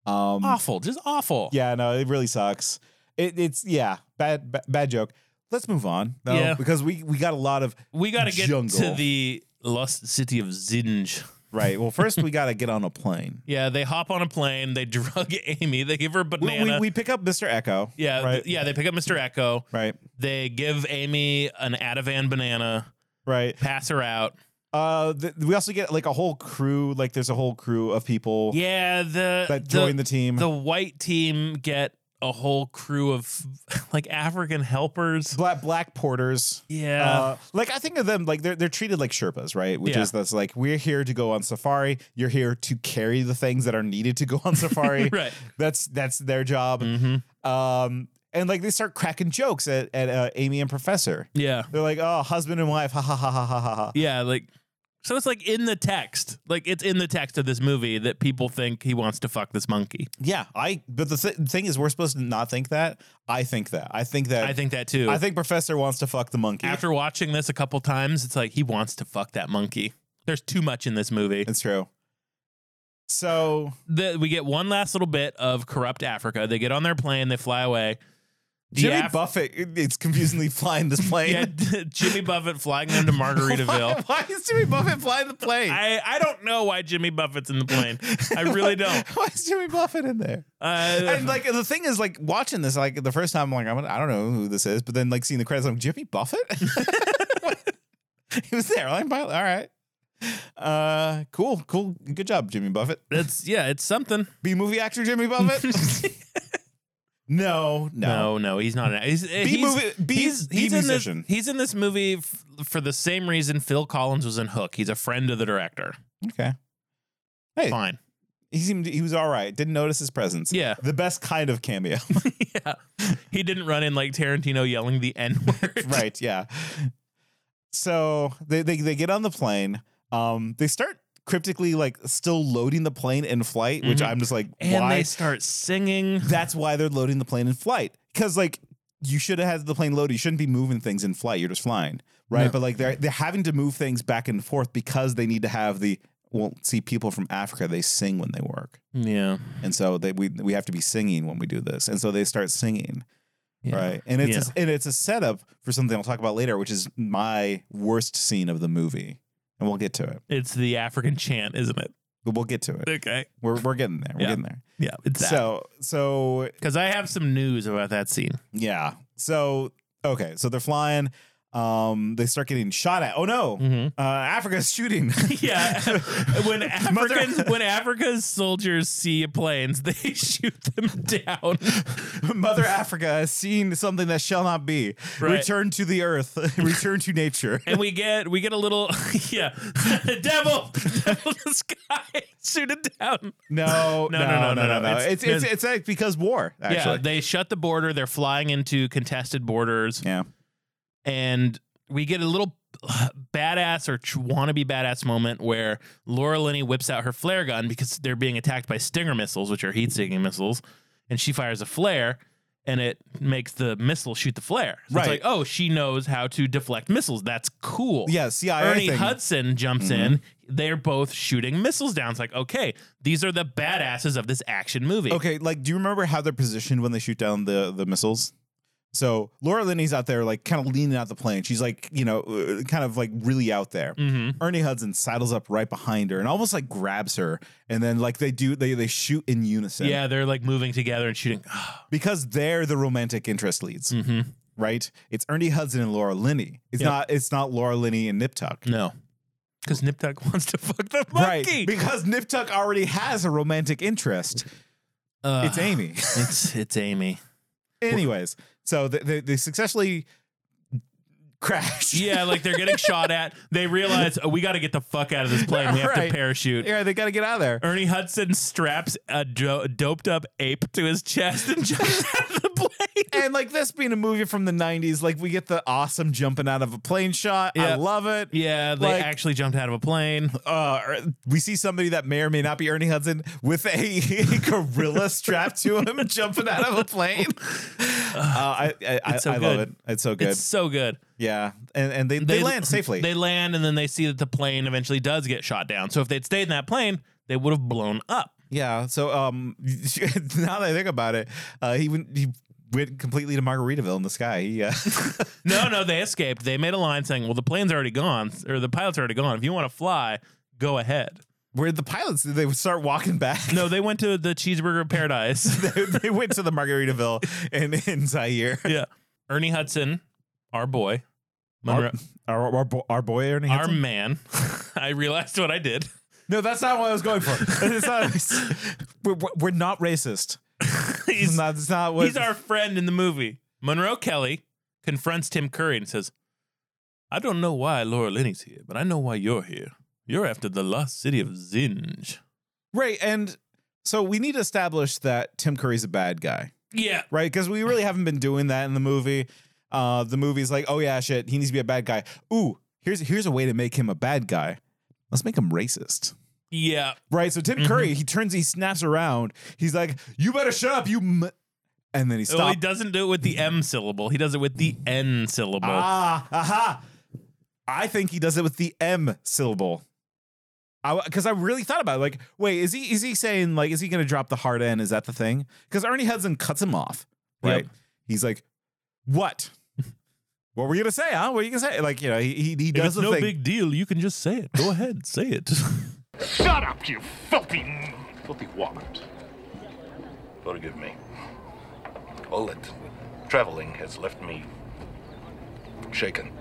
Speaker 2: Um,
Speaker 1: Awful, just awful.
Speaker 2: Yeah, no, it really sucks. It, it's yeah, bad, bad bad joke. Let's move on though,
Speaker 1: Yeah.
Speaker 2: because we we got a lot of
Speaker 1: We got to get
Speaker 2: jungle.
Speaker 1: to the lost city of Zinj.
Speaker 2: right. Well, first we got to get on a plane.
Speaker 1: Yeah, they hop on a plane. They drug Amy. They give her a
Speaker 2: We,
Speaker 1: banana.
Speaker 2: we, we pick up Mr. Echo.
Speaker 1: yeah, th-
Speaker 2: right,
Speaker 1: yeah. They pick up Mr. Echo.
Speaker 2: right,
Speaker 1: They give Amy an Ativan banana.
Speaker 2: right.
Speaker 1: Pass her out.
Speaker 2: Uh, th- we also get like a whole crew. Like there's a whole crew of people
Speaker 1: Yeah, the
Speaker 2: that join the, team.
Speaker 1: The white team get a whole crew of like African helpers.
Speaker 2: black black porters.
Speaker 1: Yeah.
Speaker 2: Uh, like I think of them like they're they're treated like Sherpas, right? Which
Speaker 1: Yeah.
Speaker 2: is that's like we're here to go on safari. You're here to carry the things that are needed to go on safari.
Speaker 1: Right.
Speaker 2: That's that's their job.
Speaker 1: Mhm.
Speaker 2: Um, and like they start cracking jokes at at uh, Amy and Professor.
Speaker 1: Yeah.
Speaker 2: They're like, oh, husband and wife, ha ha ha ha ha ha. ha.
Speaker 1: Yeah, like so it's like in the text. Like it's in the text of this movie that people think he wants to fuck this monkey.
Speaker 2: Yeah, I. But the th- thing is, we're supposed to not think that. I think that. I think that.
Speaker 1: I think that too.
Speaker 2: I think Professor wants to fuck the monkey.
Speaker 1: after watching this a couple times, it's like he wants to fuck that monkey. There's too much in this movie.
Speaker 2: it's true. So
Speaker 1: The, we get one last little bit of corrupt Africa. They get on their plane, they fly away. The
Speaker 2: Jimmy
Speaker 1: Af-
Speaker 2: Buffett, it- it's confusingly flying this plane.
Speaker 1: yeah, Jimmy Buffett flying them to Margaritaville.
Speaker 2: Why, why is Jimmy Buffett flying the plane?
Speaker 1: I, I don't know why Jimmy Buffett's in the plane. I really don't.
Speaker 2: Why is Jimmy Buffett in there?
Speaker 1: Uh,
Speaker 2: And like the thing is, like watching this, like the first time, I'm like, I'm, I don't know who this is, but then like seeing the credits, I'm like, Jimmy Buffett. he was there. I'm Like, all right, uh, cool, cool, good job, Jimmy Buffett.
Speaker 1: it's yeah, it's something.
Speaker 2: B movie actor Jimmy Buffett. no, no,
Speaker 1: No, no, he's not. An, he's,
Speaker 2: B movie- B- B
Speaker 1: In
Speaker 2: musician.
Speaker 1: this, he's in this movie f- for the same reason Phil Collins was in Hook. He's a friend of the director.
Speaker 2: Okay. Hey,
Speaker 1: Fine.
Speaker 2: he seemed he was all right. Didn't notice his presence.
Speaker 1: Yeah.
Speaker 2: the best kind of cameo.
Speaker 1: yeah. He didn't run in like Tarantino yelling the N word.
Speaker 2: right yeah so they, they they get on the plane um they start cryptically like still loading the plane in flight which
Speaker 1: Mhm.
Speaker 2: i'm just like
Speaker 1: And
Speaker 2: why
Speaker 1: they start singing.
Speaker 2: that's why they're loading the plane in flight because like you should have had the plane loaded you shouldn't be moving things in flight you're just flying right
Speaker 1: No.
Speaker 2: but like they're they're having to move things back and forth because they need to have the well see people from africa they sing when they work
Speaker 1: Yeah.
Speaker 2: and so they we we have to be singing when we do this and so they start singing
Speaker 1: Yeah.
Speaker 2: right and it's
Speaker 1: Yeah.
Speaker 2: a, and it's a setup for something i'll talk about later which is my worst scene of the movie and we'll get to it
Speaker 1: It's the African chant, isn't it?
Speaker 2: but we'll get to it
Speaker 1: Okay.
Speaker 2: we're, we're getting there we're
Speaker 1: Yeah.
Speaker 2: getting there
Speaker 1: Yeah. It's that.
Speaker 2: so so
Speaker 1: Because I have some news about that scene.
Speaker 2: yeah so okay so they're flying um they start getting shot at oh no
Speaker 1: Mhm.
Speaker 2: uh africa's shooting
Speaker 1: Yeah, when
Speaker 2: Mother-
Speaker 1: African when Africa's soldiers see planes, they shoot them down.
Speaker 2: Mother Africa has seen something that shall not be.
Speaker 1: Right.
Speaker 2: Return to the earth. Return to nature.
Speaker 1: and we get we get a little yeah devil devil in the sky shoot it down
Speaker 2: No,
Speaker 1: No, no, no, no, no.
Speaker 2: It's
Speaker 1: It's-
Speaker 2: it's it's, like because war.
Speaker 1: yeah
Speaker 2: Actually,
Speaker 1: they shut the border they're flying into contested borders
Speaker 2: yeah.
Speaker 1: and we get a little badass or ch- wannabe badass moment where Laura Linney whips out her flare gun because they're being attacked by Stinger missiles which are heat seeking missiles and she fires a flare and it makes the missile shoot the flare. So
Speaker 2: Right.
Speaker 1: It's like, oh, she knows how to deflect missiles. That's cool.
Speaker 2: Yeah, CIA
Speaker 1: Ernie
Speaker 2: thing. Mm-hmm.
Speaker 1: Hudson jumps in. They're both shooting missiles down. It's like, okay, these are the badasses of this action movie.
Speaker 2: Okay, like, do you remember how they're positioned when they shoot down the the missiles? So Laura Linney's out there, like kind of leaning out the plane. She's like, you know, uh, kind of like really out there.
Speaker 1: Mhm.
Speaker 2: Ernie Hudson saddles up right behind her and almost like grabs her, and then like they do, they they shoot in unison.
Speaker 1: Yeah, they're like moving together and shooting.
Speaker 2: because they're the romantic interest leads,
Speaker 1: Mm-hmm.
Speaker 2: right? It's Ernie Hudson and Laura Linney. It's
Speaker 1: Yep.
Speaker 2: not. It's not Laura Linney and Nip Tuck.
Speaker 1: No, because Nip Tuck wants to fuck the
Speaker 2: right? Because Nip Tuck already has a romantic interest.
Speaker 1: Uh,
Speaker 2: it's Amy.
Speaker 1: it's it's Amy.
Speaker 2: Anyways, so they, they, they successfully crash.
Speaker 1: Yeah, like they're getting shot at. They realize oh, we got to get the fuck out of this plane. We have
Speaker 2: Right.
Speaker 1: to parachute.
Speaker 2: Yeah, they got to get out of there.
Speaker 1: Ernie Hudson straps a do- doped up ape to his chest and jumps.
Speaker 2: And like this being a movie from the 90s, like we get the awesome jumping out of a plane shot. I
Speaker 1: Yeah.
Speaker 2: love it.
Speaker 1: yeah, they
Speaker 2: Like-
Speaker 1: actually jumped out of a plane.
Speaker 2: Uh, we see somebody that may or may not be Ernie Hudson with a gorilla strapped to him jumping out of a plane. Uh, I, I, I,
Speaker 1: It's so
Speaker 2: I love it.
Speaker 1: good.
Speaker 2: It's so good.
Speaker 1: It's so good.
Speaker 2: yeah. And, and they, they, land safely.
Speaker 1: They land, and then they see that the plane eventually does get shot down. So if they'd stayed in that plane, they would have blown up.
Speaker 2: yeah. So um, now that I think about it, uh, he, went, he went completely to Margaritaville in the sky. He, uh,
Speaker 1: No, no, they escaped. They made a line saying, "Well, the plane's already gone, or the pilot's already gone. If you want to fly, go ahead."
Speaker 2: where the pilots, they would start walking back.
Speaker 1: No, they went to the cheeseburger paradise.
Speaker 2: they, they went to the Margaritaville in, in Zaire.
Speaker 1: yeah, Ernie Hudson, our boy,
Speaker 2: Our,
Speaker 1: Monroe-
Speaker 2: our, our, bo- our boy Ernie
Speaker 1: our
Speaker 2: Hudson?
Speaker 1: man. I realized what I did.
Speaker 2: No, that's not what I was going for. It's not, we're, we're- we're not racist.
Speaker 1: He's,
Speaker 2: not, it's not what,
Speaker 1: He's our friend in the movie. Monroe Kelly confronts Tim Curry and says, I don't know why Laura Linney's here, but I know why you're here. You're after the lost city of Zinj.
Speaker 2: right. And so we need to establish that Tim Curry's a bad guy,
Speaker 1: Yeah.
Speaker 2: right? Because we really haven't been doing that in the movie. Uh, the movie's like, oh yeah, shit, he needs to be a bad guy. Ooh, here's here's a way to make him a bad guy. Let's make him racist.
Speaker 1: Yeah.
Speaker 2: Right. So Tim Curry, he turns, he snaps around. He's like, "You better shut up, you." M-. And then he stops.
Speaker 1: Well, he doesn't do it with the M syllable. He does it with the N syllable.
Speaker 2: Ah, aha. I think he does it with the M syllable. Because I, really thought about it. Like, wait, is he is he saying like is he going to drop the hard N? Is that the thing? Because Ernie Hudson cuts him off. Right.
Speaker 1: Yep.
Speaker 2: He's like, what? what were you going to say? Huh? What are you going to say? Like, you know, he he, he
Speaker 1: if
Speaker 2: does
Speaker 1: it's
Speaker 2: the
Speaker 1: no
Speaker 2: thing.
Speaker 1: big deal, you can just say it. Go ahead, say it.
Speaker 6: Shut up, you filthy, filthy warmint. Forgive me. All that traveling has left me shaken.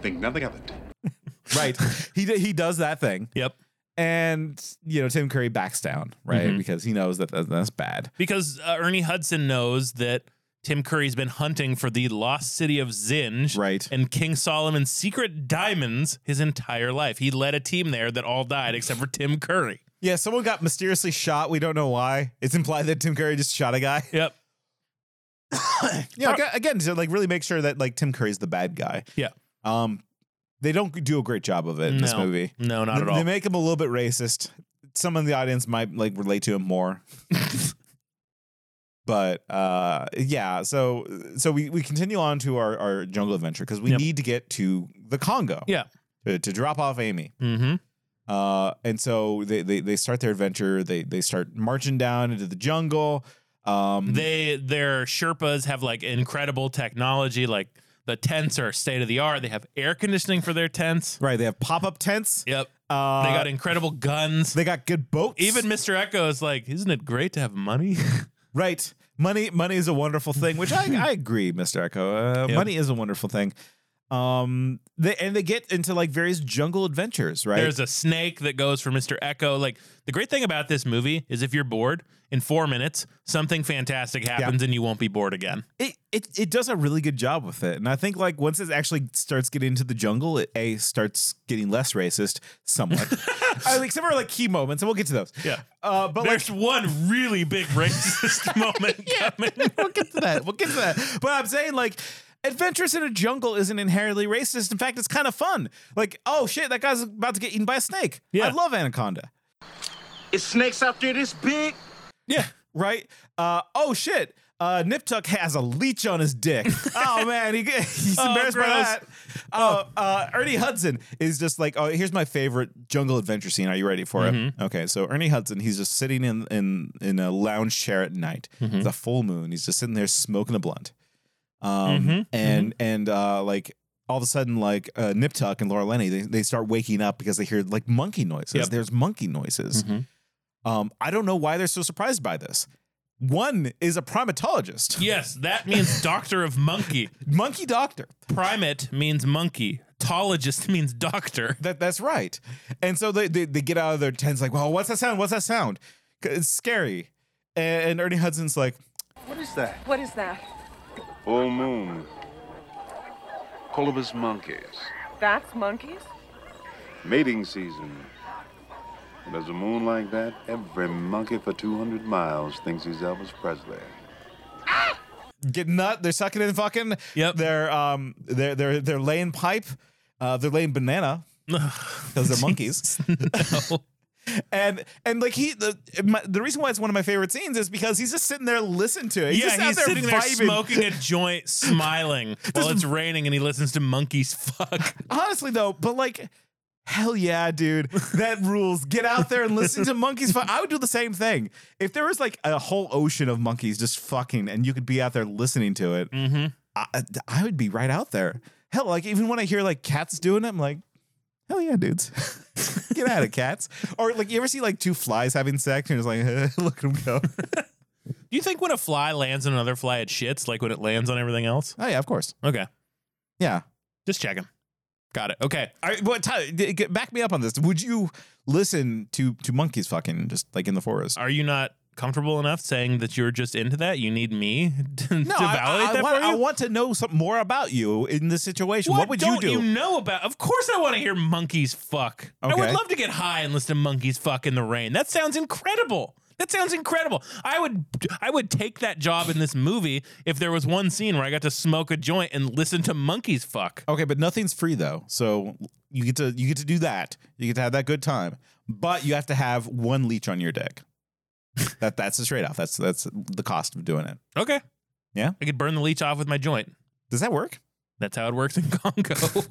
Speaker 8: Think nothing of it.
Speaker 2: right. He d- he does that thing.
Speaker 1: Yep.
Speaker 2: And you know, Tim Curry backs down right
Speaker 1: Mhm.
Speaker 2: because he knows that that- that's bad.
Speaker 1: because uh, Ernie Hudson knows that Tim Curry's been hunting for the lost city of Zinj
Speaker 2: Right.
Speaker 1: and King Solomon's secret diamonds his entire life. He led a team there that all died except for Tim Curry.
Speaker 2: Yeah, someone got mysteriously shot. We don't know why. It's implied that Tim Curry just shot a guy.
Speaker 1: Yep.
Speaker 2: yeah, aga- again, to like really make sure that like Tim Curry's the bad guy.
Speaker 1: Yeah.
Speaker 2: Um, they don't do a great job of it in this
Speaker 1: No.
Speaker 2: movie.
Speaker 1: No, not
Speaker 2: they,
Speaker 1: at all.
Speaker 2: They make him a little bit racist. Some in the audience might like relate to him more. but uh, yeah, so so we we continue on to our our jungle adventure because we
Speaker 1: Yep.
Speaker 2: need to get to the Congo.
Speaker 1: Yeah.
Speaker 2: To, to drop off Amy.
Speaker 1: Mm-hmm.
Speaker 2: Uh, and so they, they they start their adventure. They they start marching down into the jungle. Um,
Speaker 1: They their Sherpas have like incredible technology. Like the tents are state of the art. They have air conditioning for their tents.
Speaker 2: right. They have pop up tents.
Speaker 1: Yep.
Speaker 2: Uh,
Speaker 1: they got incredible guns.
Speaker 2: They got good boats.
Speaker 1: Even Mr. Echo is like, isn't it great to have money?
Speaker 2: Right. Money money is a wonderful thing, which I, I agree, Mr. Echo. Uh,
Speaker 1: Yep.
Speaker 2: Money is a wonderful thing. Um they and they get into like various jungle adventures, right?
Speaker 1: There's a snake that goes for Mr. Echo. Like the great thing about this movie is if you're bored, in four minutes, something fantastic happens and you won't be bored again.
Speaker 2: it, it it does a really good job with it. And I think like once it actually starts getting into the jungle, it A starts getting less racist somewhat. I, like some are like key moments, and we'll get to those.
Speaker 1: Yeah.
Speaker 2: Uh but like
Speaker 1: There's one really big racist moment coming.
Speaker 2: we'll get to that. We'll get to that. But I'm saying like Adventures in a jungle isn't inherently racist. In fact, it's kind of fun. Like, oh shit, that guy's about to get eaten by a snake.
Speaker 1: Yeah.
Speaker 2: I love Anaconda.
Speaker 7: Is snakes out there this big?
Speaker 1: Yeah.
Speaker 2: right? Uh, oh shit. Uh, Nip Tuck has a leech on his dick. Oh man, he, he's
Speaker 1: Oh,
Speaker 2: embarrassed by
Speaker 1: gross. Oh.
Speaker 2: that. Uh, uh, Ernie Hudson is just like, oh, here's my favorite jungle adventure scene. Are you ready for
Speaker 1: Mhm.
Speaker 2: it? Okay, so Ernie Hudson, he's just
Speaker 1: Mm-hmm.
Speaker 2: sitting in in in a lounge chair at night. It's a full moon. He's just sitting there smoking a blunt, um,
Speaker 1: Mhm,
Speaker 2: and and uh, like all of a sudden, like uh, Nip Tuck and Laura Lenny, they, they start waking up because they hear like monkey noises.
Speaker 1: Yep. Mm-hmm.
Speaker 2: There's monkey noises. Um, I don't know why they're so surprised by this. One is a primatologist.
Speaker 1: Yes, that means doctor of monkey.
Speaker 2: monkey doctor.
Speaker 1: Primate means monkey. Tologist means doctor.
Speaker 2: That that's right. And so they, they they get out of their tents like, well, what's that sound? What's that sound? 'Cause It's scary. And, and Ernie Hudson's like,
Speaker 13: What is that?
Speaker 5: What is that?
Speaker 13: Full moon. Colobus monkeys.
Speaker 5: That's monkeys?
Speaker 10: Mating season. And there's a moon like that, every monkey for 200 miles thinks he's Elvis Presley.
Speaker 2: get nut. They're sucking and fucking. Yep. They're um they're they're they're laying pipe. Uh, they're laying banana because they're monkeys. And and like he the my, the reason why it's one of my favorite scenes is because he's just sitting there listening to it.
Speaker 1: yeah,
Speaker 2: just out
Speaker 1: he's
Speaker 2: there
Speaker 1: sitting there
Speaker 2: vibing.
Speaker 1: smoking a joint, smiling while it's raining, and he listens to monkeys fuck.
Speaker 2: Honestly though, but like hell yeah, dude, that rules. Get out there and listen to monkeys fuck. I would do the same thing if there was like a whole ocean of monkeys just fucking, and you could be out there listening to it. I, I would be right out there. Hell, like even when I hear like cats doing it, I'm like, hell yeah, dudes, get out of cats. Or like you ever see like two flies having sex and it's like, look at them go.
Speaker 1: Do you think when a fly lands on another fly, it shits like when it lands on everything else?
Speaker 2: Oh yeah, of course.
Speaker 1: Okay,
Speaker 2: Yeah.
Speaker 1: just checking. Got it. Okay.
Speaker 2: All right, but Tyler, d- g- back me up on this. Would you listen to to monkeys fucking just like in the forest?
Speaker 1: Are you not comfortable enough saying that you're just into that? You need me to,
Speaker 2: No,
Speaker 1: to
Speaker 2: I,
Speaker 1: validate
Speaker 2: I- I
Speaker 1: that
Speaker 2: want,
Speaker 1: for
Speaker 2: I
Speaker 1: you?
Speaker 2: want to know some more about you in this situation. What, would you
Speaker 1: don't
Speaker 2: do?
Speaker 1: You know about? Of course, I want to hear monkeys fuck. I would
Speaker 2: Okay.
Speaker 1: love to get high and listen to monkeys fuck in the rain. That sounds incredible. That sounds incredible. I would, I would take that job in this movie if there was one scene where I got to smoke a joint and listen to monkeys fuck.
Speaker 2: Okay, but nothing's free though. So you get to you get to do that. You get to have that good time, but you have to have one leech on your dick. that that's the trade off. That's that's the cost of doing it.
Speaker 1: Okay,
Speaker 2: Yeah.
Speaker 1: I could burn the leech off with my joint.
Speaker 2: Does that work?
Speaker 1: That's how it works in Congo.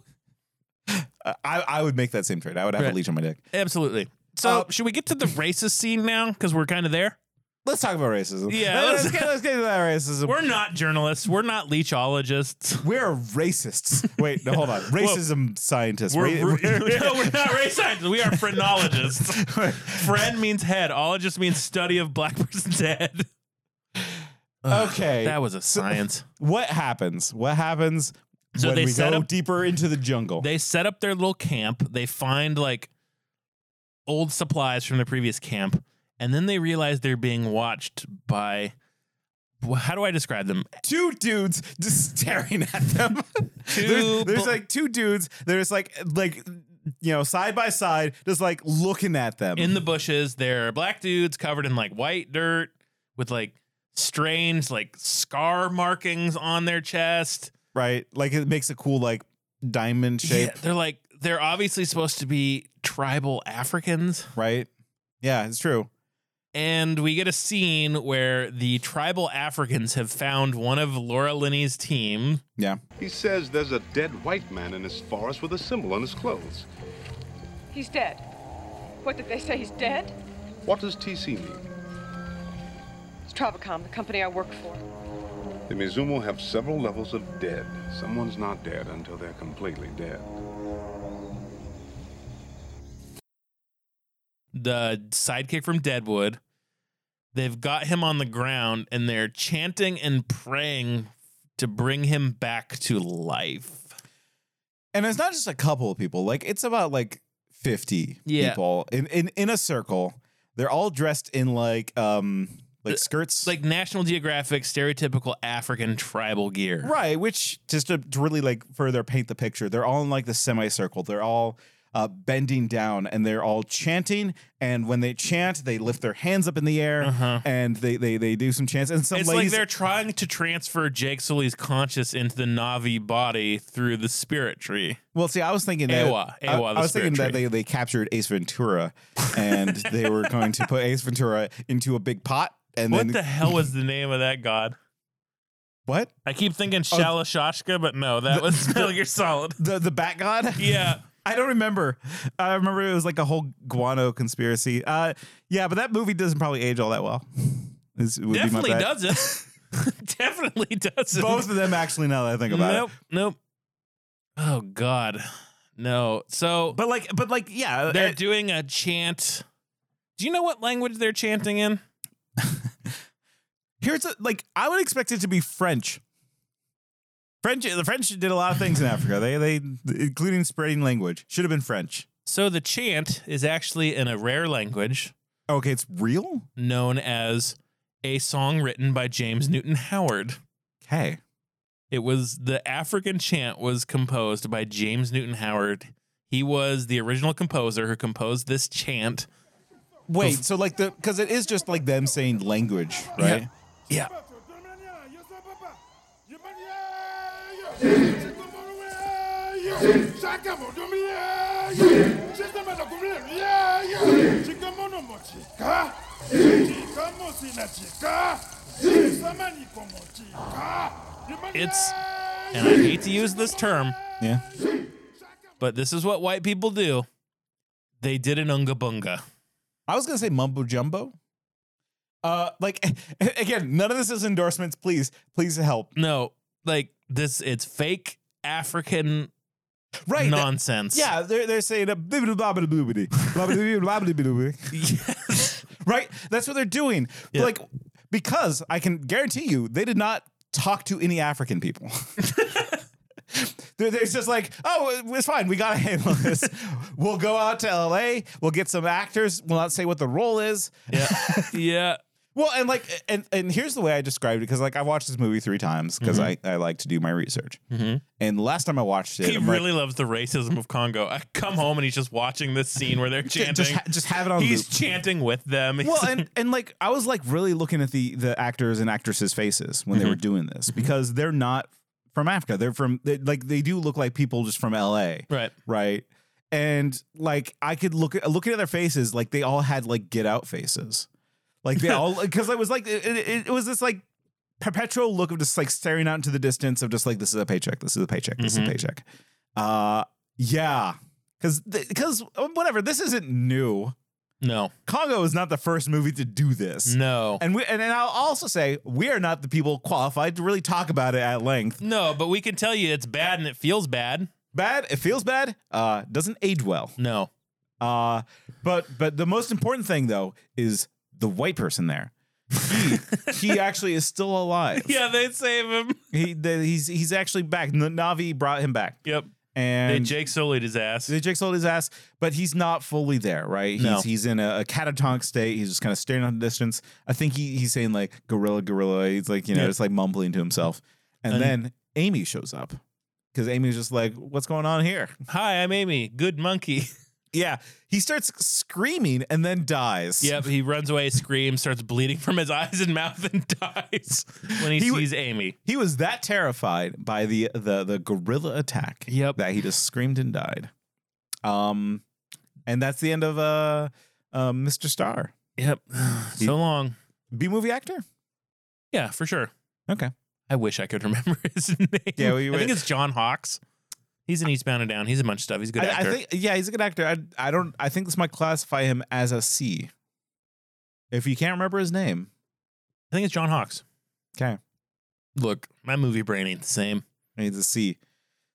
Speaker 2: I I would make that same trade. I would have
Speaker 1: Right.
Speaker 2: a leech on my dick.
Speaker 1: Absolutely. So,
Speaker 2: Uh,
Speaker 1: should we get to the racist scene now? Because we're kind of there.
Speaker 2: Let's talk about racism.
Speaker 1: Yeah,
Speaker 2: let's,
Speaker 1: let's-
Speaker 2: get, let's get to that racism.
Speaker 1: We're not journalists. We're not leechologists.
Speaker 2: We're racists. Wait, no, hold on.
Speaker 1: Whoa.
Speaker 2: Racism scientists.
Speaker 1: We're,
Speaker 2: Ra-
Speaker 1: no, we're not race scientists. We are phrenologists. Friend means head. Ologist means study of black person's head.
Speaker 2: okay,
Speaker 1: That was a
Speaker 2: So,
Speaker 1: science.
Speaker 2: what happens? What happens
Speaker 1: So
Speaker 2: when
Speaker 1: they
Speaker 2: we
Speaker 1: set
Speaker 2: go
Speaker 1: up-
Speaker 2: deeper into the jungle?
Speaker 1: They set up their little camp. They find like old supplies from the previous camp, and then they realize they're being watched by. wh- How do I describe them?
Speaker 2: two dudes just staring at them. there's, there's, like two dudes. They're just like like you know side by side, just like looking at them.
Speaker 1: in the bushes. They're black dudes covered in like white dirt with like strange like scar markings on their chest.
Speaker 2: right, like it makes a cool like diamond shape.
Speaker 1: They're like they're obviously supposed to be tribal Africans.
Speaker 2: Right. Yeah, it's true.
Speaker 1: And we get a scene where the tribal Africans have found one of Laura Linney's team.
Speaker 2: Yeah.
Speaker 10: He says there's a dead white man in this forest with a symbol on his clothes.
Speaker 4: He's dead. What did they say? He's dead?
Speaker 10: What does TC mean?
Speaker 4: It's Travacom, the company I work for.
Speaker 10: The Mizumo have several levels of dead. Someone's not dead until they're completely dead.
Speaker 1: the sidekick from Deadwood. They've got him on the ground and they're chanting and praying to bring him back to life.
Speaker 2: And it's not just a couple of people. Like it's about like fifty
Speaker 1: Yeah.
Speaker 2: people in, in in a circle. They're all dressed in like um like skirts.
Speaker 1: Like National Geographic stereotypical African tribal gear.
Speaker 2: Right, which just to, to really like further paint the picture, they're all in like the semicircle. They're all uh, bending down and they're all chanting. And when they chant, they lift their hands up in the air and they they they do some chants. And some
Speaker 1: Uh-huh. it's like
Speaker 2: ladies,
Speaker 1: they're trying to transfer Jake Sully's conscious into the Navi body through the spirit tree.
Speaker 2: well, see, I was thinking that
Speaker 1: Ewa,
Speaker 2: I,
Speaker 1: Ewa,
Speaker 2: I
Speaker 1: the
Speaker 2: was thinking
Speaker 1: spirit
Speaker 2: that they they captured Ace Ventura and they were going to put Ace Ventura into a big pot. And
Speaker 1: what
Speaker 2: then,
Speaker 1: the hell was the name of that god?
Speaker 2: What?
Speaker 1: I keep thinking
Speaker 2: Oh.
Speaker 1: Shalashashka, but no, that was Metal Gear Solid.
Speaker 2: the the Bat God?
Speaker 1: Yeah.
Speaker 2: I don't remember. I remember it was like a whole guano conspiracy. Uh, yeah, but that movie doesn't probably age all that well. This would be my
Speaker 1: Definitely
Speaker 2: bad.
Speaker 1: doesn't. definitely doesn't.
Speaker 2: Both of them, actually, now that I think about
Speaker 1: nope, Nope. Oh God, no. So,
Speaker 2: but like, but like, yeah, uh,
Speaker 1: they're
Speaker 2: it-
Speaker 1: doing a chant. Do you know what language they're chanting in?
Speaker 2: it, here's a, like I would expect it to be French. French, the French did a lot of things in Africa. They, they, including spreading language, should have been French.
Speaker 1: So the chant is actually in a rare language
Speaker 2: Oh, Okay, it's real.
Speaker 1: known as a song written by James Newton Howard.
Speaker 2: Okay,
Speaker 1: It was the African chant was composed by James Newton Howard. He was the original composer who composed this chant.
Speaker 2: wait. So like the because it is just like them saying language, right?
Speaker 1: Yeah. It's and I hate to use this term,
Speaker 2: Yeah.
Speaker 1: but this is what white people do. They did an unga bunga.
Speaker 2: I was gonna say mumbo jumbo. Uh, like again, none of this is endorsements. Please, please help.
Speaker 1: No, like this it's fake African
Speaker 2: Right. that-
Speaker 1: nonsense.
Speaker 2: yeah, they're they're saying a bibbidi bobbidi boobidi, bobbidi bobbidi boobidi.
Speaker 1: Yes.
Speaker 2: Right? That's what they're doing. But,
Speaker 1: Yeah.
Speaker 2: Like because I can guarantee you they did not talk to any African people. They're, they're just like, oh, it's fine. We got to handle this. we'll go out to LA. We'll get some actors. We'll not say what the role is.
Speaker 1: Yeah. yeah.
Speaker 2: Well, and like, and and here's the way I described it because like I watched this movie three times because I I like to do my research.
Speaker 1: Mhm.
Speaker 2: And the last time I watched it,
Speaker 1: Mm-hmm. He
Speaker 2: I'm like,
Speaker 1: really loves the racism of Congo. I come home and he's just watching this scene where they're chanting.
Speaker 2: just ha- just have it on
Speaker 1: He's
Speaker 2: loop.
Speaker 1: chanting with them.
Speaker 2: well, and and like I was like really looking at the the actors and actresses' faces when they were doing this because they're not from Africa. They're from they, like they do look like people just from LA,
Speaker 1: right.
Speaker 2: right? And like I could look at looking at their faces, like they all had like get out faces, like they all because I was like it, it, it was this like perpetual look of just like staring out into the distance of just like this is a paycheck, this is a paycheck, this is
Speaker 1: Mhm.
Speaker 2: a paycheck. Uh, yeah, because because um, whatever, this isn't new.
Speaker 1: No,
Speaker 2: Congo is not the first movie to do this.
Speaker 1: no,
Speaker 2: And we and, and I'll also say we are not the people qualified to really talk about it at length.
Speaker 1: no. But we can tell you it's bad and it feels bad.
Speaker 2: Bad, it feels bad, uh, doesn't age well.
Speaker 1: No,
Speaker 2: Uh, but but the most important thing though is the white person there. He he actually is still alive.
Speaker 1: yeah, they save him.
Speaker 2: He the, he's he's actually back. The Navi brought him back.
Speaker 1: Yep,
Speaker 2: And
Speaker 1: they Jake Sullied his ass.
Speaker 2: They Jake sold his ass, but he's not fully there, right?
Speaker 1: No.
Speaker 2: He's he's in a, a catatonic state. He's just kind of staring out the distance. I think he he's saying like gorilla, gorilla. He's like you know,
Speaker 1: Yeah.
Speaker 2: just like mumbling to himself. And,
Speaker 1: And-
Speaker 2: then Amy shows up because Amy's just like, "What's going on here?"
Speaker 1: Hi, I'm Amy. Good monkey.
Speaker 2: Yeah, he starts screaming and then dies.
Speaker 1: yep, he runs away, screams, starts bleeding from his eyes and mouth, and dies when he,
Speaker 2: He w-
Speaker 1: sees Amy.
Speaker 2: He was that terrified by the the the gorilla attack.
Speaker 1: Yep.
Speaker 2: That he just screamed and died. Um, and that's the end of uh, uh Mr. Star,
Speaker 1: Yep, so long.
Speaker 2: B movie actor.
Speaker 1: Yeah, for sure.
Speaker 2: Okay.
Speaker 1: I wish I could remember his name.
Speaker 2: Yeah, we
Speaker 1: I think
Speaker 2: would-
Speaker 1: it's John Hawks. He's an Eastbound and Down. He's a bunch of stuff. He's a good
Speaker 2: I, I
Speaker 1: actor.
Speaker 2: think yeah, he's a good actor. I I don't I think this might classify him as a C. If you can't remember his name,
Speaker 1: I think it's John Hawks.
Speaker 2: okay,
Speaker 1: Look, my movie brain ain't the same.
Speaker 2: he's a C,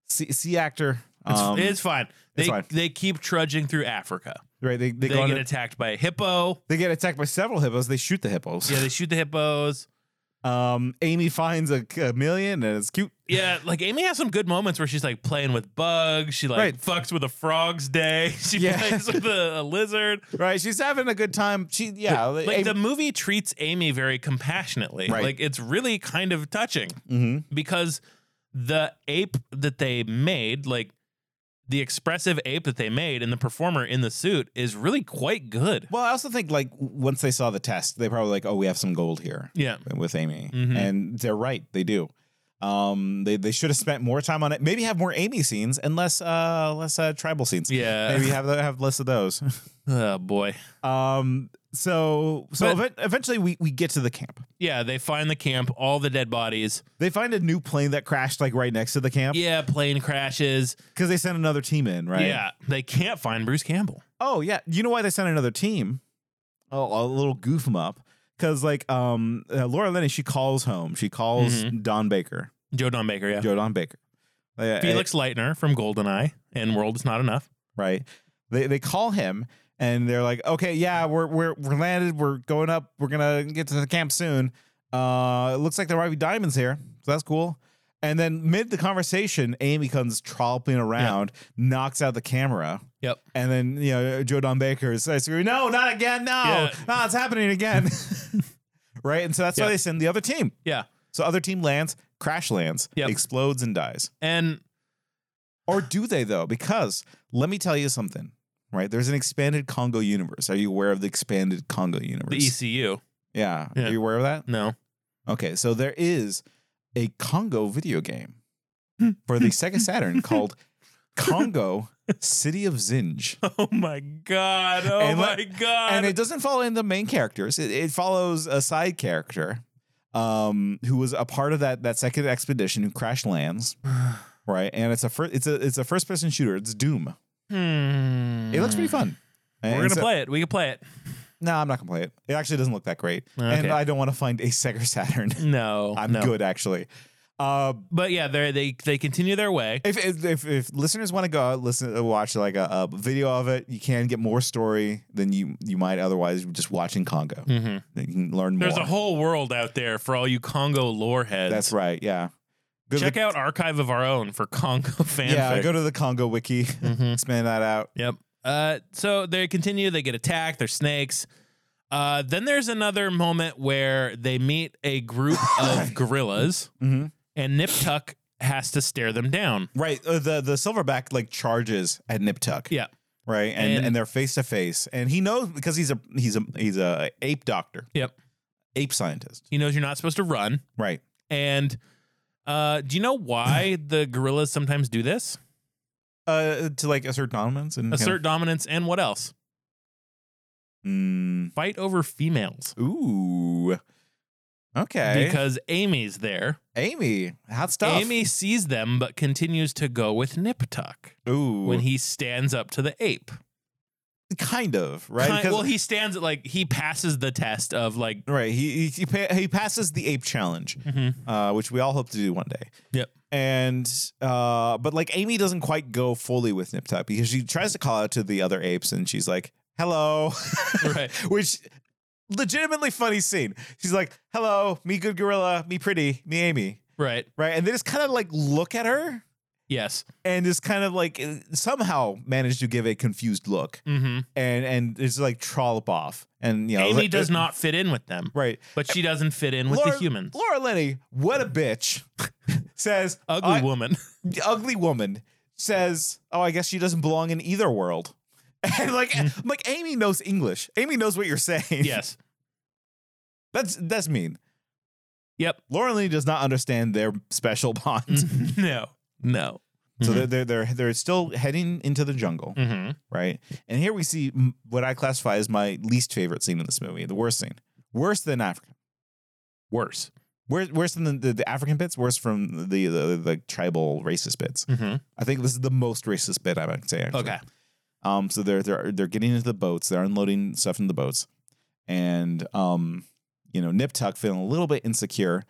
Speaker 2: C, C actor.
Speaker 1: It's,
Speaker 2: Um,
Speaker 1: it's fine. They
Speaker 2: it's fine.
Speaker 1: they keep trudging through Africa.
Speaker 2: right. They they,
Speaker 1: They,
Speaker 2: go on
Speaker 1: get
Speaker 2: a-
Speaker 1: attacked by a hippo.
Speaker 2: they get attacked by several hippos. They shoot the hippos.
Speaker 1: Yeah, they shoot the hippos.
Speaker 2: Um, Amy finds a chameleon and it's cute.
Speaker 1: Yeah, like Amy has some good moments where she's like playing with bugs. She like
Speaker 2: Right.
Speaker 1: fucks with a frog's day. She
Speaker 2: Yeah.
Speaker 1: plays with a, a lizard.
Speaker 2: Right, she's having a good time. She yeah.
Speaker 1: like
Speaker 2: Amy-
Speaker 1: the movie treats Amy very compassionately.
Speaker 2: Right.
Speaker 1: Like it's really kind of touching.
Speaker 2: Mhm.
Speaker 1: because the ape that they made, like the expressive ape that they made and the performer in the suit is really quite good.
Speaker 2: Well, I also think like once they saw the test, they probably like, oh, we have some gold here.
Speaker 1: Yeah.
Speaker 2: with Amy,
Speaker 1: Mhm.
Speaker 2: and they're right. They do. Um, they they should have spent more time on it. Maybe have more Amy scenes and less uh less uh tribal scenes.
Speaker 1: Yeah.
Speaker 2: Maybe have have less of those.
Speaker 1: Oh boy.
Speaker 2: um. So so
Speaker 1: But-
Speaker 2: ev- eventually we we get to the camp.
Speaker 1: Yeah, they find the camp, all the dead bodies.
Speaker 2: They find a new plane that crashed like right next to the camp
Speaker 1: Yeah, plane crashes.
Speaker 2: because they sent another team in, right?
Speaker 1: Yeah, they can't find Bruce Campbell.
Speaker 2: Oh yeah. You know why they sent another team? Oh, a little goof 'em up because like um uh, Laura Linney, she calls home. She calls
Speaker 1: Mm-hmm.
Speaker 2: Don Baker,
Speaker 1: Joe Don Baker, yeah,
Speaker 2: Joe Don Baker, Uh,
Speaker 1: Felix Leitner from Goldeneye and World is Not Enough.
Speaker 2: Right. They they call him and they're like, okay, yeah, we're we're we're landed. We're going up. We're gonna get to the camp soon. Uh, it looks like there might be diamonds here, so that's cool. And then mid the conversation, Amy comes tromping around, knocks out the camera.
Speaker 1: Yep.
Speaker 2: And then you know Joe Don Baker is like, no, not again, no,
Speaker 1: Yeah.
Speaker 2: no, it's happening again. right. And so that's why
Speaker 1: Yeah.
Speaker 2: they send the other team.
Speaker 1: Yeah.
Speaker 2: So other team lands, crash lands, explodes and dies.
Speaker 1: And
Speaker 2: or do they though? Because let me tell you something, right? There's an expanded Congo universe. Are you aware of the expanded Congo universe?
Speaker 1: The ECU.
Speaker 2: Yeah.
Speaker 1: Yeah. Mm-hmm.
Speaker 2: Are you aware of that?
Speaker 1: No.
Speaker 2: Okay, so there is a Congo video game for the Sega Saturn called Congo City of Zinj.
Speaker 1: Oh my god! Oh
Speaker 2: And
Speaker 1: my
Speaker 2: let-
Speaker 1: god!
Speaker 2: And it doesn't follow in the main characters. It, it follows a side character um, who was a part of that that second expedition who crash lands, right? And it's a first it's a it's a first person shooter. It's Doom.
Speaker 1: Hmm.
Speaker 2: It looks pretty fun.
Speaker 1: We're gonna play it. We can play it.
Speaker 2: No, I'm not gonna play it. It actually doesn't look that great,
Speaker 1: Okay.
Speaker 2: and I don't want to find a Sega Saturn.
Speaker 1: No,
Speaker 2: I'm
Speaker 1: no.
Speaker 2: good actually. Uh,
Speaker 1: but yeah, they they they continue their way.
Speaker 2: If if if, if listeners want to go out, listen, uh, watch like a, a video of it, you can get more story than you you might otherwise just watching Congo.
Speaker 1: Mhm.
Speaker 2: You can learn more.
Speaker 1: There's a whole world out there for all you Congo lore heads.
Speaker 2: That's right. Yeah. Go to
Speaker 1: Check
Speaker 2: the-
Speaker 1: out Archive of Our Own for Congo fanfic.
Speaker 2: Yeah, go to the Congo wiki,
Speaker 1: Mm-hmm.
Speaker 2: expand that out.
Speaker 1: Yep. Uh, so they continue. They get attacked. They're snakes. Uh, then there's another moment where they meet a group of gorillas,
Speaker 2: Mhm.
Speaker 1: and Nip Tuck has to stare them down.
Speaker 2: Right. Uh, the the silverback like charges at Nip Tuck.
Speaker 1: Yeah.
Speaker 2: Right. And
Speaker 1: And-
Speaker 2: and, they're face to face, and he knows because he's a he's a he's a ape doctor,
Speaker 1: Yep.
Speaker 2: ape scientist.
Speaker 1: He knows you're not supposed to run.
Speaker 2: Right.
Speaker 1: And uh, do you know why the gorillas sometimes do this?
Speaker 2: Uh, to like assert dominance and kind of-
Speaker 1: Assert dominance and what else?
Speaker 2: Mm.
Speaker 1: Fight over females.
Speaker 2: Ooh. Okay.
Speaker 1: Because Amy's there.
Speaker 2: Amy, hot stuff.
Speaker 1: Amy sees them but continues to go with Nip Tuck
Speaker 2: Ooh.
Speaker 1: when he stands up to the ape.
Speaker 2: kind of right.
Speaker 1: Kind-
Speaker 2: 'Cause-
Speaker 1: well, he stands like he passes the test of like
Speaker 2: right. He he he, pa- he passes the ape challenge,
Speaker 1: Mm-hmm.
Speaker 2: uh, which we all hope to do one day.
Speaker 1: Yep.
Speaker 2: And uh, but like Amy doesn't quite go fully with Nip Tuck because she tries to call out to the other apes and she's like, "Hello,"
Speaker 1: right?
Speaker 2: which legitimately funny scene. She's like, "Hello, me good gorilla, me pretty, me Amy,"
Speaker 1: right?
Speaker 2: right? And they just kind of like look at her.
Speaker 1: Yes.
Speaker 2: and just kind of like eh, somehow managed to give a confused look
Speaker 1: Mm-hmm.
Speaker 2: and and it's like trollop off and you know
Speaker 1: Amy
Speaker 2: like- eh, uh,
Speaker 1: does not fit in with them,
Speaker 2: right
Speaker 1: but she doesn't fit in with
Speaker 2: Laura,
Speaker 1: the humans.
Speaker 2: Laura Lenny what a bitch says
Speaker 1: Ugly
Speaker 2: I-
Speaker 1: woman.
Speaker 2: the ugly woman says oh I guess she doesn't belong in either world and like I'm like Amy knows English Amy knows what you're saying
Speaker 1: Mm-hmm. yes.
Speaker 2: that's that's mean
Speaker 1: Yep.
Speaker 2: Laura Lenny does not understand their special
Speaker 1: Mm-hmm.
Speaker 2: bonds
Speaker 1: No. No.
Speaker 2: so
Speaker 1: Mhm.
Speaker 2: they're, they're they're they're still heading into the jungle
Speaker 1: Mm-hmm.
Speaker 2: right? And here we see m- what I classify as my least favorite scene in this movie, the worst scene, worse than Africa,
Speaker 1: Worse.
Speaker 2: worse, worse than the, the, the African bits, worse from the, the the tribal racist bits.
Speaker 1: Mhm.
Speaker 2: I think this is the most racist bit I might say. Actually.
Speaker 1: Okay.
Speaker 2: Um. So they're they're they're getting into the boats. They're unloading stuff in the boats, and um, you know, Nip Tuck feeling a little bit insecure.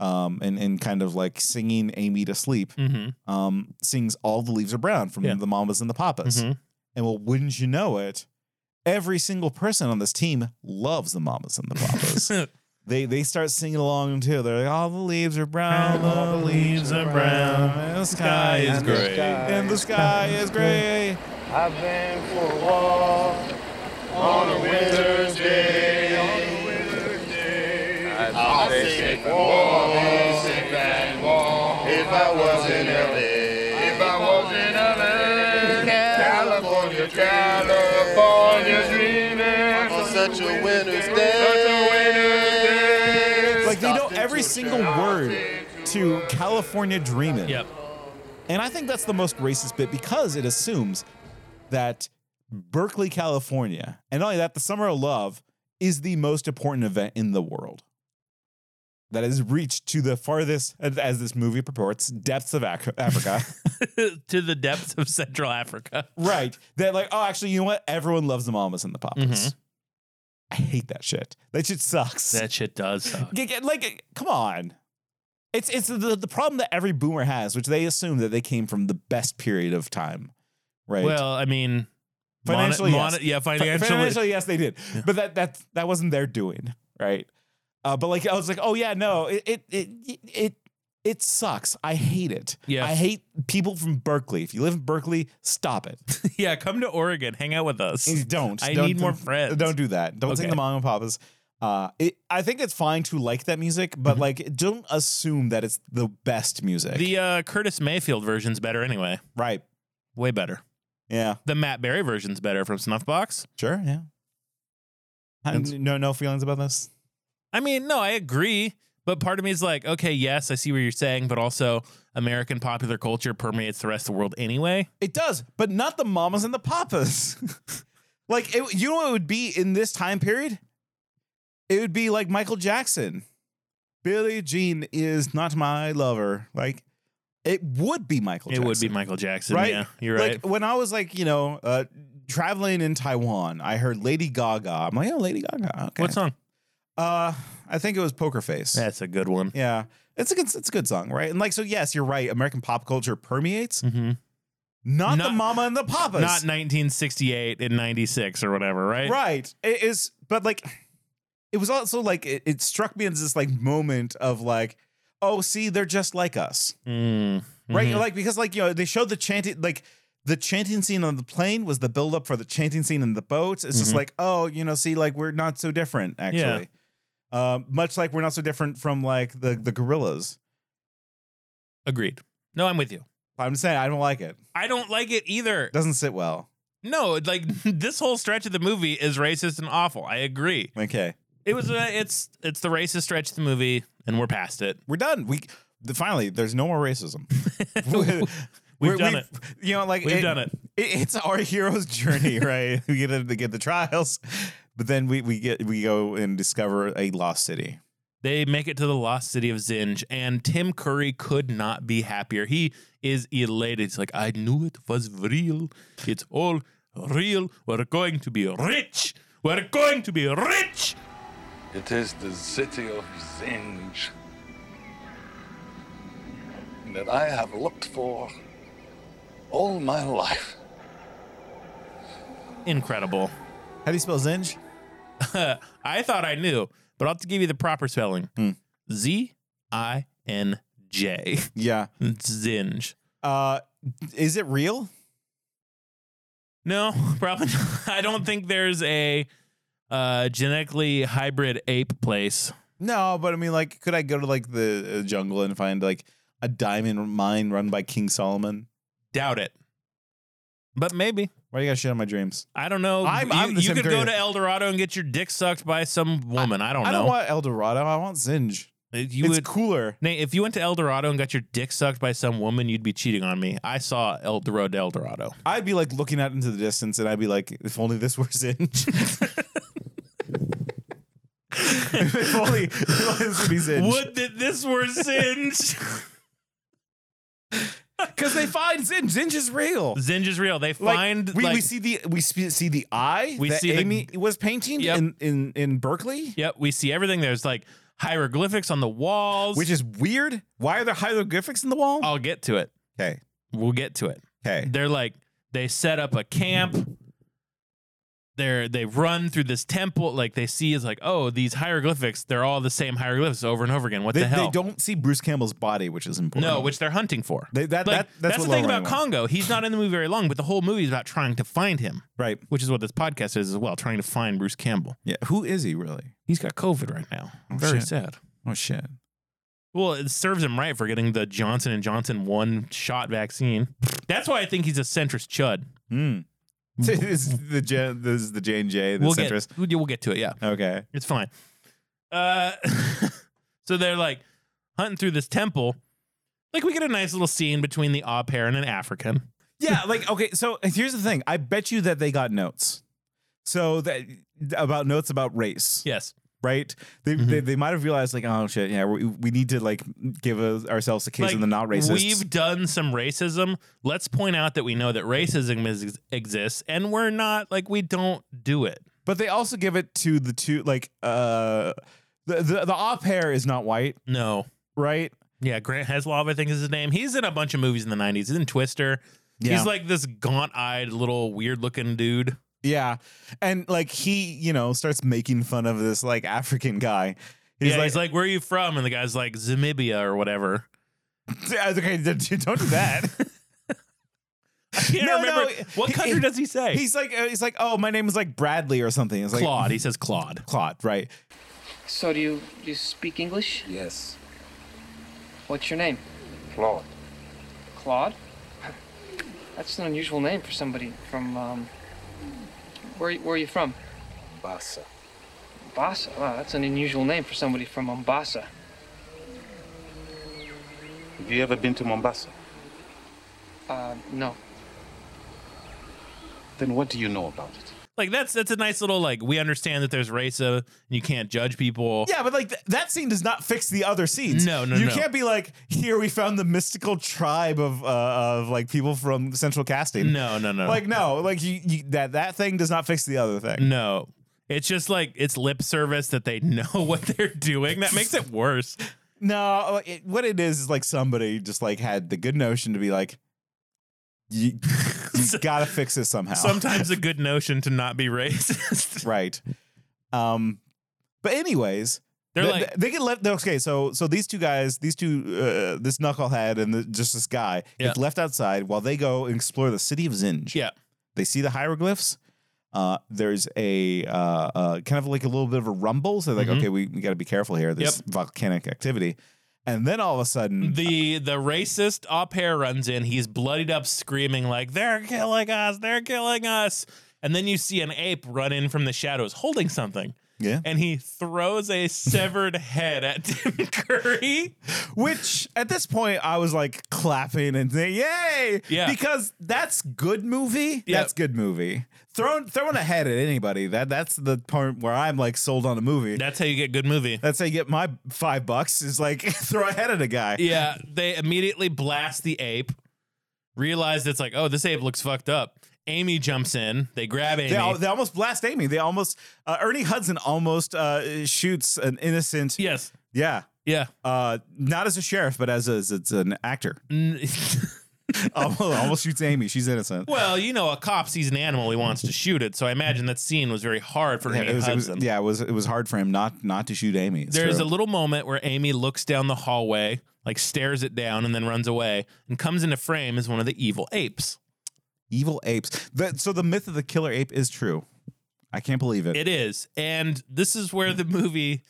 Speaker 2: Um, and, and kind of like singing Amy to sleep,
Speaker 1: Mhm.
Speaker 2: um, sings All the Leaves Are Brown from
Speaker 1: Yeah.
Speaker 2: The Mamas and the Papas.
Speaker 1: Mhm.
Speaker 2: And well, wouldn't you know it, every single person on this team loves the mamas and the papas. they they start singing along too. They're like, all the leaves are brown, all the leaves are brown, and the sky is
Speaker 1: And the
Speaker 2: gray,
Speaker 1: sky
Speaker 2: and the sky is gray.
Speaker 7: I've been for a walk on a winter's day. I'll stay safe and warm, safe and warm. If I was in LA, if I was in LA, California, California dreaming on such a winter's day.
Speaker 2: Like they know every single word to California Dreamin'.
Speaker 1: Yep.
Speaker 2: And I think that's the most racist bit because it assumes that Berkeley, California, and not only that, the Summer of Love is the most important event in the world that has reached to the farthest, as- as this movie purports, depths of Ac- Africa.
Speaker 1: to the depths of Central Africa. Mm-hmm.
Speaker 2: right. That, like, oh, actually, you know what? Everyone loves the mamas and the papas. I hate that shit. That shit sucks.
Speaker 1: That shit does suck.
Speaker 2: G- g- Like, come on. It's it's the, the problem that every boomer has, which they assume that they came from the best period of time, right?
Speaker 1: Well, I mean, moni-
Speaker 2: financially,
Speaker 1: moni-
Speaker 2: yes.
Speaker 1: yeah,
Speaker 2: Fi-
Speaker 1: financially.
Speaker 2: financially, yes, they did. But that that that wasn't their doing, right? Uh, but like, I was like, oh yeah, no, it it it it it sucks. I hate it.
Speaker 1: Yes.
Speaker 2: I hate people from Berkeley. If you live in Berkeley, stop it.
Speaker 1: yeah, come to Oregon, hang out with us.
Speaker 2: You Don't.
Speaker 1: I
Speaker 2: Don't
Speaker 1: need
Speaker 2: do-
Speaker 1: more friends.
Speaker 2: Don't do that. Don't sing
Speaker 1: Okay.
Speaker 2: the mom and papas. Uh, it, I think it's fine to like that music, but like, don't assume that it's the best music.
Speaker 1: Mm-hmm. The uh, Curtis Mayfield version's better anyway.
Speaker 2: Right.
Speaker 1: Way better.
Speaker 2: Yeah.
Speaker 1: The Matt Berry version's better from Snuffbox.
Speaker 2: Sure. Yeah. I-
Speaker 1: It's-
Speaker 2: no, no feelings about this.
Speaker 1: I mean, no, I agree. But part of me is like, okay, yes, I see what you're saying, but also American popular culture permeates the rest of the world anyway.
Speaker 2: It does, but not the mamas and the papas. like, it, you know what it would be in this time period? It would be like Michael Jackson. Billie Jean is not my lover. Like, it would be Michael
Speaker 1: It
Speaker 2: Jackson.
Speaker 1: would be Michael Jackson.
Speaker 2: right?
Speaker 1: Yeah, you're
Speaker 2: like,
Speaker 1: right.
Speaker 2: When I was like, you know, uh, traveling in Taiwan, I heard Lady Gaga. I'm like, oh, Lady Gaga. Okay.
Speaker 1: What song?
Speaker 2: Uh, I think it was Poker Face.
Speaker 1: That's a good one.
Speaker 2: Yeah, it's a good, it's a good song, right? And like, so yes, you're right. American pop culture permeates. Not, the
Speaker 1: Mm-hmm. Not-
Speaker 2: mama and the papas.
Speaker 1: Not 1968 and 96 or whatever, right?
Speaker 2: right. It is, but like, it was also like it, it struck me as this like moment of like, oh, see, they're just like us.
Speaker 1: Mm,
Speaker 2: right?
Speaker 1: mhm.
Speaker 2: Like because like you know they showed the chanting like the chanting scene on the plane was the buildup for the chanting scene in the boats. It's just
Speaker 1: Mhm.
Speaker 2: like oh you know see like we're not so different actually, Um, much like we're not so different from like the the gorillas.
Speaker 1: Agreed. No, I'm with you.
Speaker 2: I'm saying I don't like it.
Speaker 1: I don't like it either.
Speaker 2: It doesn't sit well.
Speaker 1: No, like this whole stretch of the movie is racist and awful. I agree.
Speaker 2: Okay,
Speaker 1: It was a, it's it's the racist stretch of the movie, and we're past it.
Speaker 2: we're done. We the, finally there's no more racism.
Speaker 1: We've
Speaker 2: We're-
Speaker 1: done it.
Speaker 2: You know, like
Speaker 1: We've done it.
Speaker 2: It's our hero's journey, right? we get to get the trials, but then we we get we go and discover a lost city.
Speaker 1: They make it to the lost city of Zinj, and Tim Curry could not be happier. He is elated. It's like, I knew it was real. It's all real. We're going to be rich. We're going to be rich.
Speaker 9: It is the city of Zinj that I have looked for all my life.
Speaker 1: Incredible. Uh,
Speaker 2: How do you spell Zinj?
Speaker 1: I thought I knew, but I'll have to give you the proper spelling Z I N J.
Speaker 2: Yeah.
Speaker 1: Zinj.
Speaker 2: Uh, is it real?
Speaker 1: No, probably not. I don't think there's a uh, genetically hybrid ape place.
Speaker 2: No, but I mean, like, could I go to like the uh, jungle and find like a diamond mine run by King Solomon?
Speaker 1: Doubt it. But maybe.
Speaker 2: Why you got shit on my dreams?
Speaker 1: I don't know.
Speaker 2: I'm-
Speaker 1: you
Speaker 2: I'm the
Speaker 1: you
Speaker 2: same
Speaker 1: could go
Speaker 2: curious.
Speaker 1: to El Dorado and get your dick sucked by some woman. I, don't
Speaker 2: I
Speaker 1: know.
Speaker 2: don't want El Dorado. I want Zinj.
Speaker 1: you
Speaker 2: it's
Speaker 1: would,
Speaker 2: cooler.
Speaker 1: Nate, if you went to El Dorado and got your dick sucked by some woman, you'd be cheating on me. I saw El Dorado, El Dorado.
Speaker 2: I'd be like looking out into the distance, and I'd be like, if only this were Zinj. if only, if only this would be Zinj.
Speaker 1: Would that this were Zinj?
Speaker 2: Because they find Zinj. Zinj is real.
Speaker 1: Zinj is real. They
Speaker 2: Like,
Speaker 1: find
Speaker 2: we,
Speaker 1: like,
Speaker 2: we see the we sp- see the eye
Speaker 1: We
Speaker 2: that
Speaker 1: see the-
Speaker 2: Amy was painting
Speaker 1: Yep.
Speaker 2: in, in in Berkeley,
Speaker 1: Yep, we see everything. There's like hieroglyphics on the walls.
Speaker 2: which is weird. Why are there hieroglyphics in the wall?
Speaker 1: I'll get to it.
Speaker 2: Okay.
Speaker 1: We'll get to it.
Speaker 2: Okay.
Speaker 1: They're like they set up a camp. They're they run through this temple. Like they see is like, oh, these hieroglyphics, they're all the same hieroglyphics over and over again. What
Speaker 2: They,
Speaker 1: the hell?
Speaker 2: they don't see Bruce Campbell's body, which is important.
Speaker 1: no, which they're hunting for.
Speaker 2: They- that- that- that's what
Speaker 1: the thing
Speaker 2: Laura
Speaker 1: about
Speaker 2: wants.
Speaker 1: Congo. He's not in the movie very long, but the whole movie is about trying to find him,
Speaker 2: right?
Speaker 1: which is what this podcast is as well, trying to find Bruce Campbell.
Speaker 2: Yeah. Who is he really?
Speaker 1: He's got COVID right now. I'm very
Speaker 2: shit.
Speaker 1: sad.
Speaker 2: Oh shit.
Speaker 1: Well, it serves him right for getting the Johnson and Johnson one shot vaccine. That's why I think he's a centrist chud.
Speaker 2: Hmm. this is the J, this is the J and J, the
Speaker 1: We'll get,
Speaker 2: centrist.
Speaker 1: we'll we'll get to it. Yeah,
Speaker 2: okay.
Speaker 1: it's fine. Uh, so they're like hunting through this temple. Like we get a nice little scene between the au pair and an African.
Speaker 2: Yeah, like okay. So here's the thing. I bet you that they got notes. So that about notes about race.
Speaker 1: Yes.
Speaker 2: Right, they, they they might have realized like, oh shit, yeah, we, we need to like give us ourselves a case
Speaker 1: Like,
Speaker 2: of the not racists.
Speaker 1: We've done some racism. Let's point out that we know that racism is, exists, and we're not like we don't do it.
Speaker 2: But they also give it to the two like uh the the, the off hair is not white.
Speaker 1: No.
Speaker 2: Right?
Speaker 1: Yeah, Grant Heslov, I think is his name. He's in a bunch of movies in the 90s. He's in Twister.
Speaker 2: Yeah.
Speaker 1: He's like this gaunt eyed, little weird looking dude.
Speaker 2: Yeah. And like he, you know, starts making fun of this like African guy.
Speaker 1: yeah, he's like, Where are you from? And the guy's like, Zamibia or whatever.
Speaker 2: okay, don't do that.
Speaker 1: I can't remember. what country does he say?
Speaker 2: He's like, uh, he's like, oh, my name is like Bradley or something. It's like
Speaker 1: Claude. He says Claude.
Speaker 2: Claude, right?
Speaker 3: So do you do you speak English?
Speaker 2: Yes.
Speaker 3: What's your name?
Speaker 9: Claude.
Speaker 3: Claude. That's an unusual name for somebody from. Um, where where are you from?
Speaker 9: Bassa.
Speaker 3: Mombasa. Wow, that's an unusual name for somebody from Mombasa.
Speaker 9: Have you ever been to Mombasa?
Speaker 3: Uh, no.
Speaker 9: Then what do you know about it?
Speaker 1: Like that's that's a nice little like we understand that there's race uh, and you can't judge people.
Speaker 2: Yeah, but like th- that scene does not fix the other scenes.
Speaker 1: No, no,
Speaker 2: you
Speaker 1: no.
Speaker 2: can't be like, here we found the mystical tribe of uh, of like people from Central Casting.
Speaker 1: No, no, no.
Speaker 2: Like no, like you, you that that thing does not fix the other thing.
Speaker 1: No. It's just like it's lip service that they know what they're doing. That makes it worse.
Speaker 2: No, it, what it is is like somebody just like had the good notion to be like, you, you gotta fix this somehow.
Speaker 1: Sometimes a good notion to not be racist.
Speaker 2: right. Um, but anyways,
Speaker 1: They're
Speaker 2: they,
Speaker 1: like-
Speaker 2: they get left. Okay, so so these two guys, these two, uh, this knucklehead and the, just this guy, get
Speaker 1: Yeah.
Speaker 2: left outside while they go and explore the city of Zinj.
Speaker 1: Yeah.
Speaker 2: They see the hieroglyphs. Uh, there's a uh, uh, kind of like a little bit of a rumble. So they're like,
Speaker 1: Mhm.
Speaker 2: okay, we, we got to be careful here. There's volcanic activity. And then all of a sudden,
Speaker 1: The the racist au pair runs in. He's bloodied up, screaming like "They're killing us! They're killing us!" And then you see an ape run in from the shadows, holding something.
Speaker 2: Yeah.
Speaker 1: And he throws a severed head at Tim Curry.
Speaker 2: Which at this point I was like clapping and saying, "Yay!"
Speaker 1: Yeah.
Speaker 2: because that's good movie.
Speaker 1: Yeah.
Speaker 2: That's good movie. Throwing throwing a head at anybody that that's the part where I'm like sold on a movie.
Speaker 1: That's how you get good movie.
Speaker 2: That's how you get my five bucks is like throw a head at a guy.
Speaker 1: Yeah, they immediately blast the ape. Realize it's like, oh, this ape looks fucked up. Amy jumps in. They grab Amy.
Speaker 2: They, al- they almost blast Amy. They almost uh, Ernie Hudson almost uh, shoots an innocent.
Speaker 1: Yes.
Speaker 2: Yeah.
Speaker 1: Yeah.
Speaker 2: Uh, not as a sheriff, but as, a, as, as an actor.
Speaker 1: N-
Speaker 2: almost, almost shoots Amy. She's innocent.
Speaker 1: well, you know, a cop sees an animal, he wants to shoot it. So I imagine that scene was very hard for
Speaker 2: Yeah,
Speaker 1: Ernie
Speaker 2: it was, it was-
Speaker 1: Hudson.
Speaker 2: yeah, it was it was hard for him not not to shoot Amy. It's
Speaker 1: There's
Speaker 2: true.
Speaker 1: a little moment where Amy looks down the hallway, like stares it down, and then runs away and comes into frame as one of the evil apes.
Speaker 2: evil apes. The, so the myth of the killer ape is true. I can't believe it.
Speaker 1: It is. And this is where the movie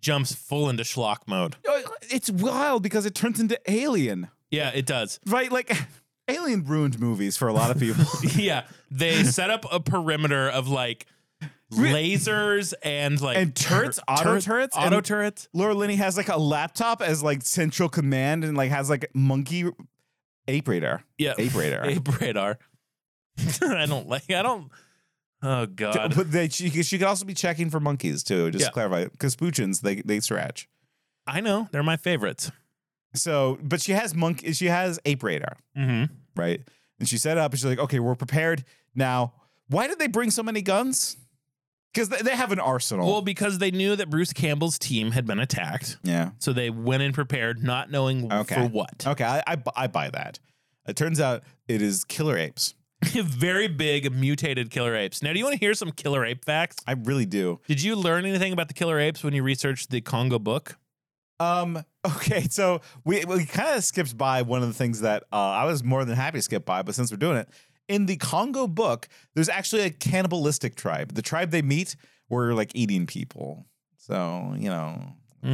Speaker 1: jumps full into schlock mode.
Speaker 2: Uh, It's wild because it turns into Alien,
Speaker 1: Yeah, it does.
Speaker 2: right? Like Alien ruined movies for a lot of people.
Speaker 1: yeah, they set up a perimeter of like lasers and like
Speaker 2: and turrets,
Speaker 1: tur-
Speaker 2: auto
Speaker 1: tur-
Speaker 2: turrets,
Speaker 1: auto
Speaker 2: and
Speaker 1: turrets.
Speaker 2: Laura Linney has like a laptop as like central command and like has like monkey ape radar.
Speaker 1: Yeah,
Speaker 2: ape radar.
Speaker 1: ape radar. I don't like. I don't. Oh god.
Speaker 2: But they, she, she could also be checking for monkeys too. Just
Speaker 1: Yeah.
Speaker 2: to clarify, because Puchins they they scratch.
Speaker 1: I know they're my favorites.
Speaker 2: So, but she has monk. She has ape radar,
Speaker 1: Mm-hmm.
Speaker 2: right? And she set up, and she's like, "Okay, we're prepared now." Why did they bring so many guns? Because they, they have an arsenal.
Speaker 1: Well, because they knew that Bruce Campbell's team had been attacked,
Speaker 2: yeah.
Speaker 1: so they went in prepared, not knowing
Speaker 2: Okay.
Speaker 1: for what.
Speaker 2: Okay, I, I bu- I buy that. It turns out it is killer apes.
Speaker 1: Very big mutated killer apes. Now, do you want to hear some killer ape facts?
Speaker 2: I really do.
Speaker 1: Did you learn anything about the killer apes when you researched the Congo book?
Speaker 2: Um. Okay, so we we kind of skipped by one of the things that uh, I was more than happy to skip by, but since we're doing it in the Congo book, there's actually a cannibalistic tribe. The tribe they meet were like eating people. So you know, so,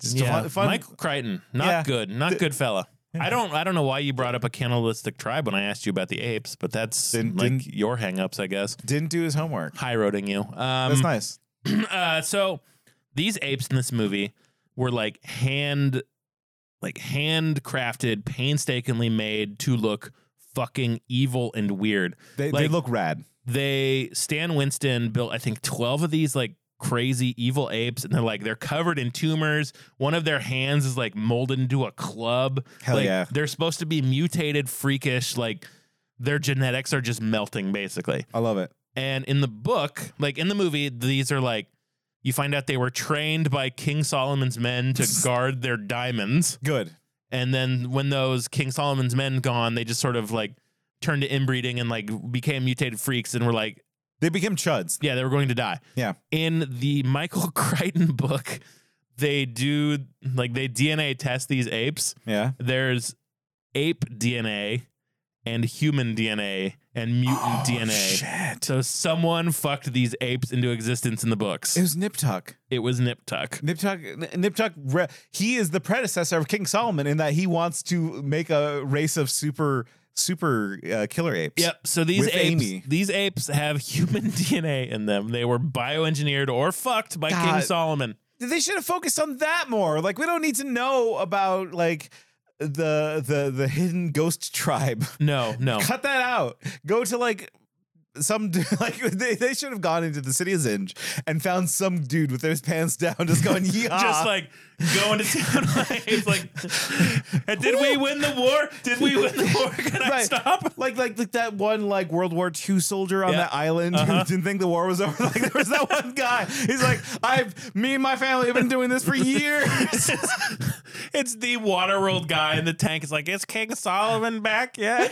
Speaker 2: just a
Speaker 1: Hmm. yeah.
Speaker 2: fun, fun-
Speaker 1: Michael Crichton, not
Speaker 2: Yeah.
Speaker 1: good, not
Speaker 2: Th-
Speaker 1: good fella. I don't, I don't know why you brought up a cannibalistic tribe when I asked you about the apes, but that's
Speaker 2: Didn't-
Speaker 1: like
Speaker 2: didn't-
Speaker 1: your hangups, I guess.
Speaker 2: didn't do his homework.
Speaker 1: High roading you. Um,
Speaker 2: That's nice.
Speaker 1: uh, so these apes in this movie were like hand, like handcrafted, painstakingly made to look fucking evil and weird.
Speaker 2: They, they
Speaker 1: like-
Speaker 2: look rad.
Speaker 1: they Stan Winston built I think 12 of these like crazy evil apes and they're like they're covered in tumors one of their hands is like molded into a club
Speaker 2: Hell
Speaker 1: like
Speaker 2: yeah.
Speaker 1: they're supposed to be mutated freakish like their genetics are just melting basically
Speaker 2: I love it.
Speaker 1: And in the book, like in the movie, these are like you find out they were trained by King Solomon's men to guard their diamonds.
Speaker 2: Good.
Speaker 1: And then when those King Solomon's men gone, they just sort of like turned to inbreeding and like became mutated freaks and were like
Speaker 2: they became chuds.
Speaker 1: Yeah, they were going to die.
Speaker 2: Yeah.
Speaker 1: In the Michael Crichton book, they do like they DNA test these apes.
Speaker 2: Yeah.
Speaker 1: There's ape DNA and human DNA and mutant
Speaker 2: Oh,
Speaker 1: DNA. So someone fucked these apes into existence in the books.
Speaker 2: It was Nip Tuck.
Speaker 1: It was Nip Tuck.
Speaker 2: Nip Tuck, Nip Tuck, re- he is the predecessor of King Solomon in that he wants to make a race of super, super uh, killer apes.
Speaker 1: Yep. So these
Speaker 2: With
Speaker 1: apes,
Speaker 2: Amy.
Speaker 1: these apes have human DNA in them. They were bioengineered or fucked by King
Speaker 2: God.
Speaker 1: Solomon.
Speaker 2: They should have focused on that more. Like we don't need to know about like the the the hidden ghost tribe.
Speaker 1: No, no.
Speaker 2: Cut that out. Go to like some d- like they, they should have gone into the city of Zinj and found some dude with his pants down just going yeah
Speaker 1: Just like going to town. like, it's like, "And did we win the war? Did we win the war? Can I
Speaker 2: Right.
Speaker 1: stop?
Speaker 2: Like, like, like that one like World War II soldier on
Speaker 1: Yeah.
Speaker 2: that island
Speaker 1: Uh-huh.
Speaker 2: who didn't think the war was over. Like, there was that one guy. He's like, I've me and my family have been doing this for years.
Speaker 1: It's the Waterworld guy in the tank. It's like, is King Solomon back yet?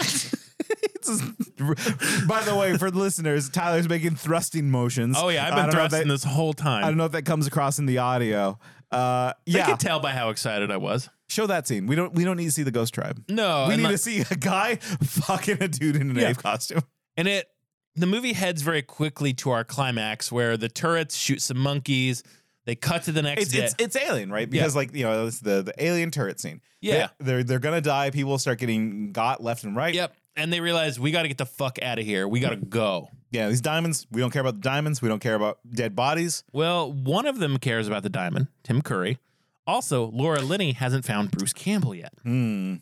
Speaker 2: By the way, for the listeners, Tyler's making thrusting motions.
Speaker 1: Oh, yeah, I've been
Speaker 2: I don't know if
Speaker 1: thrusting
Speaker 2: that-
Speaker 1: this whole time.
Speaker 2: I don't know if that comes across in the audio. Uh,
Speaker 1: You
Speaker 2: yeah,
Speaker 1: could tell by how excited I was.
Speaker 2: show that scene. We don't. We don't need to see the ghost tribe.
Speaker 1: No,
Speaker 2: we
Speaker 1: and
Speaker 2: need
Speaker 1: like-
Speaker 2: to see a guy fucking a dude in an
Speaker 1: Yeah.
Speaker 2: ape costume.
Speaker 1: And it the movie heads very quickly to our climax where the turrets shoot some monkeys. They cut to the next
Speaker 2: It's,
Speaker 1: day.
Speaker 2: it's it's alien, right? Because
Speaker 1: Yeah.
Speaker 2: like you know, it's the the alien turret scene.
Speaker 1: Yeah.
Speaker 2: They- they're they're gonna die. People start getting got left and right.
Speaker 1: Yep. And they realize we got to get the fuck out of here. We got to go.
Speaker 2: Yeah, these diamonds. We don't care about the diamonds. We don't care about dead bodies.
Speaker 1: Well, one of them cares about the diamond, Tim Curry. Also, Laura Linney hasn't found Bruce Campbell yet.
Speaker 2: Hmm.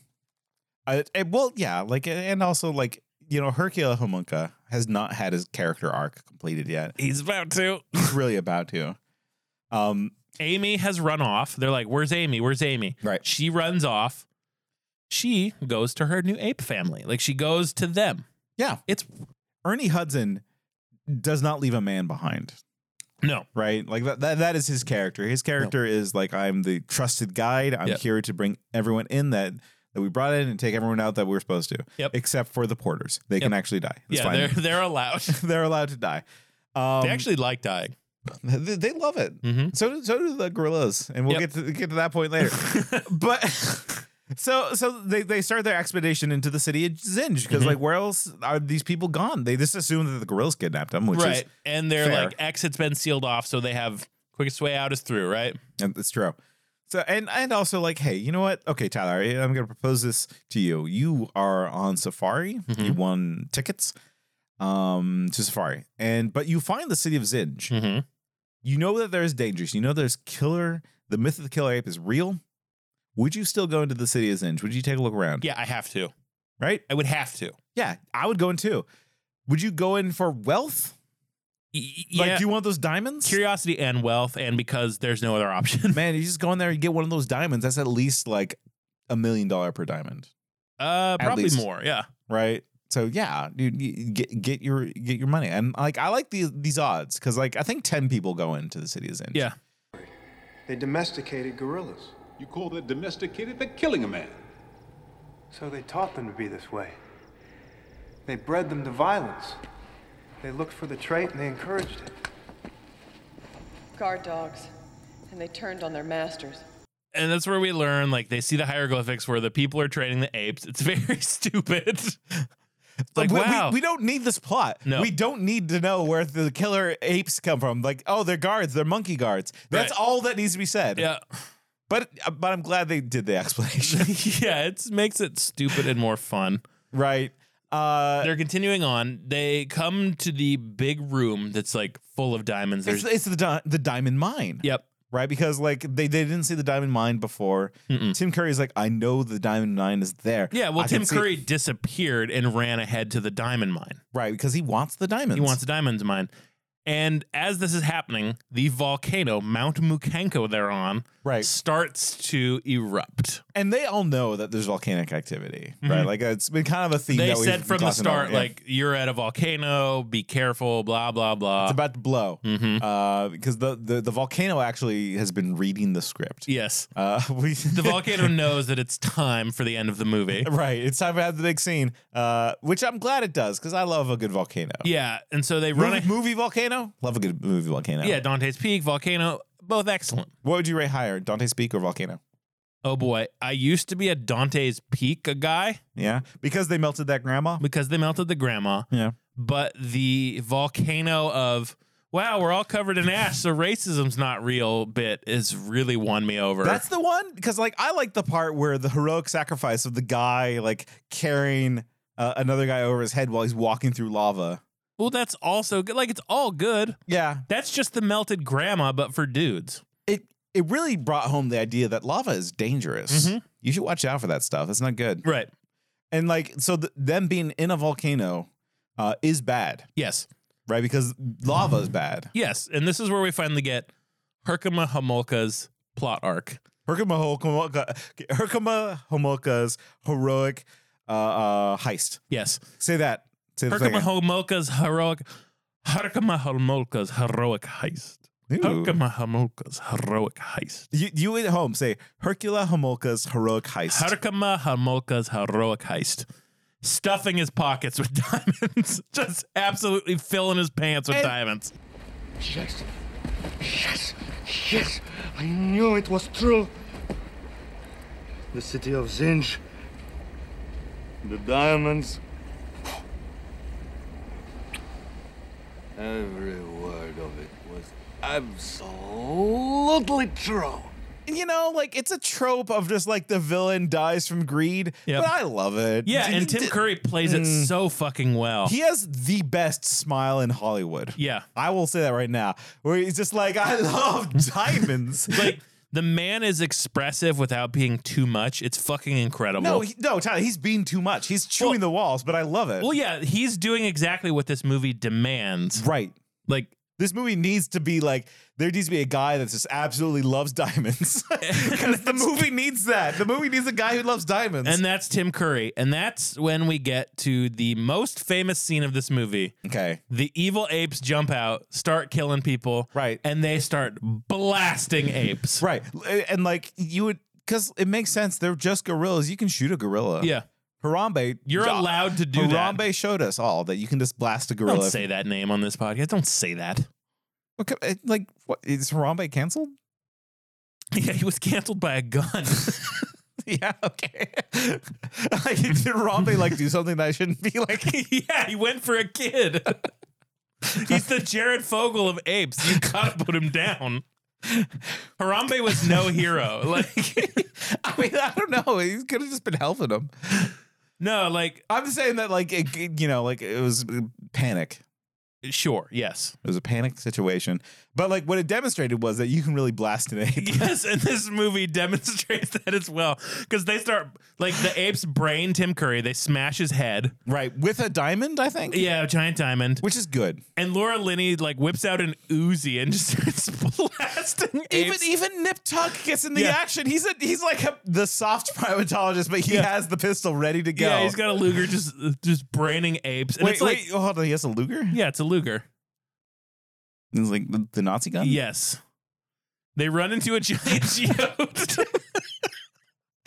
Speaker 2: I, I- well, yeah, like, and also like you know, Hercule Homunca has not had his character arc completed yet.
Speaker 1: He's about to.
Speaker 2: He's really about to. Um,
Speaker 1: Amy has run off. They're like, "Where's Amy? Where's Amy?"
Speaker 2: Right.
Speaker 1: She runs off. She goes to her new ape family. Like she goes to them.
Speaker 2: yeah,
Speaker 1: it's
Speaker 2: Ernie Hudson does not leave a man behind.
Speaker 1: No.
Speaker 2: right? Like that, that, that is his character. His character is like I'm the trusted guide. I'm
Speaker 1: Yep.
Speaker 2: here to bring everyone in that that we brought in and take everyone out that we are supposed to.
Speaker 1: Yep.
Speaker 2: Except for the porters. They can actually die. That's
Speaker 1: yeah,
Speaker 2: fine.
Speaker 1: they're they're allowed.
Speaker 2: They're allowed to die. Um,
Speaker 1: they actually like dying.
Speaker 2: they, they love it. So do- so do the gorillas, and we'll
Speaker 1: Yep.
Speaker 2: get to get to that point later. but so so they they start their expedition into the city of Zinj
Speaker 1: Mm-hmm.
Speaker 2: because like where else are these people gone? They just assume that the gorillas kidnapped them, which
Speaker 1: right.
Speaker 2: is
Speaker 1: and they're
Speaker 2: fair.
Speaker 1: like exit's been sealed off, so they have quickest way out is through. Right.
Speaker 2: And That's true. So and and also like, hey, you know what? Okay, Tyler, I- I'm gonna propose this to you. You are on Safari. You won tickets um to Safari, and but you find the city of Zinj.
Speaker 1: Hmm.
Speaker 2: You know that there's dangers. You know there's killer. The myth of the killer ape is real. Would you still go into the city of Zinj? Would you take a look around?
Speaker 1: Yeah, I have to.
Speaker 2: Right.
Speaker 1: I would have to.
Speaker 2: Yeah, I would go in too. Would you go in for wealth? Like, do you want those diamonds?
Speaker 1: Curiosity and wealth, and because there's no other option.
Speaker 2: Man, you just go in there and get one of those diamonds. That's at least like a million dollar per diamond.
Speaker 1: Uh,
Speaker 2: At
Speaker 1: probably
Speaker 2: least.
Speaker 1: more. Yeah.
Speaker 2: right? So yeah, dude, you- you get get your get your money, and like I like these these odds because like I think ten people go into the city of Zinj.
Speaker 1: Yeah,
Speaker 15: They domesticated gorillas.
Speaker 19: You call that domesticated? They're killing a man.
Speaker 15: So they taught them to be this way. They bred them to violence. They looked for the trait and they encouraged it.
Speaker 5: Guard dogs. And they turned on their masters.
Speaker 1: and that's where we learn like they see the hieroglyphics where the people are training the apes. It's very stupid. like
Speaker 2: Like Um, we,
Speaker 1: wow,
Speaker 2: we, we don't need this plot.
Speaker 1: No.
Speaker 2: We don't need to know where the killer apes come from. Like, oh, they're guards, they're monkey guards. That's
Speaker 1: Right.
Speaker 2: all that needs to be said.
Speaker 1: Yeah.
Speaker 2: But uh, but I'm glad they did the explanation.
Speaker 1: yeah, it makes it stupid and more fun.
Speaker 2: Right. Uh,
Speaker 1: They're continuing on. They come to the big room that's like full of diamonds.
Speaker 2: it's,
Speaker 1: There's
Speaker 2: it's the di- the diamond mine.
Speaker 1: Yep.
Speaker 2: Right, because like they, they didn't see the diamond mine before. Tim Curry's like, I know the diamond mine is there.
Speaker 1: yeah. Well,
Speaker 2: I can
Speaker 1: Tim
Speaker 2: see it."
Speaker 1: Curry disappeared and ran ahead to the diamond mine.
Speaker 2: right because he wants the diamonds.
Speaker 1: He wants the diamonds mine, And as this is happening, the volcano, Mount Mukanko they're on,
Speaker 2: right.
Speaker 1: starts to erupt.
Speaker 2: And they all know that there's volcanic activity, right?
Speaker 1: Mhm.
Speaker 2: Like it's been kind of a theme.
Speaker 1: They
Speaker 2: that we've
Speaker 1: said
Speaker 2: been
Speaker 1: from the
Speaker 2: glossing over,
Speaker 1: start,
Speaker 2: yeah.
Speaker 1: like, you're at a volcano, be careful, blah, blah, blah.
Speaker 2: it's about to blow because
Speaker 1: Mm-hmm.
Speaker 2: the, the the volcano actually has been reading the script.
Speaker 1: Yes.
Speaker 2: Uh, we
Speaker 1: the volcano knows that it's time for the end of the movie.
Speaker 2: right. It's time to have the big scene, uh, which I'm glad it does because I love a good volcano.
Speaker 1: Yeah. And so they run
Speaker 2: movie, movie volcano. Love a good movie volcano.
Speaker 1: a. Yeah, Dante's Peak, Volcano, both excellent.
Speaker 2: What would you rate higher, Dante's Peak or Volcano?
Speaker 1: Oh boy, I used to be a Dante's Peak guy
Speaker 2: Yeah, because they melted that grandma.
Speaker 1: because they melted the grandma.
Speaker 2: Yeah.
Speaker 1: But the volcano of wow, we're all covered in ash, so racism's not real bit has really won me over.
Speaker 2: That's the one because like I like the part where the heroic sacrifice of the guy like carrying uh, another guy over his head while he's walking through lava.
Speaker 1: well, that's also good. Like it's all good.
Speaker 2: Yeah,
Speaker 1: That's just the melted grandma, but for dudes.
Speaker 2: it it really brought home the idea that lava is dangerous. You should watch out for that stuff. It's not good.
Speaker 1: Right.
Speaker 2: And like so, th- them being in a volcano uh, is bad,
Speaker 1: Yes.
Speaker 2: right? Because lava is bad.
Speaker 1: Yes. And this is where we finally get Herkimer Homolka's plot arc.
Speaker 2: Herkimer Homolka, Herkimer Homolka's heroic uh, uh, heist.
Speaker 1: Yes.
Speaker 2: Say that. Say the thing.
Speaker 1: Herkimer Homolka's heroic Herkimer Homolka's heroic heist.
Speaker 2: Ooh.
Speaker 1: Herkimer Homolka's heroic heist.
Speaker 2: You, you at home say Hercula Homolka's heroic heist.
Speaker 1: Herkimer Homolka's heroic heist. Stuffing his pockets with diamonds. Just absolutely filling his pants with diamonds.
Speaker 7: Yes. Yes. Yes. I knew it was true. The city of Zinj. The diamonds.
Speaker 9: Every word of it was absolutely true.
Speaker 2: you know, like it's a trope of just like the villain dies from greed,
Speaker 1: Yep.
Speaker 2: but I love it.
Speaker 1: Yeah,
Speaker 2: D-
Speaker 1: and
Speaker 2: d-
Speaker 1: Tim Curry plays it
Speaker 2: Mm.
Speaker 1: so fucking well.
Speaker 2: He has the best smile in Hollywood.
Speaker 1: yeah.
Speaker 2: I will say that right now. Where he's just like, I love diamonds.
Speaker 1: Like the man is expressive without being too much. It's fucking incredible.
Speaker 2: no, he, no, Tyler, he's being too much. He's chewing the walls, but I love it.
Speaker 1: well, yeah, he's doing exactly what this movie demands.
Speaker 2: right.
Speaker 1: Like
Speaker 2: This movie needs to be like there needs to be a guy that just absolutely loves diamonds. Because the movie needs that. The movie needs a guy who loves diamonds.
Speaker 1: And that's Tim Curry. And that's when we get to the most famous scene of this movie.
Speaker 2: okay.
Speaker 1: The evil apes jump out, start killing people.
Speaker 2: Right.
Speaker 1: And they start blasting apes.
Speaker 2: Right. And like you would because it makes sense. They're just gorillas. You can shoot a gorilla.
Speaker 1: Yeah.
Speaker 2: Harambe.
Speaker 1: You're
Speaker 2: Ja-
Speaker 1: allowed to do that.
Speaker 2: Harambe showed us all that you can just blast a gorilla.
Speaker 1: Don't say that name on this podcast. Don't say that.
Speaker 2: Okay, it- like, what is Harambe canceled?
Speaker 1: Yeah, he was canceled by a gun.
Speaker 2: Yeah, okay. like, did Harambe like do something that I shouldn't be like?
Speaker 1: yeah, he went for a kid. He's the Jared Fogle of apes. You gotta put him down. Harambe was no hero. Like,
Speaker 2: I mean, I don't know. He could have just been helping him.
Speaker 1: no, like,
Speaker 2: I'm just saying that, like, it, you know, like it was uh, panic.
Speaker 1: sure, yes.
Speaker 2: It was a panic situation. But like, what it demonstrated was that you can really blast an ape.
Speaker 1: Yes, and this movie demonstrates that as well because they start like the ape's brain, Tim Curry. They smash his head.
Speaker 2: Right, with a diamond, I think.
Speaker 1: Yeah, giant diamond.
Speaker 2: Which is good.
Speaker 1: And Laura Linney like whips out an Uzi and just starts blasting apes.
Speaker 2: Even even Nip Tuck gets in the
Speaker 1: Yeah.
Speaker 2: action. He's a, he's like a, the soft primatologist, but he
Speaker 1: Yeah.
Speaker 2: has the pistol ready to go.
Speaker 1: yeah, he's got a Luger just just braining apes. And
Speaker 2: wait,
Speaker 1: it's like
Speaker 2: wait, hold on. He has a Luger.
Speaker 1: yeah, it's a Luger.
Speaker 2: It's like the, the Nazi gun.
Speaker 1: Yes. They run into a giant geode.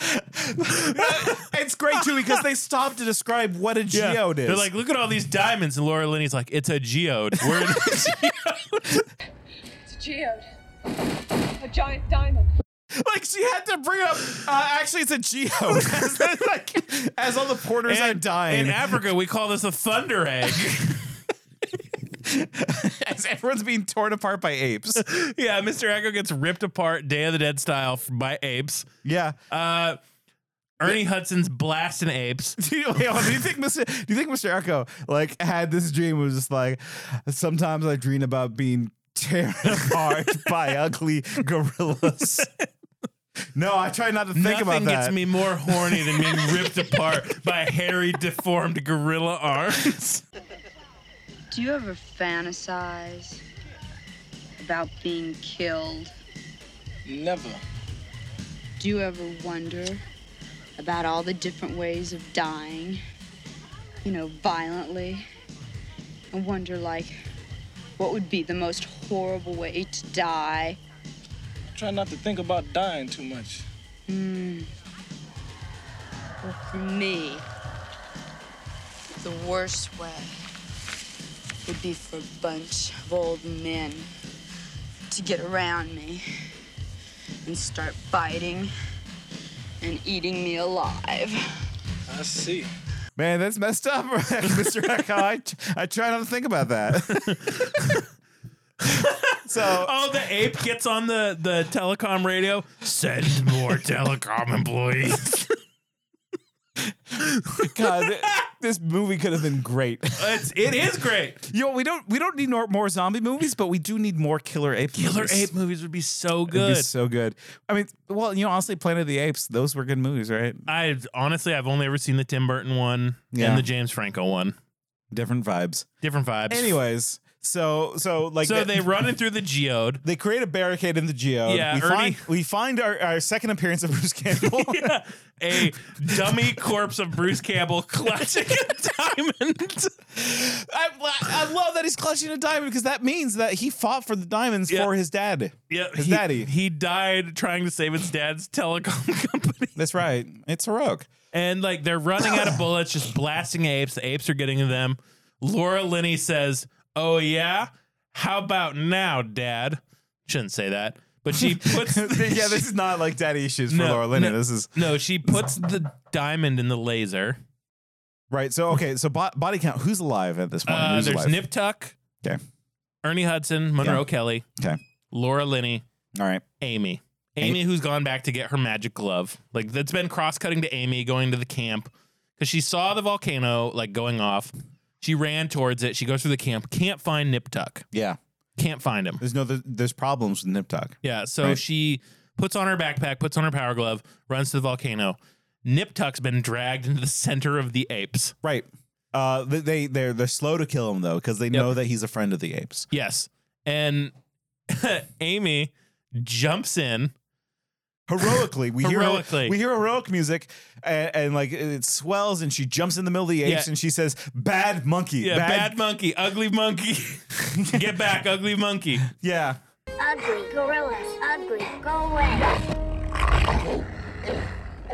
Speaker 2: it's great too because they stopped to describe what a
Speaker 1: Yeah.
Speaker 2: geode is.
Speaker 1: They're like, look at all these diamonds, and Laura Linney's like, it's a geode. We're in
Speaker 5: It's a geode. A giant diamond.
Speaker 2: like she had to bring up. Uh, actually, it's a geode. as, like, as all the porters are dying,
Speaker 1: In Africa, we call this a thunder egg.
Speaker 2: as everyone's being torn apart by apes.
Speaker 1: yeah, Mr. Echo gets ripped apart, Day of the Dead style, f- by apes.
Speaker 2: Yeah.
Speaker 1: Uh, Ernie Hudson's blasting apes.
Speaker 2: do you, wait, hold on. do you think Mr. Do you think Mr. Echo like had this dream? Was just like sometimes I dream about being tear apart by ugly gorillas. No, I try not to think
Speaker 1: Nothing
Speaker 2: about that.
Speaker 1: gets me more horny than being ripped apart by hairy, deformed gorilla arms.
Speaker 11: Do you ever fantasize about being killed?
Speaker 12: Never.
Speaker 11: Do you ever wonder about all the different ways of dying? You know, violently? And wonder, like, what would be the most horrible way to die?
Speaker 12: Try not to think about dying too much.
Speaker 11: Hmm. Well, for me, the worst way would be for a bunch of old men to get around me and start biting and eating me alive.
Speaker 12: I see.
Speaker 2: Man, that's messed up, Mr. Echo. I, I try not to think about that.
Speaker 1: So oh, the ape gets on the the telecom radio. Send more telecom employees.
Speaker 2: God, th- this movie could have been great.
Speaker 1: It's, it is great.
Speaker 2: You know, we don't we don't need nor- more zombie movies, but we do need more killer ape.
Speaker 1: Killer
Speaker 2: movies.
Speaker 1: ape movies would be so
Speaker 2: It'd be
Speaker 1: good.
Speaker 2: so good. I mean, well, you know, honestly, Planet of the Apes, those were good movies, right?
Speaker 1: I honestly, I've only ever seen the Tim Burton one
Speaker 2: Yeah.
Speaker 1: and the James Franco one.
Speaker 2: Different vibes.
Speaker 1: Different vibes.
Speaker 2: Anyways, so so like
Speaker 1: so they run in through the geode.
Speaker 2: They create a barricade in the geode.
Speaker 1: Yeah,
Speaker 2: we
Speaker 1: Ernie-
Speaker 2: find we find our, our second appearance of Bruce Campbell.
Speaker 1: A dummy corpse of Bruce Campbell clutching a diamond.
Speaker 2: I, I love that he's clutching a diamond because that means that he fought for the diamonds for his dad.
Speaker 1: Yeah,
Speaker 2: his
Speaker 1: he-
Speaker 2: daddy.
Speaker 1: He died trying to save his dad's telecom company.
Speaker 2: That's right. It's heroic.
Speaker 1: And like they're running out of bullets, just blasting apes. The apes are getting to them. Laura Linney says, "Oh yeah, how about now, Dad?" Shouldn't say that, but she puts.
Speaker 2: yeah, this is not like daddy issues for Laura Linney.
Speaker 1: No,
Speaker 2: This is
Speaker 1: no. She puts the diamond in the laser.
Speaker 2: right. So okay, so bo- body count. Who's alive at this point?
Speaker 1: Uh,
Speaker 2: Who's
Speaker 1: there's
Speaker 2: alive?
Speaker 1: Nip Tuck,
Speaker 2: Okay.
Speaker 1: Ernie Hudson, Monroe
Speaker 2: Yeah.
Speaker 1: Kelly,
Speaker 2: Okay.
Speaker 1: Laura Linney,
Speaker 2: All right.
Speaker 1: Amy. Amy, who's gone back to get her magic glove. Like, that's been cross cutting to Amy going to the camp because she saw the volcano, like, going off. She ran towards it. She goes through the camp, can't find Nip Tuck.
Speaker 2: Yeah.
Speaker 1: Can't find him.
Speaker 2: There's no. There's, there's problems with Nip Tuck.
Speaker 1: Yeah. So
Speaker 2: Right.
Speaker 1: she puts on her backpack, puts on her power glove, runs to the volcano. Nip Tuck's been dragged into the center of the apes.
Speaker 2: Right. Uh, they- they they're they're slow to kill him though because they know that he's a friend of the apes.
Speaker 1: Yes. And Amy jumps in.
Speaker 2: Heroically, we hear
Speaker 1: Heroically.
Speaker 2: we hear heroic music, and, and like it swells, and she jumps in the middle of the apes,
Speaker 1: Yeah.
Speaker 2: and she says, "Bad monkey,
Speaker 1: Yeah, bad, monkey, ugly monkey. Get back, ugly monkey.
Speaker 2: yeah."
Speaker 18: Ugly gorillas. Ugly. Go away.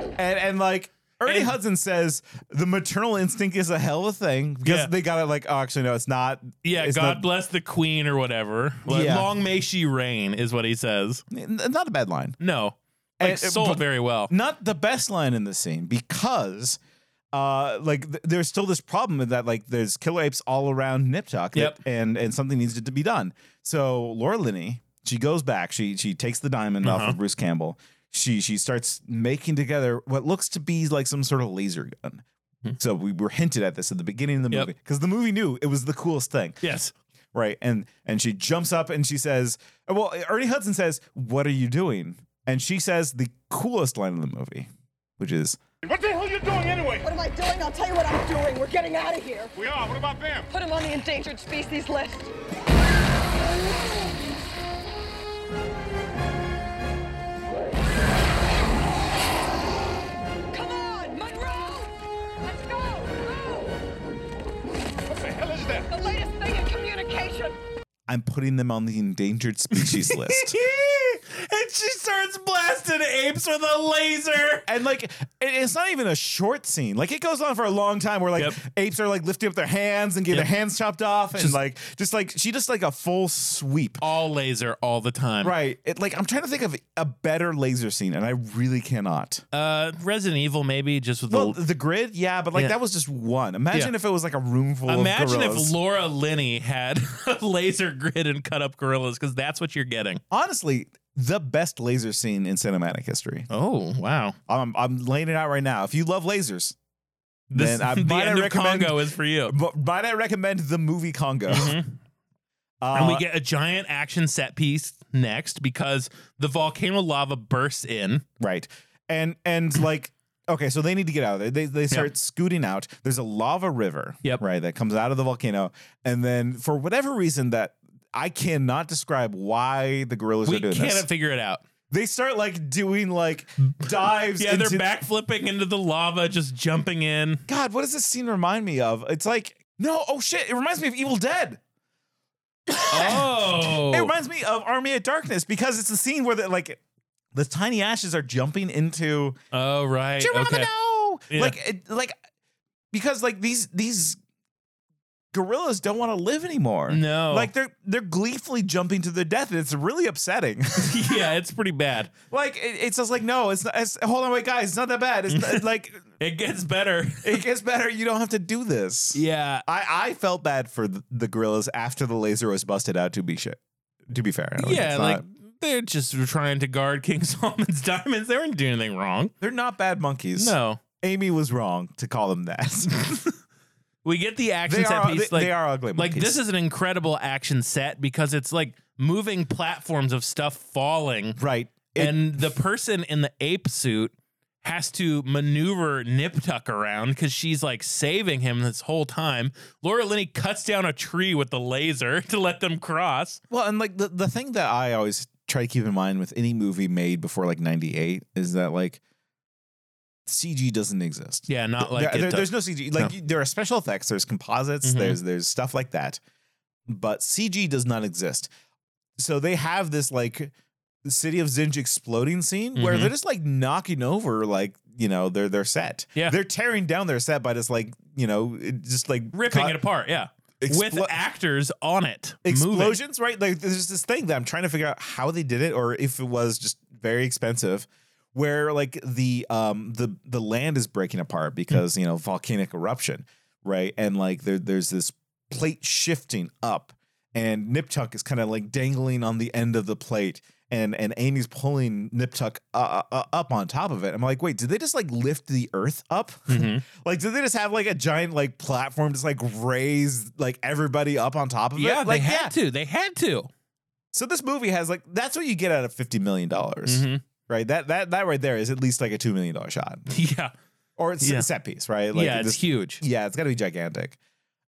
Speaker 2: And and like Ernie Hudson says, the maternal instinct is a hell of a thing because
Speaker 1: Yeah.
Speaker 2: they got it like, oh, actually, no, it's not.
Speaker 1: Yeah,
Speaker 2: it's
Speaker 1: God
Speaker 2: not-
Speaker 1: bless the queen or whatever. Like,
Speaker 2: Yeah.
Speaker 1: Long may she reign is what he says.
Speaker 2: N- Not a bad line.
Speaker 1: No, like
Speaker 2: And-
Speaker 1: sold
Speaker 2: but
Speaker 1: very well.
Speaker 2: Not the best line in the scene because. Uh, like th- there's still this problem with that like there's killer apes all around Nip Tuck that-
Speaker 1: Yep.
Speaker 2: and and something needs to be done. So Laura Linney she goes back she she takes the diamond off
Speaker 1: Uh-huh.
Speaker 2: of Bruce Campbell. She she starts making together what looks to be like some sort of laser gun.
Speaker 1: Hmm.
Speaker 2: So we were hinted at this at the beginning of the movie because the movie knew it was the coolest thing.
Speaker 1: Yes.
Speaker 2: Right. And and she jumps up and she says, well, Ernie Hudson says, "What are you doing?" And she says the coolest line in the movie, which is,
Speaker 4: What the hell are you doing anyway? What am I doing? I'll tell you what I'm doing. We're getting out of here.
Speaker 7: We are. What about them?
Speaker 4: Put him on the endangered species list. Come on, Monroe! Let's go! Move! What the hell is that? The latest thing in communication.
Speaker 2: "I'm putting them on the endangered species list."
Speaker 1: and she starts blasting apes with a laser.
Speaker 2: And like, it- it's not even a short scene. Like, it goes on for a long time where like apes are like lifting up their hands and getting
Speaker 1: Yep.
Speaker 2: their hands chopped off, and
Speaker 1: Just-
Speaker 2: like, just like she just like a full sweep.
Speaker 1: All laser, all the time.
Speaker 2: Right. It, like, I'm trying to think of a better laser scene, and I really cannot.
Speaker 1: Uh, Resident Evil, maybe just with
Speaker 2: Well,
Speaker 1: the.
Speaker 2: the grid, yeah, but like
Speaker 1: Yeah.
Speaker 2: that was just one. Imagine
Speaker 1: Yeah.
Speaker 2: if it was like a room full of
Speaker 1: Imagine
Speaker 2: gorillas.
Speaker 1: if Laura Linney had a laser grid and cut up gorillas because that's what you're getting.
Speaker 2: honestly the best laser scene in cinematic history.
Speaker 1: Oh wow!
Speaker 2: I'm I'm laying it out right now. If you love lasers,
Speaker 1: This,
Speaker 2: then I,
Speaker 1: the
Speaker 2: might I
Speaker 1: end of
Speaker 2: recommend
Speaker 1: Congo is for you.
Speaker 2: but might I recommend the movie Congo? Uh,
Speaker 1: Mm-hmm. and we get a giant action set piece next because the volcano lava bursts in.
Speaker 2: right, and and like okay, so they need to get out of there. They they start scooting out. There's a lava river, yep. right, that comes out of the volcano, and then for whatever reason that. I cannot describe why the gorillas
Speaker 1: We
Speaker 2: are doing
Speaker 1: cannot
Speaker 2: this.
Speaker 1: figure it out.
Speaker 2: They start like doing like dives.
Speaker 1: Yeah,
Speaker 2: into-
Speaker 1: they're backflipping into the lava, just jumping in.
Speaker 2: God, what does this scene remind me of? It's like no, oh shit! It reminds me of Evil Dead.
Speaker 1: Oh,
Speaker 2: It reminds me of Army of Darkness because it's the scene where the like the tiny ashes are jumping into
Speaker 1: Oh right.
Speaker 2: Geronimo.
Speaker 1: Yeah.
Speaker 2: Like it, like because like these these gorillas don't want to live anymore.
Speaker 1: No.
Speaker 2: Like they're they're gleefully jumping to their death and it's really upsetting.
Speaker 1: yeah, it's pretty bad.
Speaker 2: like it, it's just like no, it's not it's, hold on wait guys, it's not that bad. It's not, like
Speaker 1: It gets better.
Speaker 2: it gets better. You don't have to do this.
Speaker 1: Yeah.
Speaker 2: I I felt bad for the, the gorillas after the laser was busted out to be shit. To be fair.
Speaker 1: yeah,
Speaker 2: it's
Speaker 1: like
Speaker 2: not-
Speaker 1: they're just trying to guard King Solomon's diamonds. They weren't doing anything wrong.
Speaker 2: they're not bad monkeys.
Speaker 1: No.
Speaker 2: Amy was wrong to call them that.
Speaker 1: We get the action
Speaker 2: They
Speaker 1: set
Speaker 2: are-
Speaker 1: piece.
Speaker 2: they-
Speaker 1: like,
Speaker 2: they are ugly
Speaker 1: Like
Speaker 2: monkeys.
Speaker 1: this is an incredible action set because it's like moving platforms of stuff falling.
Speaker 2: Right.
Speaker 1: and the person in the ape suit has to maneuver Nip Tuck around because she's like saving him this whole time. Laura Linney cuts down a tree with the laser to let them cross.
Speaker 2: Well, and like the, the thing that I always try to keep in mind with any movie made before like 98 is that like CG doesn't exist.
Speaker 1: Yeah, not like
Speaker 2: There-
Speaker 1: it
Speaker 2: there-
Speaker 1: does-
Speaker 2: there's no CG. Like
Speaker 1: No.
Speaker 2: you- there are special effects, there's composites,
Speaker 1: Mhm.
Speaker 2: there's there's stuff like that. But CG does not exist. So they have this like City of Zinj exploding scene where
Speaker 1: Mhm.
Speaker 2: they're just like knocking over like, you know, their their set.
Speaker 1: Yeah.
Speaker 2: They're tearing down their set by just like, you know, it- just like
Speaker 1: ripping
Speaker 2: cut-
Speaker 1: it apart. Yeah, with
Speaker 2: Explo-
Speaker 1: actors on it. moving.
Speaker 2: explosions, right? Like there's this thing that I'm trying to figure out how they did it or if it was just very expensive where like the um the the land is breaking
Speaker 1: Hmm.
Speaker 2: apart because, you know, volcanic eruption, right? And like there there's this plate shifting up and Niptuck is kind of like dangling on the end of the plate and and Amy's pulling Niptuck uh, uh, up on top of it. I'm like, "Wait, did they just like lift the earth up?"
Speaker 1: Mm-hmm.
Speaker 2: Like, did they just have like a giant like platform just like raise like everybody up on top of it?
Speaker 1: Yeah, they
Speaker 2: Like,
Speaker 1: had to. They had to.
Speaker 2: So this movie has like that's what you get out of fifty million dollars,
Speaker 1: Mhm.
Speaker 2: right? That that that right there is at least like a two million dollar shot,
Speaker 1: Yeah,
Speaker 2: or it's
Speaker 1: Yeah.
Speaker 2: a set piece, right? Like,
Speaker 1: yeah, it's
Speaker 2: this-
Speaker 1: huge.
Speaker 2: Yeah, it's got to be gigantic.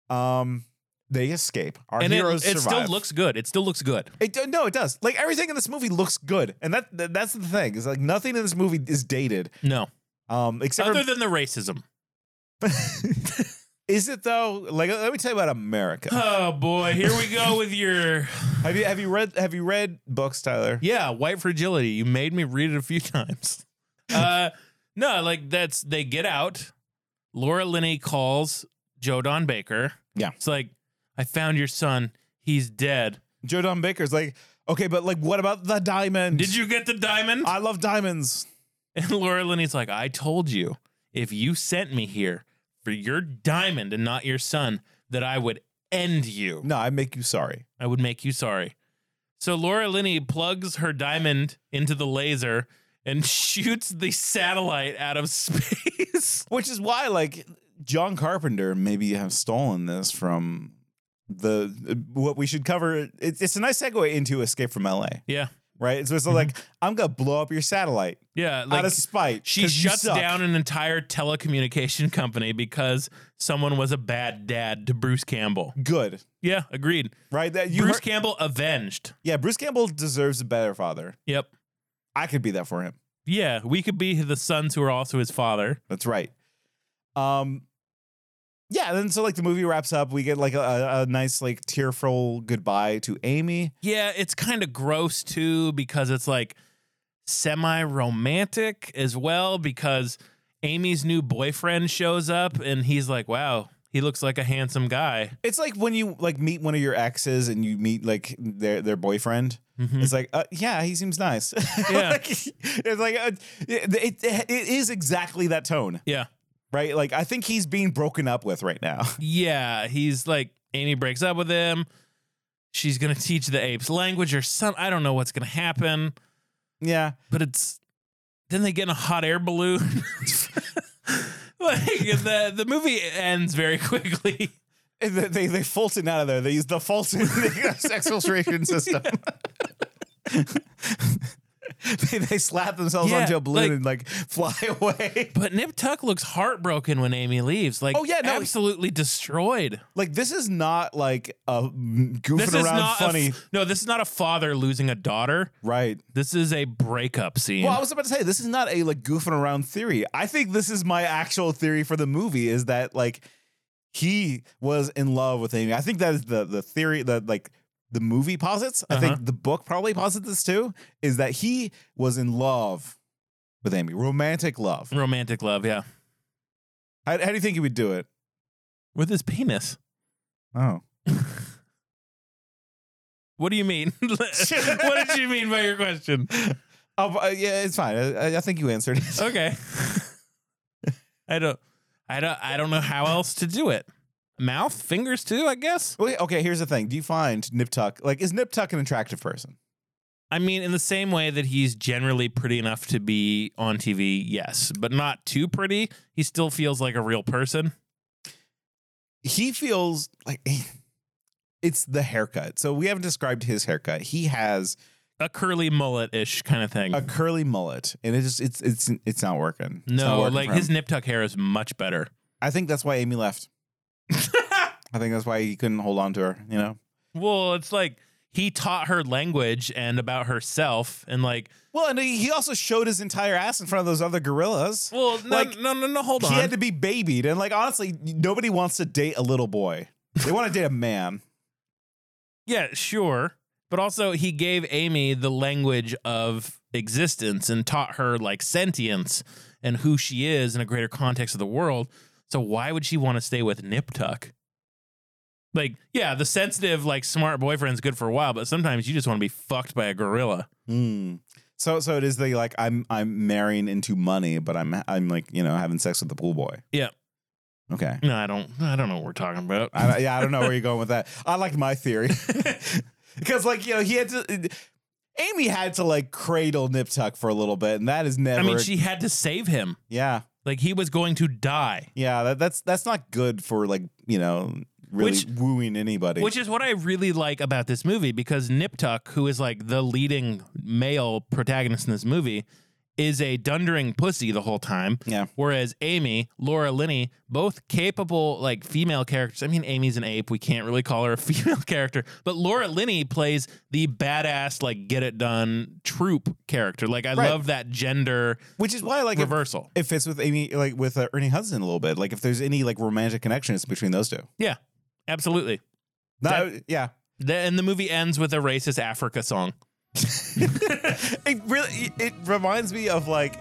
Speaker 2: Um, they escape. Our
Speaker 1: and it,
Speaker 2: heroes
Speaker 1: it still
Speaker 2: survive.
Speaker 1: looks good. It still looks good.
Speaker 2: It do- no, it does. Like everything in this movie looks good, and that, that that's the thing. Is like nothing in this movie is dated.
Speaker 1: No,
Speaker 2: Um, except
Speaker 1: other
Speaker 2: for,
Speaker 1: than the racism.
Speaker 2: is it though? Like let me tell you about America.
Speaker 1: Oh boy, here we go with your
Speaker 2: Have you have you read have you read books, Tyler?
Speaker 1: yeah white fragility. You made me read it a few times. Uh, no, like that's they get out. Laura Linney calls Joe Don Baker.
Speaker 2: Yeah.
Speaker 1: it's like I found your son. He's dead.
Speaker 2: Joe Don Baker's like, okay, but like, what about the diamond?
Speaker 1: Did you get the diamond?
Speaker 2: I love diamonds.
Speaker 1: And Laura Linney's like, I told you if you sent me here for your diamond and not your son, that I would end you.
Speaker 2: No, I make you sorry.
Speaker 1: I would make you sorry. So Laura Linney plugs her diamond into the laser and shoots the satellite out of space.
Speaker 2: Which is why, like, John Carpenter maybe have stolen this from the uh, what we should cover. It's, it's a nice segue into Escape from LA,
Speaker 1: yeah.
Speaker 2: right? So it's like, I'm gonna blow up your satellite
Speaker 1: Yeah.
Speaker 2: out of spite.
Speaker 1: she
Speaker 2: 'cause you
Speaker 1: shuts
Speaker 2: suck.
Speaker 1: down an entire telecommunication company because someone was a bad dad to Bruce Campbell.
Speaker 2: Good,
Speaker 1: Yeah, agreed.
Speaker 2: right? That you,
Speaker 1: Bruce
Speaker 2: heard-
Speaker 1: Campbell avenged.
Speaker 2: yeah. Bruce Campbell deserves a better father.
Speaker 1: Yep.
Speaker 2: I could be that for him.
Speaker 1: Yeah, we could be the sons who are also his father.
Speaker 2: That's right. Um, yeah. Then so like the movie wraps up. We get like a, a nice like tearful goodbye to Amy.
Speaker 1: Yeah, it's kind of gross too because it's like semi romantic as well because Amy's new boyfriend shows up and he's like, wow, he looks like a handsome guy.
Speaker 2: It's like when you like meet one of your exes and you meet like their their boyfriend.
Speaker 1: Mhm.
Speaker 2: It's like, uh, yeah, he seems nice.
Speaker 1: Yeah.
Speaker 2: Like, it's like uh, it, it, it is exactly that tone,
Speaker 1: Yeah.
Speaker 2: right? Like I think he's being broken up with right now.
Speaker 1: Yeah, he's like, Amy breaks up with him. She's going to teach the apes language or some. I don't know what's going to happen,
Speaker 2: yeah,
Speaker 1: but it's. Then they get in a hot air balloon. like the the movie ends very quickly.
Speaker 2: And they they, they Fulton out of there. They use the Fulton exfiltration system. they, they slap themselves
Speaker 1: Yeah,
Speaker 2: onto a balloon
Speaker 1: like-
Speaker 2: and like fly away.
Speaker 1: But Nip Tuck looks heartbroken when Amy leaves. Like,
Speaker 2: Oh, yeah, no,
Speaker 1: absolutely destroyed.
Speaker 2: Like this is not like a mm, goofing
Speaker 1: This is
Speaker 2: around
Speaker 1: not
Speaker 2: funny.
Speaker 1: A, f- no, this is not a father losing a daughter.
Speaker 2: Right.
Speaker 1: This is a breakup scene.
Speaker 2: Well, I was about to say this is not a like goofing around theory. I think this is my actual theory for the movie is that like he was in love with Amy. I think that is the the theory that like the movie posits. I
Speaker 1: Uh-huh.
Speaker 2: think the book probably posits this too. Is that he was in love with Amy, romantic
Speaker 1: Mm.
Speaker 2: love.
Speaker 1: Romantic love, yeah.
Speaker 2: How, how do you think he would do it?
Speaker 1: With his penis.
Speaker 2: Oh,
Speaker 1: What do you mean? what did you mean by your question?
Speaker 2: oh but, uh, yeah, it's fine. I, I- I think you answered it.
Speaker 1: Okay. I don't I don't I don't know how else to do it. Mouth, fingers too, I guess.
Speaker 2: Wait, okay, here's the thing. Do you find Nip Tuck like is Nip Tuck an attractive person?
Speaker 1: I mean, in the same way that he's generally pretty enough to be on TV, yes, but not too pretty. He still feels like a real person.
Speaker 2: he feels like it's the haircut. So we haven't described his haircut. He has
Speaker 1: A curly mullet ish kind of thing.
Speaker 2: a curly mullet, and it's just it's it's it's not working. It's not
Speaker 1: no,
Speaker 2: working
Speaker 1: like
Speaker 2: for him.
Speaker 1: his nip tuck hair is much better.
Speaker 2: I think that's why Amy left. I think that's why he couldn't hold on to her. You know.
Speaker 1: Well, it's like he taught her language and about herself and like
Speaker 2: Well, and he he also showed his entire ass in front of those other gorillas.
Speaker 1: well no
Speaker 2: Like,
Speaker 1: no no no hold on.
Speaker 2: he had to be babied, and like honestly, nobody wants to date a little boy. They want to date a man.
Speaker 1: Yeah, sure. But also, he gave Amy the language of existence and taught her like sentience and who she is in a greater context of the world. So why would she want to stay with Nip Tuck? Like, yeah, the sensitive, like smart boyfriend's good for a while, but sometimes you just want to be fucked by a gorilla.
Speaker 2: Hmm. So so it is the like I'm I'm marrying into money, but I'm I'm like you know having sex with the pool boy.
Speaker 1: Yeah.
Speaker 2: Okay.
Speaker 1: No, I don't. I don't know what we're talking about.
Speaker 2: I, yeah, I don't know where you're going with that. I like my theory because, like, you know, he had to. Amy had to like cradle Nip Tuck for a little bit, and that is never.
Speaker 1: I mean, she had to save him.
Speaker 2: Yeah,
Speaker 1: Like he was going to die,
Speaker 2: yeah. That, that's that's not good for like you know really
Speaker 1: Which-
Speaker 2: wooing anybody.
Speaker 1: which is what I really like about this movie because Nip Tuck, who is like the leading male protagonist in this movie, is a dundering pussy the whole time.
Speaker 2: yeah,
Speaker 1: Whereas Amy, Laura Linney, both capable like female characters. I mean, Amy's an ape. We can't really call her a female character, but Laura Linney plays the badass like get it done troop character. Like I
Speaker 2: Right.
Speaker 1: love that gender
Speaker 2: which is why like if-
Speaker 1: reversal.
Speaker 2: It fits with Amy, like with uh, Ernie Hudson a little bit. Like if there's any like romantic connections between those two.
Speaker 1: yeah, absolutely.
Speaker 2: No, yeah.
Speaker 1: The- and the movie ends with a racist Africa song.
Speaker 2: It really it reminds me of like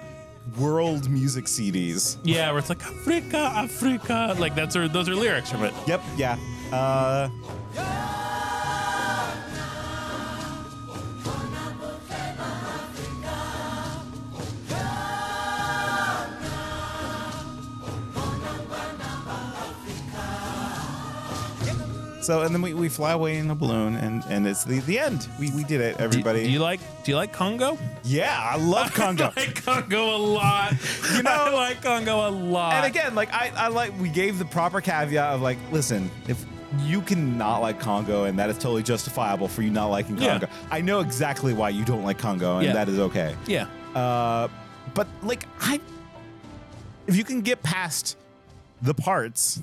Speaker 2: world music CDs.
Speaker 1: Yeah, where it's like Africa, Africa. Like that's her. Those are lyrics from it.
Speaker 2: Yep. Yeah. Uh, so and then we, we fly away in a balloon and and it's the, the end. We, we did it, everybody.
Speaker 1: Do, do you like? Do you like Congo?
Speaker 2: yeah, I love Congo.
Speaker 1: I like Congo a lot. You know, I like Congo a lot.
Speaker 2: and again, like I, I like we gave the proper caveat of like, listen, if you can not like Congo and that is totally justifiable for you not liking
Speaker 1: Yeah.
Speaker 2: Congo. I know exactly why you don't like Congo and
Speaker 1: Yeah.
Speaker 2: that is okay.
Speaker 1: yeah,
Speaker 2: Uh, but like I, if you can get past the parts,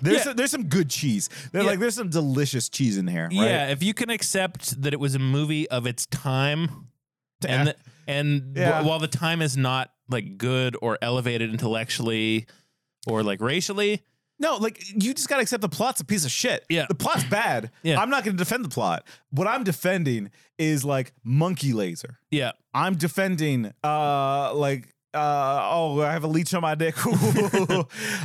Speaker 2: there's
Speaker 1: Yeah.
Speaker 2: some, there's some good cheese. There,
Speaker 1: Yeah.
Speaker 2: Like there's some delicious cheese in here. Right?
Speaker 1: yeah. If you can accept that it was a movie of its time, and the, and wh-
Speaker 2: Yeah.
Speaker 1: while the time is not like good or elevated intellectually or like racially,
Speaker 2: No, like you just gotta accept the plot's a piece of shit.
Speaker 1: Yeah.
Speaker 2: The plot's bad.
Speaker 1: Yeah.
Speaker 2: I'm not gonna defend the plot. What I'm defending is like monkey laser.
Speaker 1: yeah,
Speaker 2: I'm defending uh like uh oh I have a leech on my dick.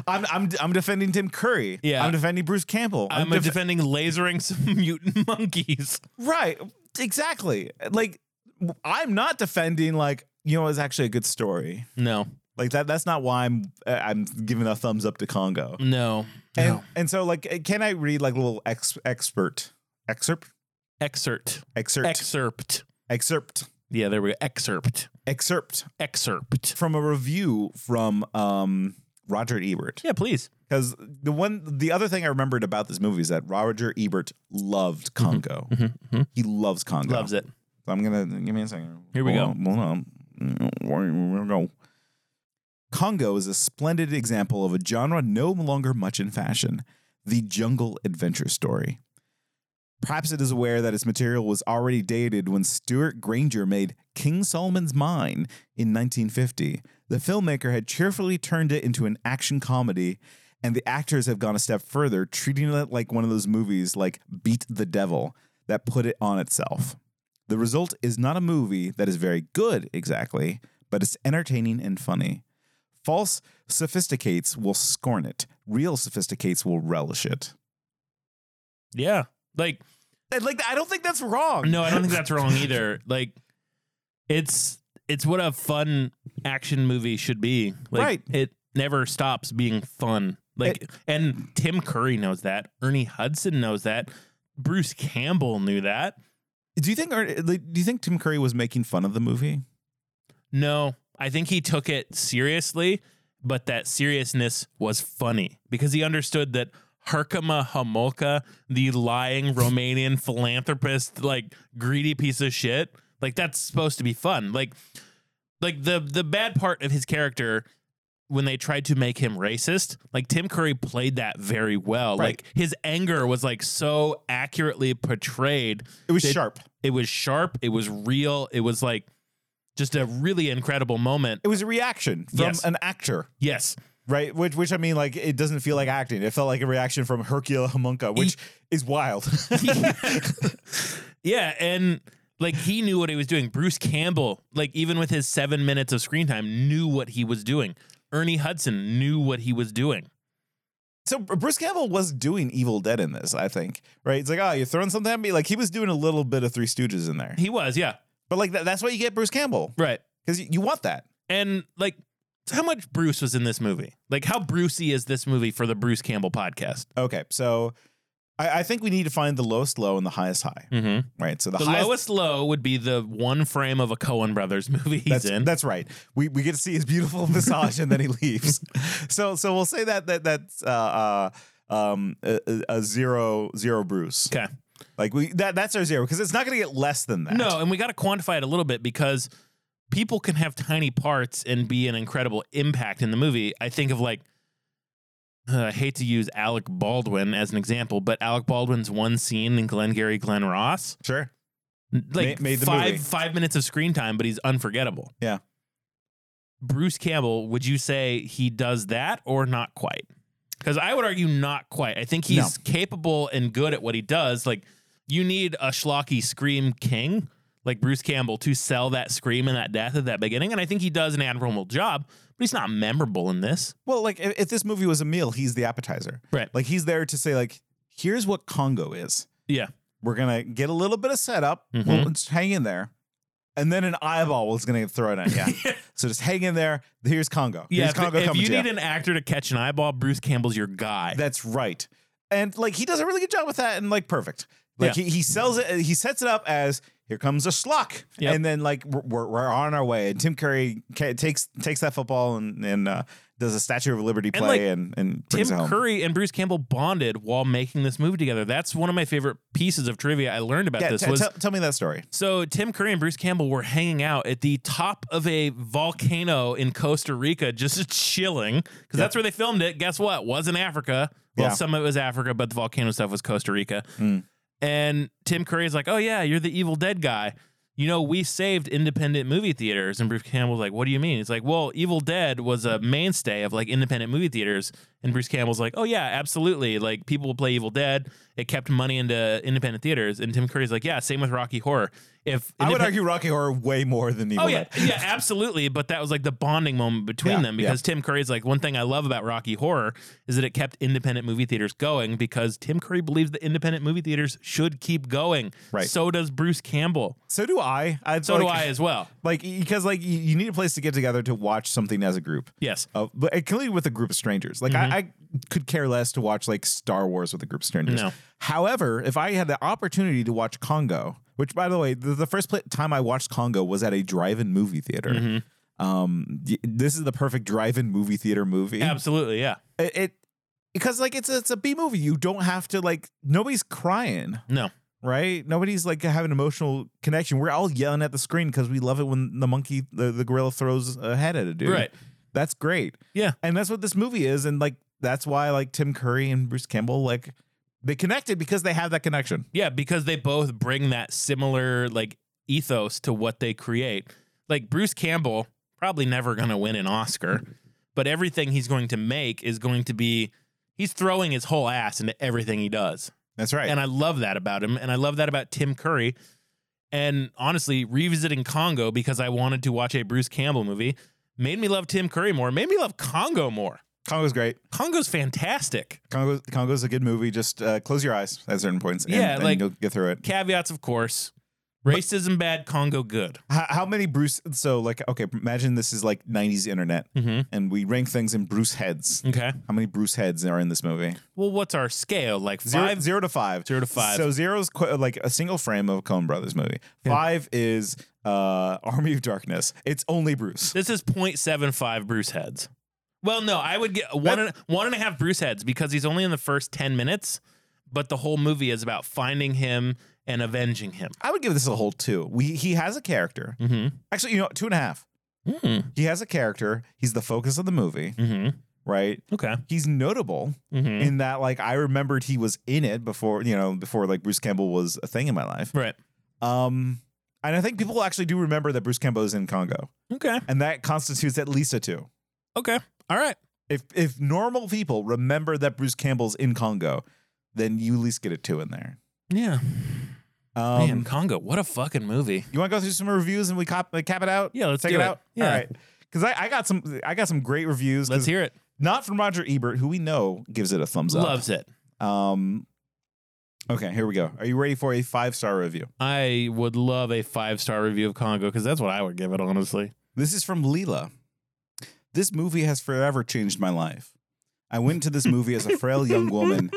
Speaker 2: I'm I'm I'm defending Tim Curry.
Speaker 1: Yeah.
Speaker 2: I'm defending Bruce Campbell.
Speaker 1: I'm,
Speaker 2: def-
Speaker 1: defending lasering some mutant monkeys.
Speaker 2: right. Exactly. Like I'm not defending like you know it's actually a good story.
Speaker 1: No,
Speaker 2: Like that that's not why I'm uh, I'm giving a thumbs up to Congo.
Speaker 1: no,
Speaker 2: And
Speaker 1: Mm-hmm. no.
Speaker 2: and so like uh, can I read like a little ex- expert excerpt
Speaker 1: excerpt,
Speaker 2: excerpt
Speaker 1: excerpt.
Speaker 2: excerpt
Speaker 1: Yeah, there we go. Excerpt,
Speaker 2: excerpt
Speaker 1: excerpt.
Speaker 2: from a review from um Roger Ebert.
Speaker 1: Yeah, please.
Speaker 2: Because the one, the other thing I remembered about this movie is that Roger Ebert loved Congo. He loves Congo.
Speaker 1: Loves it.
Speaker 2: So I'm gonna give me a second.
Speaker 1: Here we
Speaker 2: Hold on, hold on. Here we go. Congo is a splendid example of a genre no longer much in fashion: the jungle adventure story. Perhaps it is aware that its material was already dated when Stuart Granger made King Solomon's Mine in 1950. The filmmaker had cheerfully turned it into an action comedy, and the actors have gone a step further, treating it like one of those movies like Beat the Devil that put it on itself. The result is not a movie that is very good exactly, but it's entertaining and funny. False sophisticates will scorn it, real sophisticates will relish it.
Speaker 1: Yeah. Like
Speaker 2: like I don't think that's wrong.
Speaker 1: No, I don't think that's wrong either. Like it's it's what a fun action movie should be. Like
Speaker 2: Right.
Speaker 1: it never stops being fun. Like and Tim Curry knows that. Ernie Hudson knows that. Bruce Campbell knew that.
Speaker 2: Do you think Ern- like, do you think Tim Curry was making fun of the movie?
Speaker 1: No, I think he took it seriously, but that seriousness was funny because he understood that Herkima Homolka, the lying Romanian philanthropist, like greedy piece of shit, like that's supposed to be fun. Like, like the the bad part of his character when they tried to make him racist, like Tim Curry played that very well. Like his anger was like so accurately portrayed.
Speaker 2: It was sharp.
Speaker 1: It was sharp. It was real. It was like just a really incredible moment.
Speaker 2: It was a reaction from
Speaker 1: Yes.
Speaker 2: an actor.
Speaker 1: Yes.
Speaker 2: Right, which which I mean, like it doesn't feel like acting. It felt like a reaction from Hercule Homunca, which
Speaker 1: E
Speaker 2: is wild.
Speaker 1: Yeah, and like he knew what he was doing. Bruce Campbell, like even with his 7 minutes of screen time, knew what he was doing. Ernie Hudson knew what he was doing.
Speaker 2: so Bruce Campbell was doing Evil Dead in this, I think. Right? It's like, oh, you're throwing something at me. Like he was doing a little bit of Three Stooges in there,
Speaker 1: He was, yeah.
Speaker 2: but like that, that's why you get Bruce Campbell,
Speaker 1: Right.
Speaker 2: Because you, you want that.
Speaker 1: And like how much Bruce was in this movie? Like how Brucey is this movie for the Bruce Campbell podcast?
Speaker 2: Okay, so I, I think we need to find the lowest low and the highest high.
Speaker 1: Mm-hmm.
Speaker 2: Right. So the,
Speaker 1: The,
Speaker 2: highest
Speaker 1: lowest low would be the one frame of a Cohen Brothers movie he's
Speaker 2: that's,
Speaker 1: in.
Speaker 2: That's right. We we get to see his beautiful visage and then he leaves. So so we'll say that that that's uh, uh um a, a- a zero zero Bruce.
Speaker 1: Okay.
Speaker 2: Like we that that's our zero because it's not going to get less than that.
Speaker 1: No, and we got to quantify it a little bit because people can have tiny parts and be an incredible impact in the movie. I think of like, uh, I hate to use Alec Baldwin as an example, but Alec Baldwin's one scene in Glengarry Glen Ross,
Speaker 2: Sure.
Speaker 1: like
Speaker 2: Ma- made the
Speaker 1: five
Speaker 2: movie.
Speaker 1: five minutes of screen time, but he's unforgettable.
Speaker 2: Yeah.
Speaker 1: Bruce Campbell, would you say he does that or not quite? Because I would argue not quite. I think he's
Speaker 2: No.
Speaker 1: capable and good at what he does. Like you need a schlocky scream king like Bruce Campbell to sell that scream and that death at that beginning, and I think he does an admirable job. But he's not memorable in this.
Speaker 2: Well, like if, if this movie was a meal, he's the appetizer.
Speaker 1: Right.
Speaker 2: Like he's there to say like here's what Congo is.
Speaker 1: Yeah.
Speaker 2: We're gonna get a little bit of setup.
Speaker 1: Mm-hmm.
Speaker 2: Well, let's hang in there. And then an eyeball was going to get thrown at you. so just hang in there. Here's Congo.
Speaker 1: Yeah.
Speaker 2: Here's
Speaker 1: If,
Speaker 2: Congo
Speaker 1: if
Speaker 2: coming
Speaker 1: you
Speaker 2: to
Speaker 1: need an actor to catch an eyeball, Bruce Campbell's your guy.
Speaker 2: That's right. And like he does a really good job with that and like perfect. Like
Speaker 1: Yeah.
Speaker 2: he, he sells it, he sets it up as here comes a schlock.
Speaker 1: Yep.
Speaker 2: And then like we're, we're, we're on our way. And Tim Curry ca- takes takes that football and, and uh, does a Statue of Liberty
Speaker 1: And,
Speaker 2: play
Speaker 1: like,
Speaker 2: and, and brings
Speaker 1: Tim
Speaker 2: it home.
Speaker 1: Curry and Bruce Campbell bonded while making this movie together. That's one of my favorite pieces of trivia I learned about
Speaker 2: yeah,
Speaker 1: this.
Speaker 2: t-
Speaker 1: was
Speaker 2: tell, tell me that story.
Speaker 1: So Tim Curry and Bruce Campbell were hanging out at the top of a volcano in Costa Rica, just chilling because that's where they filmed it. Guess what? Wasn't Africa. Well,
Speaker 2: Yeah.
Speaker 1: some of it was Africa, but the volcano stuff was Costa Rica. And Tim Curry's like, "Oh yeah, you're the Evil Dead guy. You know, we saved independent movie theaters." And Bruce Campbell's like, "What do you mean?" He's like, "Well, Evil Dead was a mainstay of like independent movie theaters." And Bruce Campbell's like, "Oh yeah, absolutely. Like people will play Evil Dead. It kept money into independent theaters." And Tim Curry's like, "Yeah, same with Rocky Horror. If
Speaker 2: I would
Speaker 1: independ-
Speaker 2: argue Rocky Horror way more than Evil
Speaker 1: Oh yeah,
Speaker 2: Dead.
Speaker 1: yeah, absolutely. But that was like the bonding moment between
Speaker 2: Yeah,
Speaker 1: them because Tim Curry's like one thing I love about Rocky Horror is that it kept independent movie theaters going because Tim Curry believes that independent movie theaters should keep going.
Speaker 2: Right.
Speaker 1: So does Bruce Campbell.
Speaker 2: So do I. I'd
Speaker 1: So do
Speaker 2: like-
Speaker 1: I as well.
Speaker 2: Like because like you, you need a place to get together to watch something as a group.
Speaker 1: Yes. Mm-hmm.
Speaker 2: Uh, but including with a group of strangers. Like I, I could care less to watch like Star Wars with a group of strangers.
Speaker 1: No.
Speaker 2: However, if I had the opportunity to watch Congo, which by the way, the, the first pla- time I watched Congo was at a drive-in movie theater.
Speaker 1: Mm-hmm.
Speaker 2: Um, y- this is the perfect drive-in movie theater movie.
Speaker 1: Absolutely. Yeah.
Speaker 2: It, it because like it's a, it's a B movie. You don't have to like nobody's crying.
Speaker 1: No.
Speaker 2: right? Nobody's like having emotional connection. We're all yelling at the screen because we love it when the monkey, the, the gorilla throws a head at a dude.
Speaker 1: Right.
Speaker 2: That's great.
Speaker 1: Yeah.
Speaker 2: And that's what this movie is. And like, that's why like Tim Curry and Bruce Campbell, like, they connected because they have that connection.
Speaker 1: Yeah, because they both bring that similar like ethos to what they create. Like Bruce Campbell, probably never going to win an Oscar, but everything he's going to make is going to be he's throwing his whole ass into everything he does.
Speaker 2: That's right.
Speaker 1: And I love that about him and I love that about Tim Curry. And honestly, revisiting Congo because I wanted to watch a Bruce Campbell movie made me love Tim Curry more, made me love Congo more.
Speaker 2: Congo's great.
Speaker 1: Congo's fantastic.
Speaker 2: Congo, Congo's a good movie. Just uh, close your eyes at certain points. And,
Speaker 1: Yeah,
Speaker 2: and
Speaker 1: like-
Speaker 2: you'll get through it.
Speaker 1: Caveats, of course. Racism bad, Congo good.
Speaker 2: How, how many Bruce? So like, okay, imagine this is like '90s internet,
Speaker 1: Mhm.
Speaker 2: and we rank things in Bruce heads.
Speaker 1: Okay.
Speaker 2: How many Bruce heads are in this movie?
Speaker 1: Well, what's our scale? Like
Speaker 2: Zero-
Speaker 1: five,
Speaker 2: zero to five.
Speaker 1: zero to five.
Speaker 2: So zero is qu- like a single frame of a Coen Brothers movie. Five is uh Army of Darkness. It's only Bruce.
Speaker 1: This is 0.75 Bruce heads. Well, no, I would get one and, one and a half Bruce heads because he's only in the first 10 minutes, but the whole movie is about finding him and avenging him.
Speaker 2: I would give this a whole two. We he has a character.
Speaker 1: Mm-hmm.
Speaker 2: Actually, you know, two and a half. He has a character. He's the focus of the movie.
Speaker 1: Mm-hmm.
Speaker 2: Right.
Speaker 1: Okay.
Speaker 2: He's notable
Speaker 1: Mhm.
Speaker 2: in that, like, I remembered he was in it before, you know, before like Bruce Campbell was a thing in my life.
Speaker 1: Right.
Speaker 2: Um, and I think people actually do remember that Bruce Campbell is in Congo.
Speaker 1: Okay.
Speaker 2: And that constitutes at least a two.
Speaker 1: Okay. All right.
Speaker 2: If if normal people remember that Bruce Campbell's in Congo, then you at least get a two in there.
Speaker 1: Yeah.
Speaker 2: Um,
Speaker 1: Man, Congo, what a fucking movie.
Speaker 2: You want to go through some reviews and we cop, like, cap it out?
Speaker 1: Yeah, let's
Speaker 2: take
Speaker 1: do
Speaker 2: it,
Speaker 1: it.
Speaker 2: out.
Speaker 1: Yeah.
Speaker 2: All right, because I, I got some I got some great reviews.
Speaker 1: Let's hear it.
Speaker 2: Not from Roger Ebert, who we know gives it a thumbs up.
Speaker 1: Loves it.
Speaker 2: Um, okay, here we go. Are you ready for a five star review?
Speaker 1: I would love a five star review of Congo because that's what I would give it, honestly.
Speaker 2: This is from Leela. This movie has forever changed my life. I went to this movie as a frail young woman,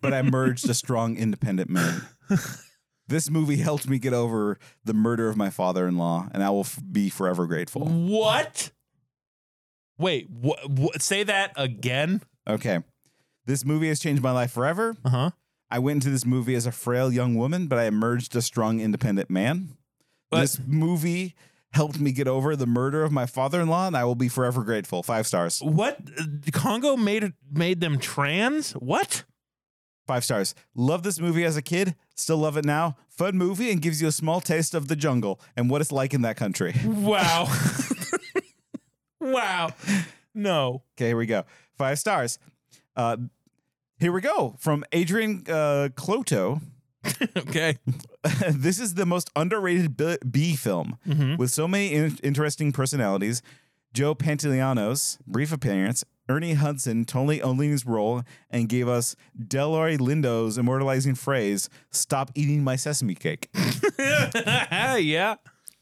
Speaker 2: but I merged a strong, independent man. This movie helped me get over the murder of my father in law, and I will f- be forever grateful.
Speaker 1: What? Wait, wh- wh- say that again.
Speaker 2: Okay. This movie has changed my life forever.
Speaker 1: Uh huh.
Speaker 2: I went into this movie as a frail young woman, but I emerged a strong, independent man. This movie helped me get over the murder of my father in law, and I will be forever grateful. Five stars.
Speaker 1: What? Uh, Congo made made them trans? What?
Speaker 2: Five stars. Love this movie as a kid, still love it now. Fun movie and gives you a small taste of the jungle and what it's like in that country.
Speaker 1: Wow. wow. No.
Speaker 2: Okay, here we go. Five stars. Uh, here we go from Adrian uh, Cloto.
Speaker 1: okay.
Speaker 2: this is the most underrated B, B film with so many in- interesting personalities. Joe Pantoliano's brief appearance, Ernie Hudson totally owning his role, and gave us Delroy Lindo's immortalizing phrase, "Stop eating my sesame cake."
Speaker 1: yeah.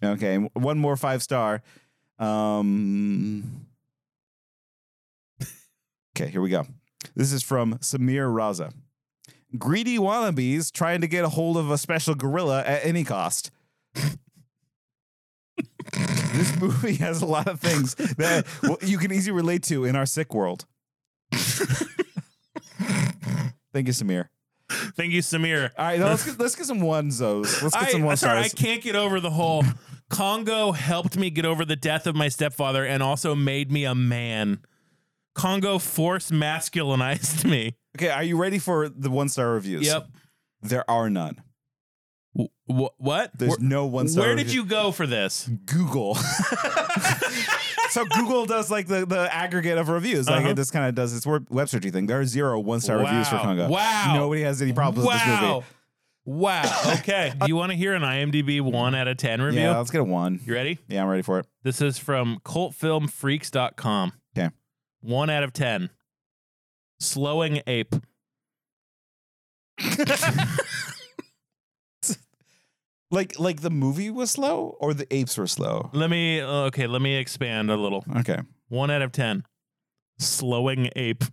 Speaker 2: Okay, and one more five star. Um, okay, here we go. This is from Samir Raza. Greedy wannabes trying to get a hold of a special gorilla at any cost. this movie has a lot of things that well, you can easily relate to in our sick world. Thank you, Samir.
Speaker 1: Thank you, Samir.
Speaker 2: All right, now let's get, let's get some onezos. Let's get
Speaker 1: I,
Speaker 2: some one
Speaker 1: sorry, I
Speaker 2: stars.
Speaker 1: can't get over the whole Congo helped me get over the death of my stepfather and also made me a man. Congo force masculinized me.
Speaker 2: Okay, are you ready for the one star reviews?
Speaker 1: Yep.
Speaker 2: There are none.
Speaker 1: Wh- what?
Speaker 2: There's no one star.
Speaker 1: Where did
Speaker 2: review.
Speaker 1: you go for this?
Speaker 2: Google? so Google does like the, the aggregate of reviews. Like
Speaker 1: Uh-huh.
Speaker 2: it just kind of does its wor- web searchy thing. There are zero one star reviews for
Speaker 1: Wow.
Speaker 2: Congo.
Speaker 1: Wow.
Speaker 2: Nobody has any problems with this
Speaker 1: Wow.
Speaker 2: movie.
Speaker 1: Wow. Okay. Do you want to hear an IMDb one out of 10 review?
Speaker 2: Yeah, let's get a one.
Speaker 1: You ready?
Speaker 2: Yeah, I'm ready for it.
Speaker 1: This is from cultfilmfreaks.com.
Speaker 2: Okay.
Speaker 1: One out of 10. Slowing ape.
Speaker 2: Like like the movie was slow or the apes were slow.
Speaker 1: Let me, okay, let me expand a little.
Speaker 2: Okay.
Speaker 1: One out of 10. Slowing ape.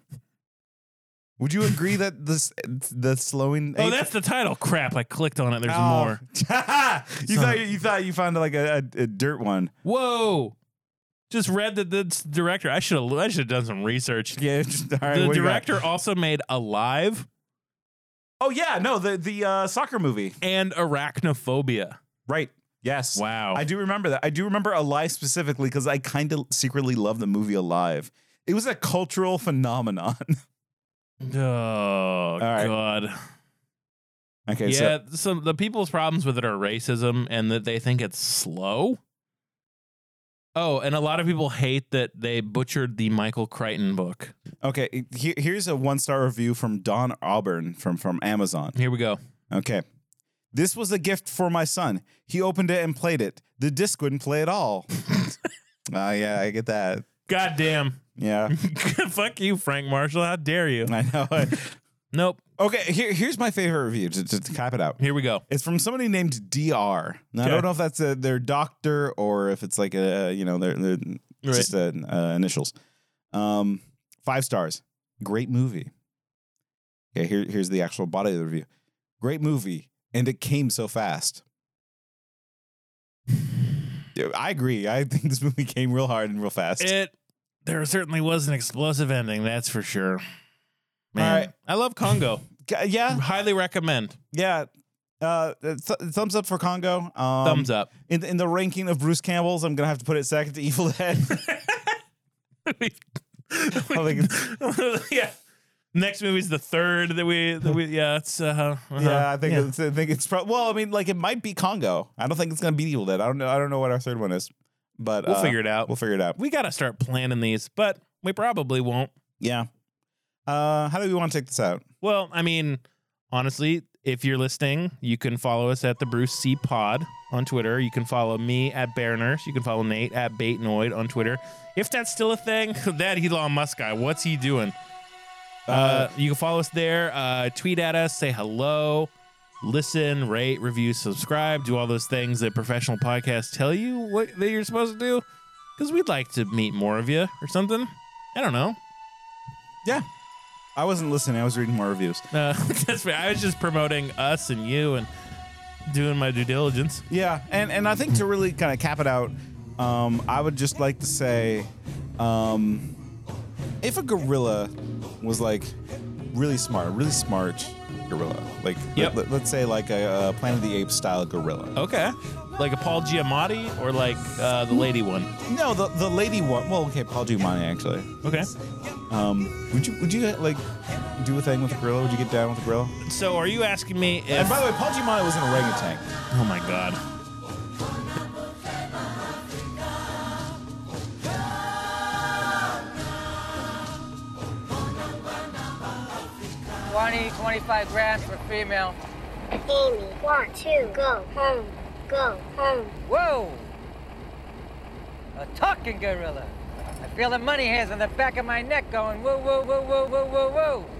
Speaker 2: Would you agree that this the slowing?
Speaker 1: Oh,
Speaker 2: ape-
Speaker 1: that's the title. Crap. I clicked on it. There's
Speaker 2: Oh.
Speaker 1: more.
Speaker 2: you thought you thought you found like a, a, a dirt one.
Speaker 1: Whoa. Just read that the director. I should have I should have done some research.
Speaker 2: Yeah. Just, all right,
Speaker 1: the
Speaker 2: what do you got?
Speaker 1: director also made Alive.
Speaker 2: Oh yeah, no, the the uh, soccer movie
Speaker 1: and arachnophobia.
Speaker 2: Right. Yes.
Speaker 1: Wow.
Speaker 2: I do remember that. I do remember Alive specifically because I kind of secretly love the movie Alive. It was a cultural phenomenon.
Speaker 1: Oh
Speaker 2: right.
Speaker 1: God.
Speaker 2: okay.
Speaker 1: yeah.
Speaker 2: So
Speaker 1: So the people's problems with it are racism and that they think it's slow. Oh, and a lot of people hate that they butchered the Michael Crichton book.
Speaker 2: okay. Here, here's a one star review from Don Auburn from from Amazon.
Speaker 1: Here we go.
Speaker 2: Okay. This was a gift for my son. He opened it and played it. The disc wouldn't play at all. Oh yeah, I get that.
Speaker 1: God damn.
Speaker 2: Yeah.
Speaker 1: Fuck you, Frank Marshall. How dare you?
Speaker 2: I know.
Speaker 1: nope.
Speaker 2: Okay, here, here's my favorite review to, to, to cap it out.
Speaker 1: Here we go.
Speaker 2: It's from somebody named Dr. Now, I
Speaker 1: Okay.
Speaker 2: don't know if that's uh their doctor or if it's like a you know their, their just uh uh, initials. Um, five stars. Great movie. Okay, here, here's the actual body of the review. Great movie, and it came so fast. Yeah, I agree. I think this movie came real hard and real fast.
Speaker 1: It there certainly was an explosive ending, that's for sure. Man,
Speaker 2: All right.
Speaker 1: I love Congo.
Speaker 2: G- Yeah,
Speaker 1: Highly recommend.
Speaker 2: yeah. Uh, th- thumbs up for Congo. Um,
Speaker 1: Thumbs up.
Speaker 2: In, in the ranking of Bruce Campbell's, I'm gonna have to put it second to Evil Dead. I think it's-
Speaker 1: yeah. Next movie's the third that we that we yeah, it's uh, uh
Speaker 2: yeah, I think It's, I think it's probably. Well, I mean, like it might be Congo. I don't think it's gonna be Evil Dead. I don't know. I don't know what our third one is, but
Speaker 1: We'll
Speaker 2: uh,
Speaker 1: figure it out.
Speaker 2: We'll figure it out.
Speaker 1: we gotta start planning these, but we probably won't.
Speaker 2: Yeah. Uh, how do we want to take this out?
Speaker 1: Well, I mean, honestly, if you're listening, you can follow us at the Bruce C Pod on Twitter. You can follow me at Bear Nurse. You can follow Nate at Baitnoid on Twitter. If that's still a thing, that Elon Musk guy, what's he doing? Uh, you can follow us there. Uh, tweet at us. Say hello. Listen, rate, review, subscribe. Do all those things that professional podcasts tell you what that you're supposed to do. Because we'd like to meet more of you or something. I don't know.
Speaker 2: Yeah. I wasn't listening. I was reading more reviews.
Speaker 1: Uh, that's fair. I was just promoting us and you and doing my due diligence.
Speaker 2: Yeah, and and I think to really kind of cap it out, um, I would just like to say, um, if a gorilla was like really smart, really smart gorilla, like
Speaker 1: Yep.
Speaker 2: let, us say like a, uh Planet of the Apes style gorilla.
Speaker 1: Okay. Like a Paul Giamatti or like uh, the lady one?
Speaker 2: No, the the lady one. Well, okay, Paul Giamatti actually.
Speaker 1: Okay.
Speaker 2: Um, would you would you like do a thing with a gorilla? Would you get down with a gorilla?
Speaker 1: So are you asking me if.
Speaker 2: And by the way, Paul Giamatti was an orangutan.
Speaker 1: oh my God.
Speaker 22: Twenty, twenty-five grams for female.
Speaker 18: Amy, want to go home. Go home.
Speaker 22: Whoa! A talking gorilla. I feel the money hairs on the back of my neck going whoa, whoa, whoa, whoa, whoa, whoa, whoa.